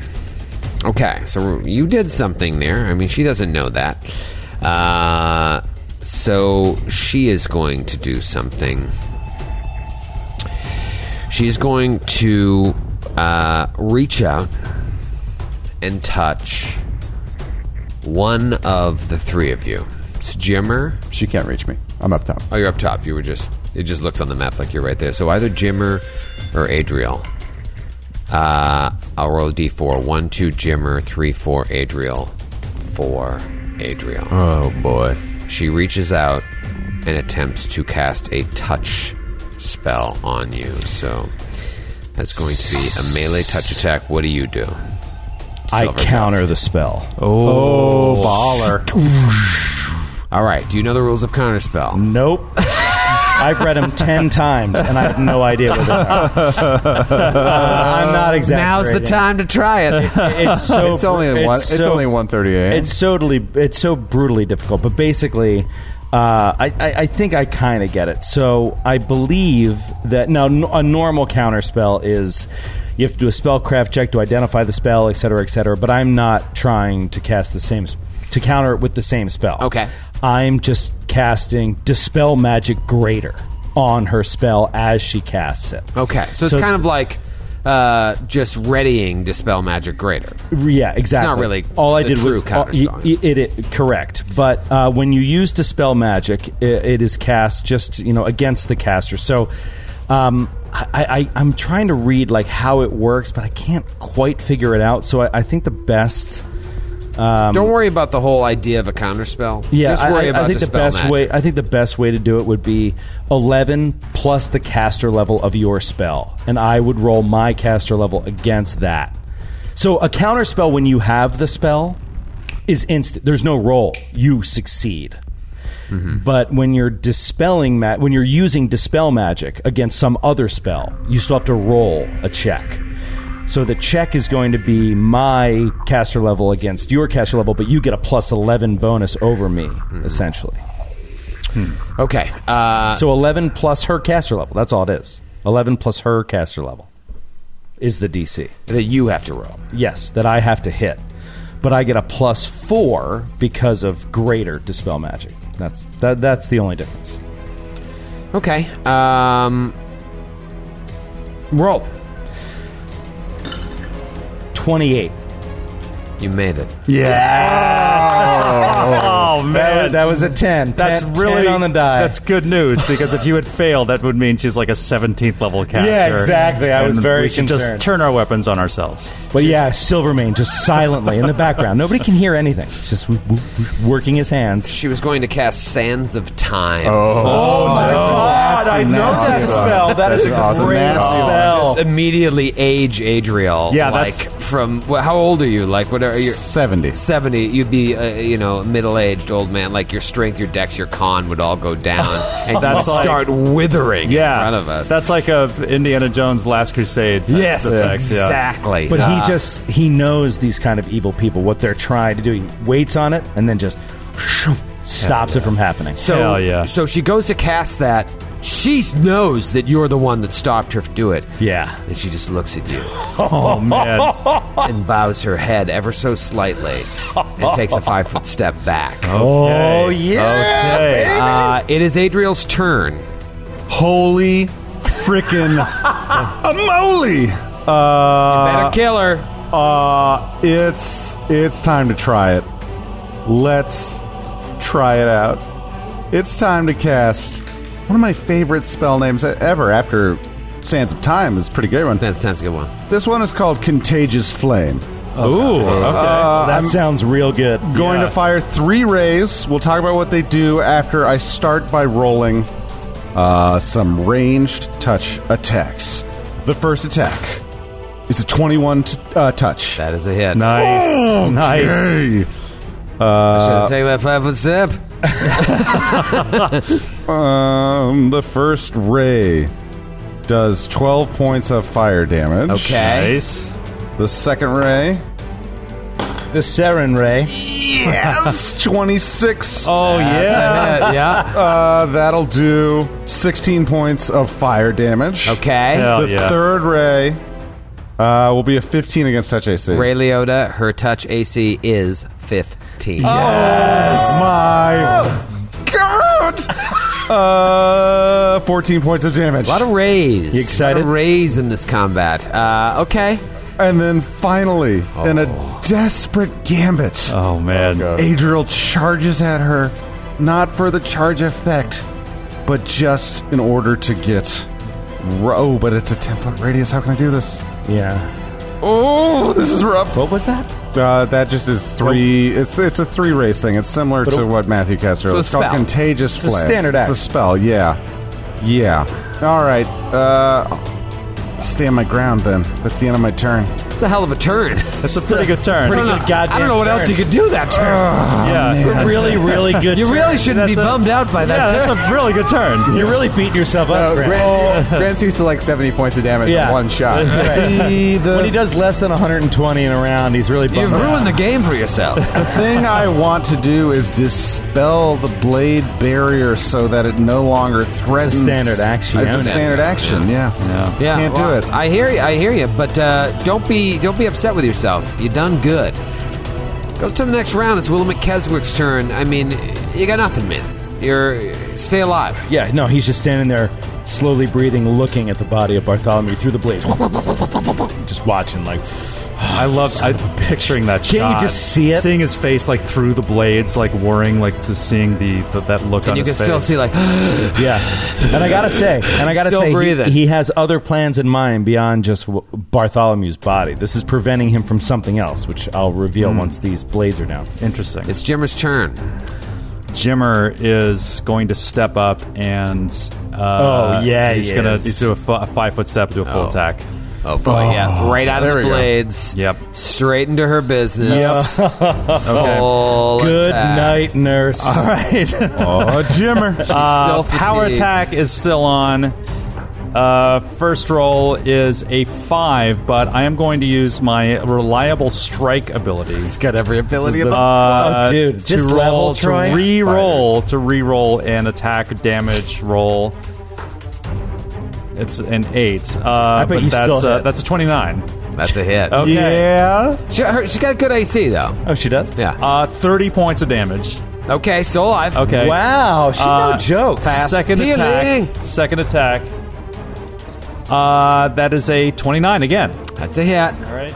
Speaker 1: Okay, so you did something there. I mean, she doesn't know that. Uh, so she is going to do something. She is going to uh, reach out and touch one of the three of you. It's Jimmer.
Speaker 2: She can't reach me. I'm up top.
Speaker 1: Oh, you're up top. You were just. It just looks on the map like you're right there. So either Jimmer or Adriel. Uh, I'll roll a d4. One, two, Jimmer. Three, four, Adriel. Four, Adriel.
Speaker 7: Oh boy.
Speaker 1: She reaches out and attempts to cast a touch spell on you. So that's going to be a melee touch attack. What do you do?
Speaker 3: I
Speaker 1: Silver
Speaker 3: counter
Speaker 1: Tusk.
Speaker 3: the spell.
Speaker 1: Oh.
Speaker 3: baller!
Speaker 1: All right. Do you know the rules of counterspell?
Speaker 3: Nope. I've read them ten times, and I have no idea what they are. Uh, I'm not
Speaker 1: Now's
Speaker 3: exaggerating.
Speaker 1: the time to try it.
Speaker 3: it's so
Speaker 2: It's only
Speaker 3: br-
Speaker 2: one- it's
Speaker 3: so-
Speaker 2: only 1:30 a.m..
Speaker 3: It's totally it's so brutally difficult. But basically, uh, I, I I think I kind of get it. So I believe that now n- a normal counter spell is you have to do a spellcraft check to identify the spell, et cetera, et Cetera, but I'm not trying to cast the same s- to counter it with the same spell. Okay, I'm just casting dispel magic greater on her spell as she casts it.
Speaker 1: Okay, so it's
Speaker 3: So-
Speaker 1: kind of like uh, just readying dispel magic greater.
Speaker 3: Yeah, exactly.
Speaker 1: Not really
Speaker 3: All I
Speaker 1: the
Speaker 3: did
Speaker 1: true
Speaker 3: was
Speaker 1: counter
Speaker 3: all- y- y- it, it- correct, but uh, when you use dispel magic, i it is cast just you know against the caster. So, um, I, I, I'm trying to read like how it works, but I can't quite figure it out. So I, I think the best. Um,
Speaker 1: Don't worry about the whole idea of a counterspell.
Speaker 3: yeah,
Speaker 1: just
Speaker 3: I-
Speaker 1: worry
Speaker 3: I,
Speaker 1: about
Speaker 3: I think the
Speaker 1: dispel
Speaker 3: best
Speaker 1: magic.
Speaker 3: way. I think the best way to do it would be eleven plus the caster level of your spell, and I would roll my caster level against that. So a counter spell when you have the spell is instant. There's no roll. You succeed. But when you're dispelling ma- when you're using dispel magic against some other spell, you still have to roll a check. So the check is going to be my caster level against your caster level, but you get a plus eleven bonus over me, essentially.
Speaker 1: Hmm. Okay. Uh,
Speaker 3: so eleven plus her caster level. That's all it is. Eleven plus her caster level is the DC
Speaker 1: that you have to roll.
Speaker 3: Yes, that I have to hit. but I get a plus four because of greater dispel magic. That's that, that's the only difference.
Speaker 1: Okay. Um, roll.
Speaker 3: 28.
Speaker 1: You made it.
Speaker 4: Yeah. Oh, man,
Speaker 3: that, was a ten.
Speaker 4: That's
Speaker 3: Ten-
Speaker 4: really
Speaker 3: ten on the die.
Speaker 4: That's good news because if you had failed, that would mean she's like a 17th level caster.
Speaker 3: exactly. I was
Speaker 4: And
Speaker 3: very
Speaker 4: we should
Speaker 3: concerned.
Speaker 4: Just turn our weapons on ourselves.
Speaker 3: But yeah, Silvermane just silently in the background. Nobody can hear anything. He's just w- w- w- working his hands.
Speaker 1: She was going to cast Sands of Time.
Speaker 3: Oh, my God! I know
Speaker 1: nasty
Speaker 3: that
Speaker 1: one.
Speaker 3: spell. That is a great spell.
Speaker 1: Oh, Just immediately age Adriel.
Speaker 3: Yeah,
Speaker 1: like
Speaker 3: that's-
Speaker 1: from well, how old are you? Like whatever you're seventy. Seventy. You'd be uh, you know middle aged old man. Like your strength, your dex, your con would all go down, and you would
Speaker 4: That's like-
Speaker 1: start withering
Speaker 4: Yeah.
Speaker 1: in front of us.
Speaker 4: That's like a Indiana Jones Last Crusade. type
Speaker 3: Yes,
Speaker 4: effect, yeah.
Speaker 3: But
Speaker 4: Uh,
Speaker 1: Ah.
Speaker 3: he just he knows these kind of evil people what they're trying to do. He waits on it and then just shoo, stops it from happening.
Speaker 1: So, So she goes to cast that. She knows that you're the one that stopped her to do it.
Speaker 3: Yeah.
Speaker 1: And she just looks at you.
Speaker 4: Oh, man.
Speaker 1: And bows her head ever so slightly and takes a five foot step back.
Speaker 3: Oh,
Speaker 1: yeah.
Speaker 4: Okay.
Speaker 1: Uh, it is Adriel's turn.
Speaker 20: Holy frickin' moly!
Speaker 1: You
Speaker 20: Uh,
Speaker 1: better kill her.
Speaker 20: Uh, it's it's time to try it. Let's try it out.
Speaker 7: It's time to cast one of my favorite spell names ever after Sands of Time is a pretty good one.
Speaker 1: Sands of Time's a good one.
Speaker 7: This one is called Contagious Flame.
Speaker 3: Ooh, okay.
Speaker 7: Uh,
Speaker 3: that
Speaker 7: I'm-
Speaker 3: sounds real good.
Speaker 7: Going to fire three rays. We'll talk about what they do after I start by rolling uh, some ranged touch attacks. The first attack is a 21 t- uh, touch.
Speaker 1: That is a hit.
Speaker 4: Nice.
Speaker 7: Okay.
Speaker 4: Nice.
Speaker 7: Uh,
Speaker 1: Should I take that five foot step?
Speaker 7: um, the first ray does 12 points of fire damage.
Speaker 1: Okay.
Speaker 4: Nice.
Speaker 7: The second ray.
Speaker 3: The Seren Ray.
Speaker 7: Yes! 26.
Speaker 4: Oh, yeah.
Speaker 1: yeah.
Speaker 7: Uh, that'll do 16 points of fire damage.
Speaker 1: Okay.
Speaker 4: Hell
Speaker 7: the
Speaker 4: yeah.
Speaker 7: third ray uh, will be a 15 against touch AC.
Speaker 1: Ray Liotta, her touch AC is 15.
Speaker 7: My God! uh, 14 points of damage.
Speaker 1: A lot of rays.
Speaker 3: You excited?
Speaker 1: A lot of rays in this combat. Uh, okay. Oh.
Speaker 7: and then finally, in a desperate gambit,
Speaker 4: Oh, man.
Speaker 7: Adriel charges at her, not for the charge effect, but just in order to get. ro- Oh, but it's a 10 foot radius. How can I do this?
Speaker 3: Yeah.
Speaker 7: Oh, this is rough.
Speaker 3: What was that?
Speaker 7: Uh, that just is three. It's it's a three race thing. It's similar to what Matthew cast earlier.
Speaker 1: a
Speaker 7: It's, called
Speaker 1: spell.
Speaker 7: contagious
Speaker 3: a
Speaker 7: flame.
Speaker 3: standard act.
Speaker 7: It's a spell. Yeah, yeah. All right. Uh, I'll stand my ground then. That's the end of my turn.
Speaker 1: It's a hell of a turn.
Speaker 4: That's a pretty good turn.
Speaker 3: Pretty good goddamn.
Speaker 1: I don't know what else you could do that turn.
Speaker 7: Oh,
Speaker 4: yeah.
Speaker 3: Really, really good.
Speaker 1: You really shouldn't be bummed out by that
Speaker 4: Yeah,
Speaker 1: turn.
Speaker 4: that's a really good turn.
Speaker 3: You're really beating yourself up. Grant.
Speaker 2: Grants, grants used to like 70 points of damage
Speaker 3: Yeah.
Speaker 2: in one shot.
Speaker 7: The,
Speaker 3: When he
Speaker 7: the
Speaker 3: does less than 120 in a round, he's really bummed
Speaker 1: You've
Speaker 3: out.
Speaker 1: ruined the game for yourself.
Speaker 7: thing I want to do is dispel the blade barrier so that it no longer threatens.
Speaker 3: standard action,
Speaker 7: It's
Speaker 3: yeah.
Speaker 7: a standard action. Yeah.
Speaker 1: Yeah,
Speaker 7: Can't do
Speaker 1: well,
Speaker 7: it.
Speaker 1: I hear you. I hear you. But uh, don't be don't be upset with yourself. You done good. Goes to the next round. It's Willamette Keswick's turn. I mean, you got nothing, man. You're stay alive.
Speaker 3: Yeah, no, he's just standing there, slowly breathing, looking at the body of Bartholomew through the blade, just watching. Like,
Speaker 4: I love I, picturing that
Speaker 3: Can't you
Speaker 4: shot.
Speaker 3: just see it?
Speaker 4: Seeing his face like through the blades, like worrying, like just seeing the, the that look
Speaker 1: And
Speaker 4: on
Speaker 1: you can
Speaker 4: his face.
Speaker 1: still see like
Speaker 3: yeah. And I gotta say, and I gotta
Speaker 1: Still
Speaker 3: say, he-
Speaker 1: breathing.
Speaker 3: He, has other plans in mind beyond just w- Bartholomew's body. This is preventing him from something else, which I'll reveal
Speaker 4: Hmm.
Speaker 3: once these blades are down.
Speaker 4: Interesting.
Speaker 1: it's Jimmer's turn.
Speaker 4: Jimmer is going to step up and uh,
Speaker 3: Oh, yeah,
Speaker 4: he's
Speaker 3: he
Speaker 4: gonna
Speaker 3: is.
Speaker 4: he's do a, fu- a five foot step to a full attack.
Speaker 1: Oh boy, yeah, right out of the blades.
Speaker 4: Yep.
Speaker 1: straight into her business. Yep.
Speaker 3: Good night, nurse.
Speaker 4: All right,
Speaker 7: Oh, Jimmer.
Speaker 4: uh,
Speaker 1: still
Speaker 4: power
Speaker 1: fatigued.
Speaker 4: attack is still on. Uh, first roll is a five, but I am going to use my reliable strike ability.
Speaker 2: He's got every ability
Speaker 4: Uh,
Speaker 2: of
Speaker 3: Oh, dude,
Speaker 4: to
Speaker 3: this
Speaker 4: roll,
Speaker 3: level,
Speaker 4: to
Speaker 3: Troy?
Speaker 4: re-roll to re-roll an attack damage roll. It's an eight. Uh,
Speaker 3: bet
Speaker 4: but
Speaker 3: you
Speaker 4: that's
Speaker 3: still
Speaker 4: uh,
Speaker 3: hit.
Speaker 4: that's a twenty-nine.
Speaker 1: That's a hit.
Speaker 4: Okay.
Speaker 1: Yeah. She, her, she's got good AC, though.
Speaker 3: Oh, she does?
Speaker 1: Yeah.
Speaker 4: Uh, 30 points of damage.
Speaker 1: Okay, still alive.
Speaker 4: Okay. Uh,
Speaker 3: Wow, she's no joke.
Speaker 4: Second
Speaker 1: Healing.
Speaker 4: attack. Second attack. Uh, that is a 29 again.
Speaker 1: That's a hit.
Speaker 4: All right.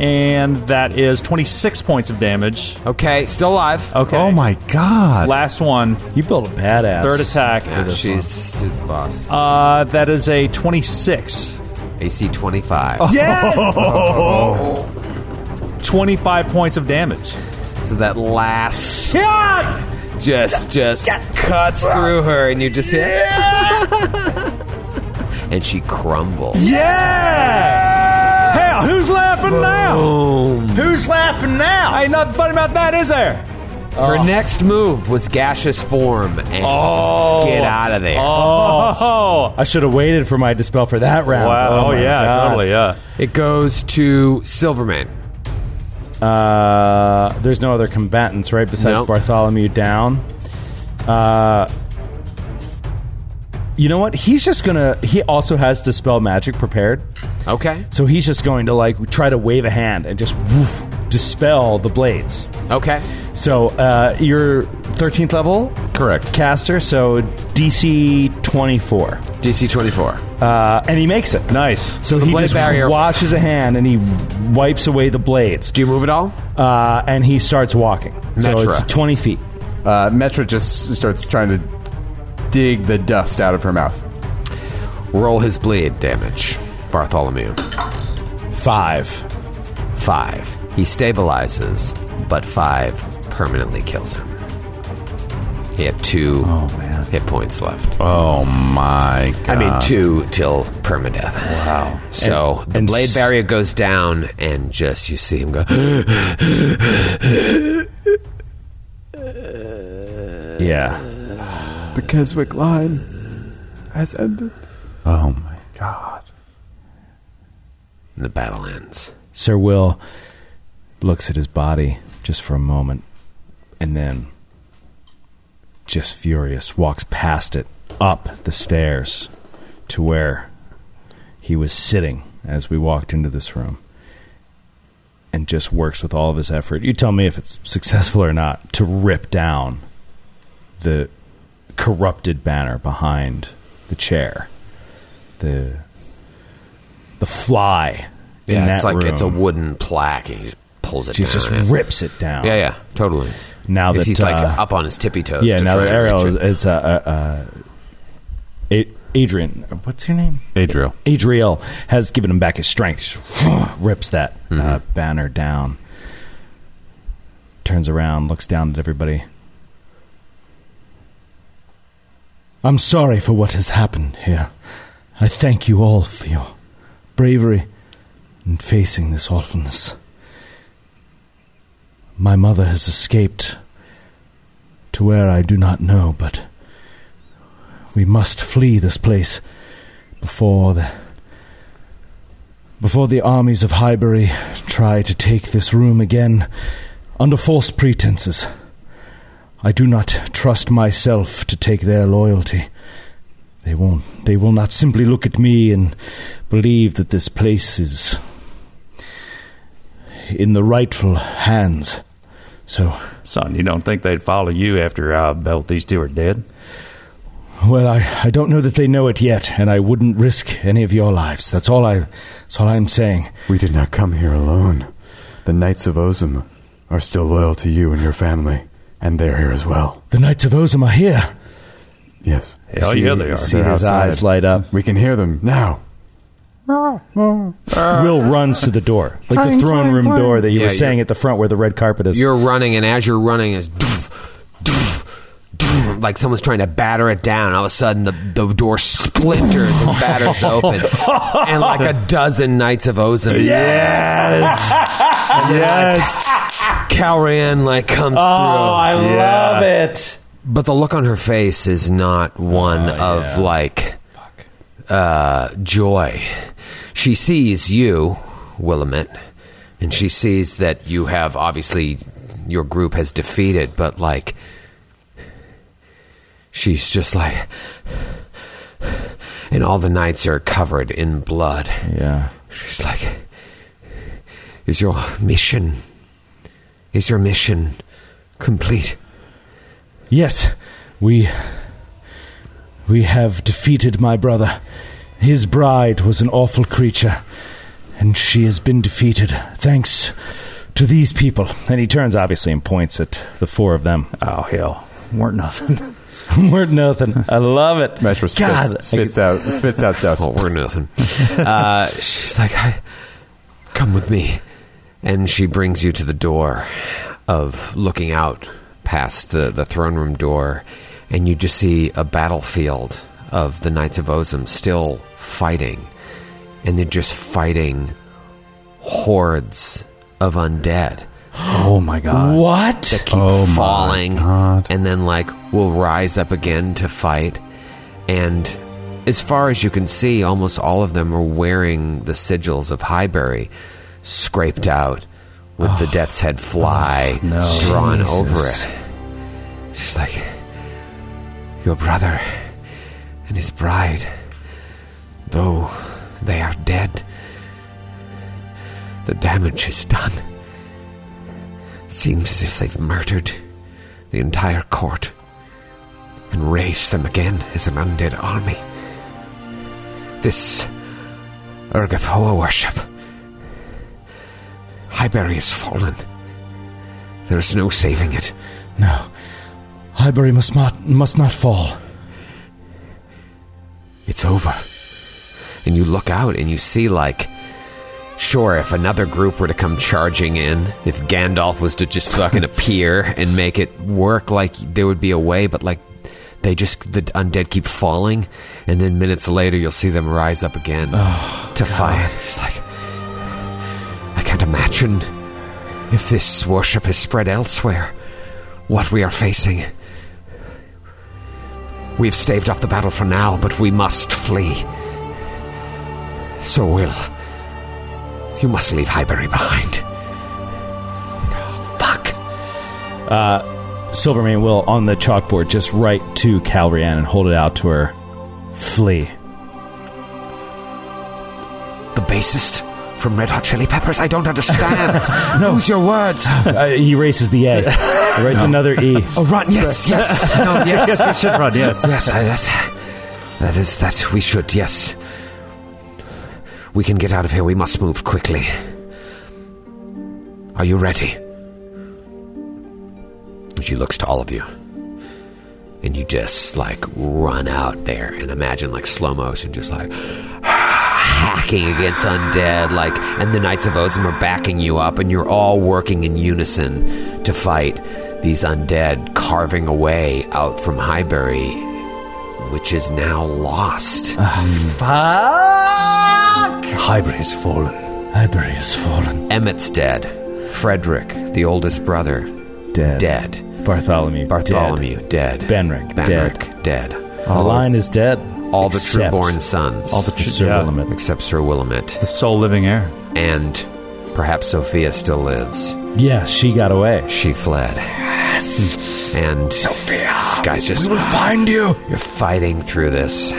Speaker 4: And that is 26 points of damage.
Speaker 1: Okay, still alive.
Speaker 4: Okay.
Speaker 1: Oh
Speaker 4: my
Speaker 1: God.
Speaker 4: Last one.
Speaker 3: You built a badass.
Speaker 4: Third attack.
Speaker 1: Yeah, Ah, she's, she's the boss.
Speaker 4: Uh, that is a 26.
Speaker 1: AC 25.
Speaker 4: Oh. Yes! 25 points of damage.
Speaker 1: So that last just just cuts through her, and you just hit. and she crumbles.
Speaker 4: Yeah! Hell, who's laughing now?
Speaker 3: Who's laughing now?
Speaker 4: Ain't nothing funny about that, is there?
Speaker 1: Her next move was gaseous form, and
Speaker 4: Oh.
Speaker 1: get out of there.
Speaker 4: Oh.
Speaker 3: I should have waited for my dispel for that round.
Speaker 4: Wow. Oh,
Speaker 3: my
Speaker 4: yeah,
Speaker 3: God.
Speaker 4: totally, yeah.
Speaker 1: It goes to Silverman.
Speaker 3: Uh, there's no other combatants, right? Besides
Speaker 1: Nope.
Speaker 3: Bartholomew down. Uh, you know what? He's just gonna. He also has dispel magic prepared.
Speaker 1: Okay.
Speaker 3: So he's just going to like try to wave a hand and just woof, dispel the blades.
Speaker 1: Okay.
Speaker 3: So uh, you're 13th level,
Speaker 21: correct?
Speaker 3: Caster. So DC 24.
Speaker 1: DC 24.
Speaker 3: Uh, and he makes it.
Speaker 4: Nice.
Speaker 3: So
Speaker 1: The
Speaker 3: he
Speaker 1: blade
Speaker 3: just
Speaker 1: barrier-
Speaker 3: washes a hand and he wipes away the blades. Do
Speaker 1: you move at all?
Speaker 3: Uh, and he starts walking. So
Speaker 2: Metra.
Speaker 3: it's 20 feet.
Speaker 2: Uh, Metra just starts trying to dig the dust out of her mouth.
Speaker 1: Roll his blade damage, Bartholomew.
Speaker 3: Five.
Speaker 1: Five. He stabilizes, but five permanently kills him. He had two
Speaker 3: Oh,
Speaker 1: hit points left.
Speaker 2: Oh my god.
Speaker 1: I mean, two till permadeath. Wow. So
Speaker 3: And-
Speaker 1: the
Speaker 3: and
Speaker 1: blade
Speaker 3: s-
Speaker 1: barrier goes down, and just you see him go.
Speaker 3: Yeah.
Speaker 2: The Keswick line has ended. Oh my god.
Speaker 1: and the battle ends.
Speaker 3: Sir Will looks at his body just for a moment and then, just furious, walks past it up the stairs to where he was sitting as we walked into this room and just works with all of his effort. You tell me if it's successful or not to rip down the corrupted banner behind the chair. The the fly in
Speaker 1: Yeah,
Speaker 3: that
Speaker 1: it's like it's a
Speaker 3: room.
Speaker 1: wooden plaque, and he just pulls it.
Speaker 3: She
Speaker 1: down.
Speaker 3: just rips it down.
Speaker 1: Yeah, yeah, totally.
Speaker 3: Now
Speaker 1: Because
Speaker 3: that,
Speaker 1: he's like
Speaker 3: uh,
Speaker 1: up on his tippy toes.
Speaker 3: Yeah,
Speaker 1: to
Speaker 3: now
Speaker 1: try
Speaker 3: that
Speaker 1: to reach
Speaker 3: Arrow
Speaker 1: it.
Speaker 3: is uh, uh, uh, A- Adrian. What's her name?
Speaker 21: Adriel.
Speaker 3: Adriel has given him back his strength. She just rips that uh,
Speaker 1: Mm-hmm.
Speaker 3: banner down. Turns around, looks down at everybody. I'm sorry for what has happened here. I thank you all for your bravery in facing this awfulness. My mother has escaped to where I do not know, but we must flee this place before the before the armies of Highbury try to take this room again under false pretenses. I do not trust myself to take their loyalty. They won't they will not simply look at me and believe that this place is in the rightful hands. So
Speaker 4: Son, you don't think they'd follow you after uh, both these two are dead?
Speaker 3: Well, I, I don't know that they know it yet, and I wouldn't risk any of your lives. That's all I that's all I'm saying.
Speaker 2: We did not come here alone. The Knights of Ozum are still loyal to you and your family, and they're here as well.
Speaker 3: The Knights of Ozum are here.
Speaker 2: Yes.
Speaker 4: Hell
Speaker 2: You
Speaker 4: yeah, they are.
Speaker 3: See
Speaker 2: they're
Speaker 3: his
Speaker 2: outside.
Speaker 3: eyes light up.
Speaker 2: We can hear them now.
Speaker 3: Will runs to the door. Like the
Speaker 2: Clang,
Speaker 3: throne
Speaker 2: clang,
Speaker 3: room
Speaker 2: clang.
Speaker 3: door that you
Speaker 1: Yeah,
Speaker 3: were saying
Speaker 1: you're-
Speaker 3: at the front where the red carpet is.
Speaker 1: You're running, and as you're running, is like someone's trying to batter it down. All of a sudden, the, the door splinters and batters open, and like a dozen knights of Ozan.
Speaker 4: Yes. yes. Oh,
Speaker 1: Calrian like comes through.
Speaker 4: love
Speaker 3: it.
Speaker 1: But the look on her face is not one of like uh, joy. She sees you, Willamette, and she sees that you have obviously your group has defeated, but like she's just like, and all the knights are covered in blood.
Speaker 3: Yeah.
Speaker 1: She's like,
Speaker 8: Is your mission. Is your mission complete?
Speaker 3: Yes, we. We have defeated my brother. His bride was an awful creature, and she has been defeated thanks to these people. And he turns, obviously, and points at the four of them. Oh, hell. Weren't nothing. weren't nothing. I love it.
Speaker 2: Metro
Speaker 3: God, I
Speaker 2: spits, spits out spits out dust. Oh, we're nothing.
Speaker 8: uh, she's like, I, come with me. And she brings you to the door of looking out past the, the throne room door, and you just see a battlefield of the Knights of Ozum still fighting. And they're just fighting hordes of undead.
Speaker 3: Oh my god. What?
Speaker 8: That keep
Speaker 10: Oh
Speaker 8: falling and then like will rise up again to fight. And as far as you can see, almost all of them are wearing the sigils of Highbury scraped out with the death's head fly
Speaker 10: Oh, no.
Speaker 8: drawn
Speaker 10: Jesus.
Speaker 8: over it. She's like your brother and his bride, though they are dead, the damage is done. Seems as if they've murdered the entire court and raised them again as an undead army. This Urgathoa worship. Highbury is fallen. There is no saving it.
Speaker 3: No. Highbury must not, must not fall.
Speaker 8: It's over. And you look out and you see, like, sure, if another group were to come charging in, if Gandalf was to just fucking appear and make it work, like, there would be a way, but, like, they just, the undead keep falling, and then minutes later you'll see them rise up again to fight. It's like, I can't imagine if this worship is spread elsewhere, what we are facing. We've staved off the battle for now, but we must flee. So, Will, you must leave Highbury behind.
Speaker 3: Uh, Silvermane will, on the chalkboard, just write to Calrian and hold it out to her. Flee.
Speaker 8: The bassist from Red Hot Chili Peppers? I don't understand. Lose your words.
Speaker 3: Uh, he erases the A. He writes another E.
Speaker 8: Oh, run. Yes, yes. No, yes.
Speaker 3: Yes, we should run, yes.
Speaker 8: Yes, I, that's, that is that we should, yes. We can get out of here. We must move quickly. Are you ready? She looks to all of you. And you just like run out there and imagine like slow motion, just like hacking against undead, like, and the Knights of Ozum are backing you up, and you're all working in unison to fight these undead, carving away out from Highbury, which is now lost. Highbury has fallen.
Speaker 3: Highbury has fallen.
Speaker 8: Emmett's dead. Frederick, the oldest brother,
Speaker 3: dead.
Speaker 8: Dead.
Speaker 3: Bartholomew.
Speaker 8: Bartholomew dead.
Speaker 3: Benrick,
Speaker 8: Benrick dead.
Speaker 3: The line is dead.
Speaker 8: All the
Speaker 3: Except-
Speaker 8: Trueborn sons.
Speaker 3: All the tru- Sir yeah. Willamette.
Speaker 8: Except Sir Willamette.
Speaker 14: The sole living heir.
Speaker 8: And perhaps Sophia still lives.
Speaker 3: Yeah, she got away.
Speaker 8: She fled. Yes. And Sophia, guys, just
Speaker 10: we will find you.
Speaker 8: You're fighting through this.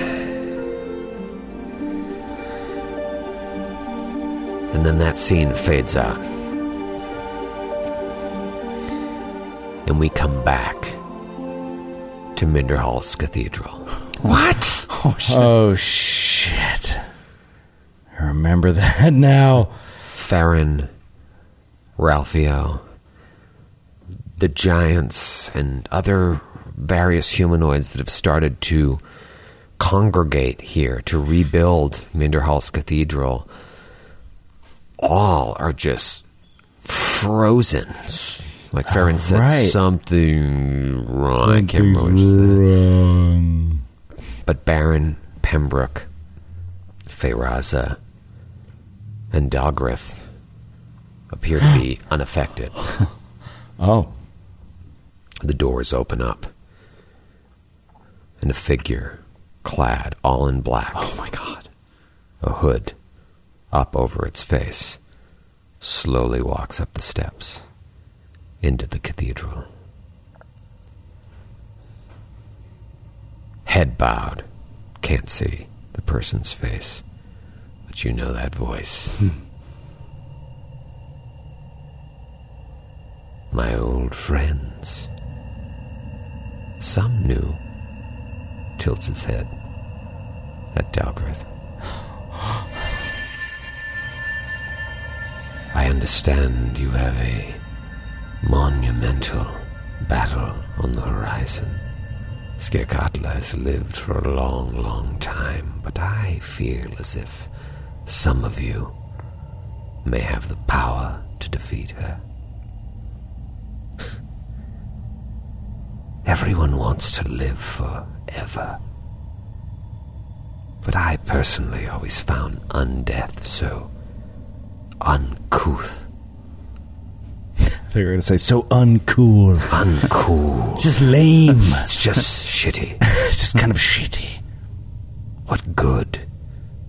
Speaker 8: And then that scene fades out. And we come back to Minderhall's Cathedral.
Speaker 10: What?
Speaker 3: Oh shit. Oh shit. I remember that now.
Speaker 8: Farron, Ralphio, the giants, and other various humanoids that have started to congregate here to rebuild Minderhall's Cathedral all are just frozen. Like Farron said,
Speaker 10: Right.
Speaker 8: something wrong. I can't
Speaker 10: Something's
Speaker 8: remember what she said. But Baron Pembroke, Feyraza, and Dogrith appear to be unaffected.
Speaker 3: Oh.
Speaker 8: The doors open up, and a figure clad all in black. Oh my god. A hood up over its face slowly walks up the steps into the cathedral. Head bowed, can't see the person's face, but you know that voice. my old friends. Some new. Tilts his head at Dalgrith. I understand you have a monumental battle on the horizon. Skirkatla has lived for a long, long time, but I feel as if some of you may have the power to defeat her. Everyone wants to live forever. But I personally always found undeath so uncouth.
Speaker 3: I thought you were going to say so uncool.
Speaker 8: Uncool.
Speaker 3: It's just lame.
Speaker 8: It's just shitty.
Speaker 3: It's just kind of shitty.
Speaker 8: What good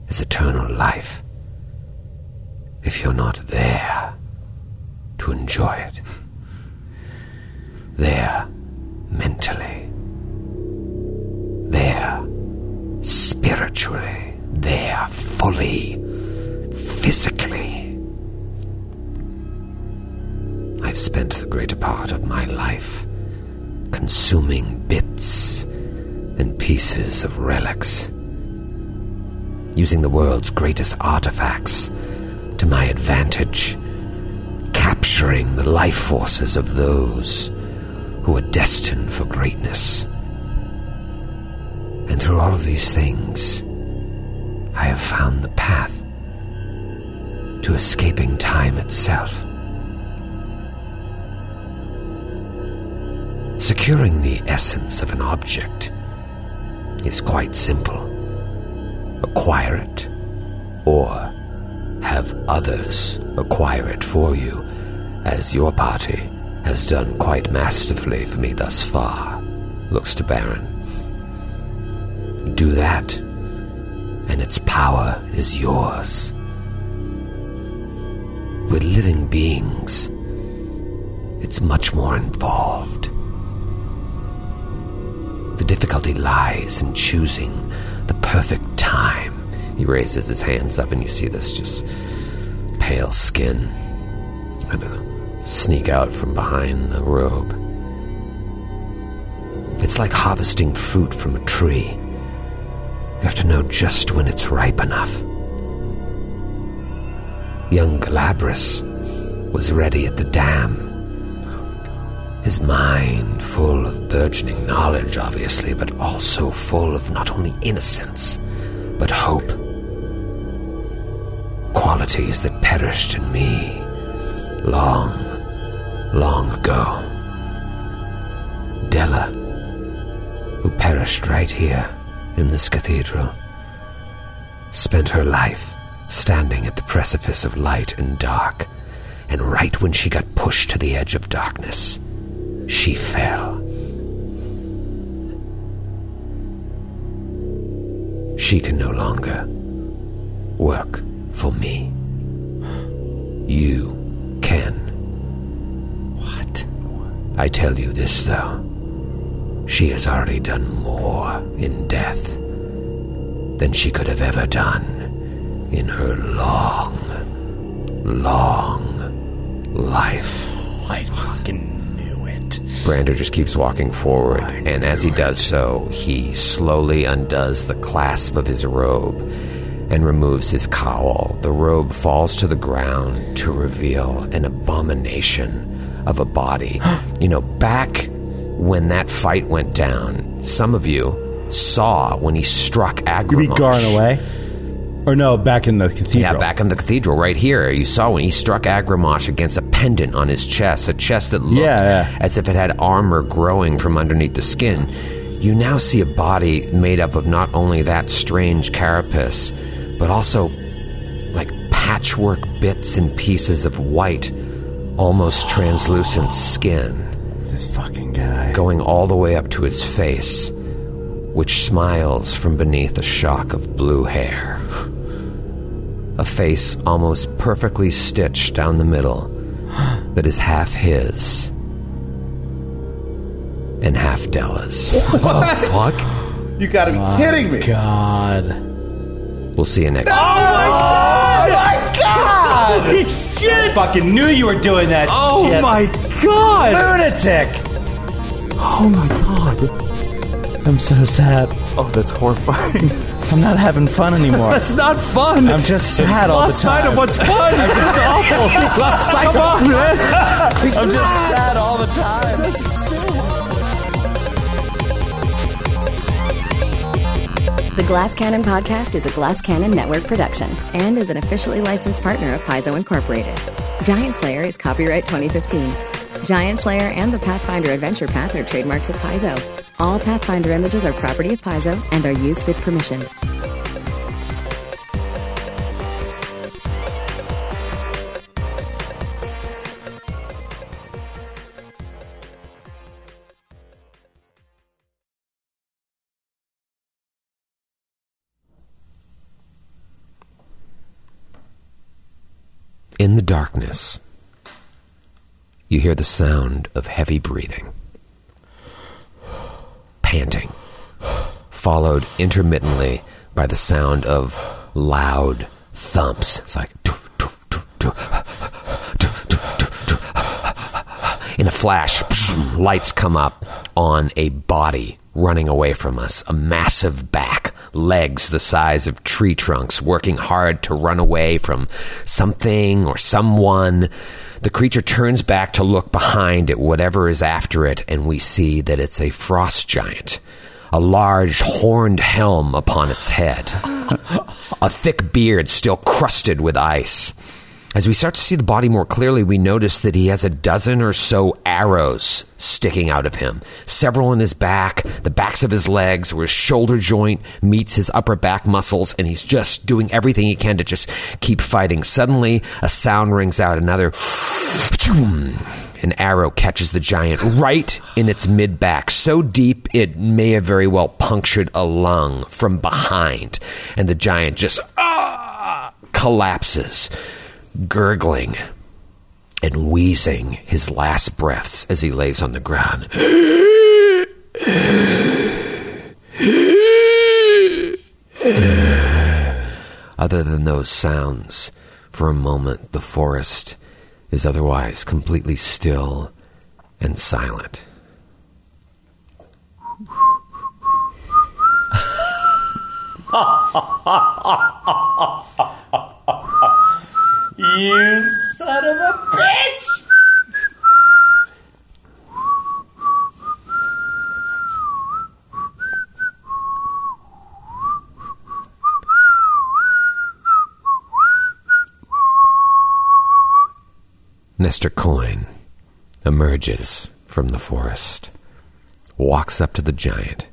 Speaker 8: is eternal life if you're not there to enjoy it? There mentally, there spiritually, there fully, physically. I've spent the greater part of my life consuming bits and pieces of relics, using the world's greatest artifacts to my advantage, capturing the life forces of those who are destined for greatness. And through all of these things, I have found the path to escaping time itself. Securing the essence of an object is quite simple. Acquire it, or have others acquire it for you, as your party has done quite masterfully for me thus far. Looks to Baron. Do that, and its power is yours. With living beings, it's much more involved. The difficulty lies in choosing the perfect time. He raises his hands up, and you see this just pale skin kind of sneak out from behind the robe. It's like harvesting fruit from a tree. You have to know just when it's ripe enough. Young Galabras was ready at the dam. His mind full of burgeoning knowledge, obviously, but also full of not only innocence, but hope. Qualities that perished in me long, long ago. Della, who perished right here in this cathedral, spent her life standing at the precipice of light and dark, and right when she got pushed to the edge of darkness, she fell. She can no longer work for me. You can. What? I tell you this, though. She has already done more in death than she could have ever done in her long, long life.
Speaker 10: I fucking knew it.
Speaker 8: Brander just keeps walking forward, and as he does so, he slowly undoes the clasp of his robe and removes his cowl. The robe falls to the ground to reveal an abomination of a body. you know, back when that fight went down, some of you saw when he struck Agrimash.
Speaker 3: You mean Garn away? Or no, back in the cathedral.
Speaker 8: Yeah, back in the cathedral, right here. You saw when he struck Agrimosh against a pendant on his chest, a chest that looked
Speaker 3: Yeah, yeah.
Speaker 8: as if it had armor growing from underneath the skin. You now see a body made up of not only that strange carapace, but also like patchwork bits and pieces of white, almost translucent skin.
Speaker 10: This fucking guy.
Speaker 8: Going all the way up to his face, which smiles from beneath a shock of blue hair. A face almost perfectly stitched down the middle that is half his and half Della's.
Speaker 10: What?
Speaker 8: fuck?
Speaker 19: You gotta
Speaker 10: Oh
Speaker 19: be
Speaker 8: My
Speaker 19: kidding me.
Speaker 3: God.
Speaker 8: We'll see you next
Speaker 10: Oh my god! Oh god!
Speaker 14: Shit!
Speaker 10: fucking knew you were doing that
Speaker 4: Ah, Oh
Speaker 10: shit.
Speaker 4: my god!
Speaker 10: Lunatic!
Speaker 14: Oh my god. I'm so sad.
Speaker 10: Oh, that's horrifying.
Speaker 14: I'm not having fun anymore.
Speaker 4: That's not fun.
Speaker 14: I'm just sad all the
Speaker 4: Lost sight
Speaker 14: time.
Speaker 4: of what's fun. It's awful.
Speaker 10: Lost sight
Speaker 4: Come
Speaker 10: of
Speaker 4: on,
Speaker 10: what's
Speaker 4: man.
Speaker 10: fun. He's
Speaker 4: I'm just
Speaker 10: mad.
Speaker 4: sad
Speaker 10: all the time.
Speaker 22: The Glass Cannon Podcast is a Glass Cannon Network production and is an officially licensed partner of Paizo Incorporated. Giant Slayer is copyright 2015. Giant Slayer and the Pathfinder Adventure Path are trademarks of Paizo. All Pathfinder images are property of Paizo and are used with permission.
Speaker 8: In the darkness, you hear the sound of heavy breathing, panting, followed intermittently by the sound of loud thumps. It's like. In a flash, lights come up on a body running away from us. A massive back, legs the size of tree trunks, working hard to run away from something or someone. The creature turns back to look behind at whatever is after it, and we see that it's a frost giant. A large horned helm upon its head, a thick beard still crusted with ice. As we start to see the body more clearly, we notice that he has a dozen or so arrows sticking out of him. Several in his back, the backs of his legs, where his shoulder joint meets his upper back muscles, and he's just doing everything he can to just keep fighting. Suddenly, a sound rings out, another. An arrow catches the giant right in its mid back, so deep it may have very well punctured a lung from behind, and the giant just ah, collapses gurgling and wheezing his last breaths as he lays on the ground. Other than those sounds, for a moment the forest is otherwise completely still and silent.
Speaker 10: you son of a bitch!
Speaker 8: Nestor Coin emerges from the forest, walks up to the giant,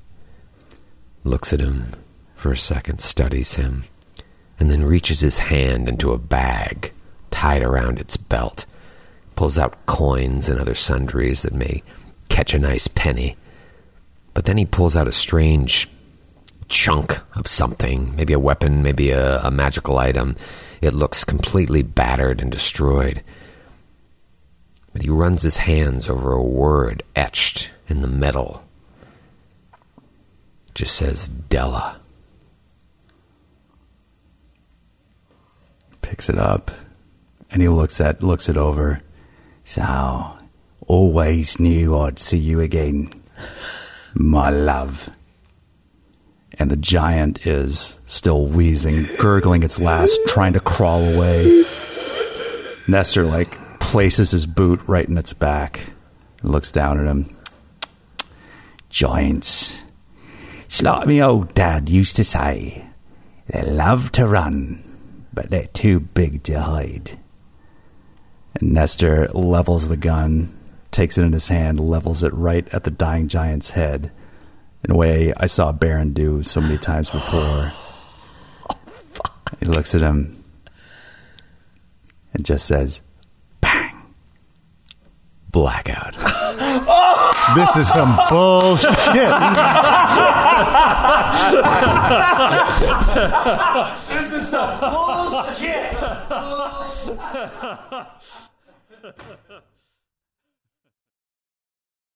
Speaker 8: looks at him for a second, studies him, and then reaches his hand into a bag tied around its belt, pulls out coins and other sundries that may catch a nice penny. But then he pulls out a strange chunk of something, maybe a weapon, maybe a, a magical item. It looks completely battered and destroyed but he runs his hands over a word etched in the metal. It just says Della.
Speaker 4: picks it up and he looks at looks it over. So always knew I'd see you again. My love. And the giant is still wheezing, gurgling its last, trying to crawl away. Nestor like places his boot right in its back and looks down at him. Giants.
Speaker 23: It's like me old dad used to say they love to run, but they're too big to hide.
Speaker 4: And Nestor levels the gun, takes it in his hand, levels it right at the dying giant's head in a way I saw Baron do so many times before. He looks at him and just says, Bang! Blackout.
Speaker 7: This is some bullshit.
Speaker 10: This is some bullshit!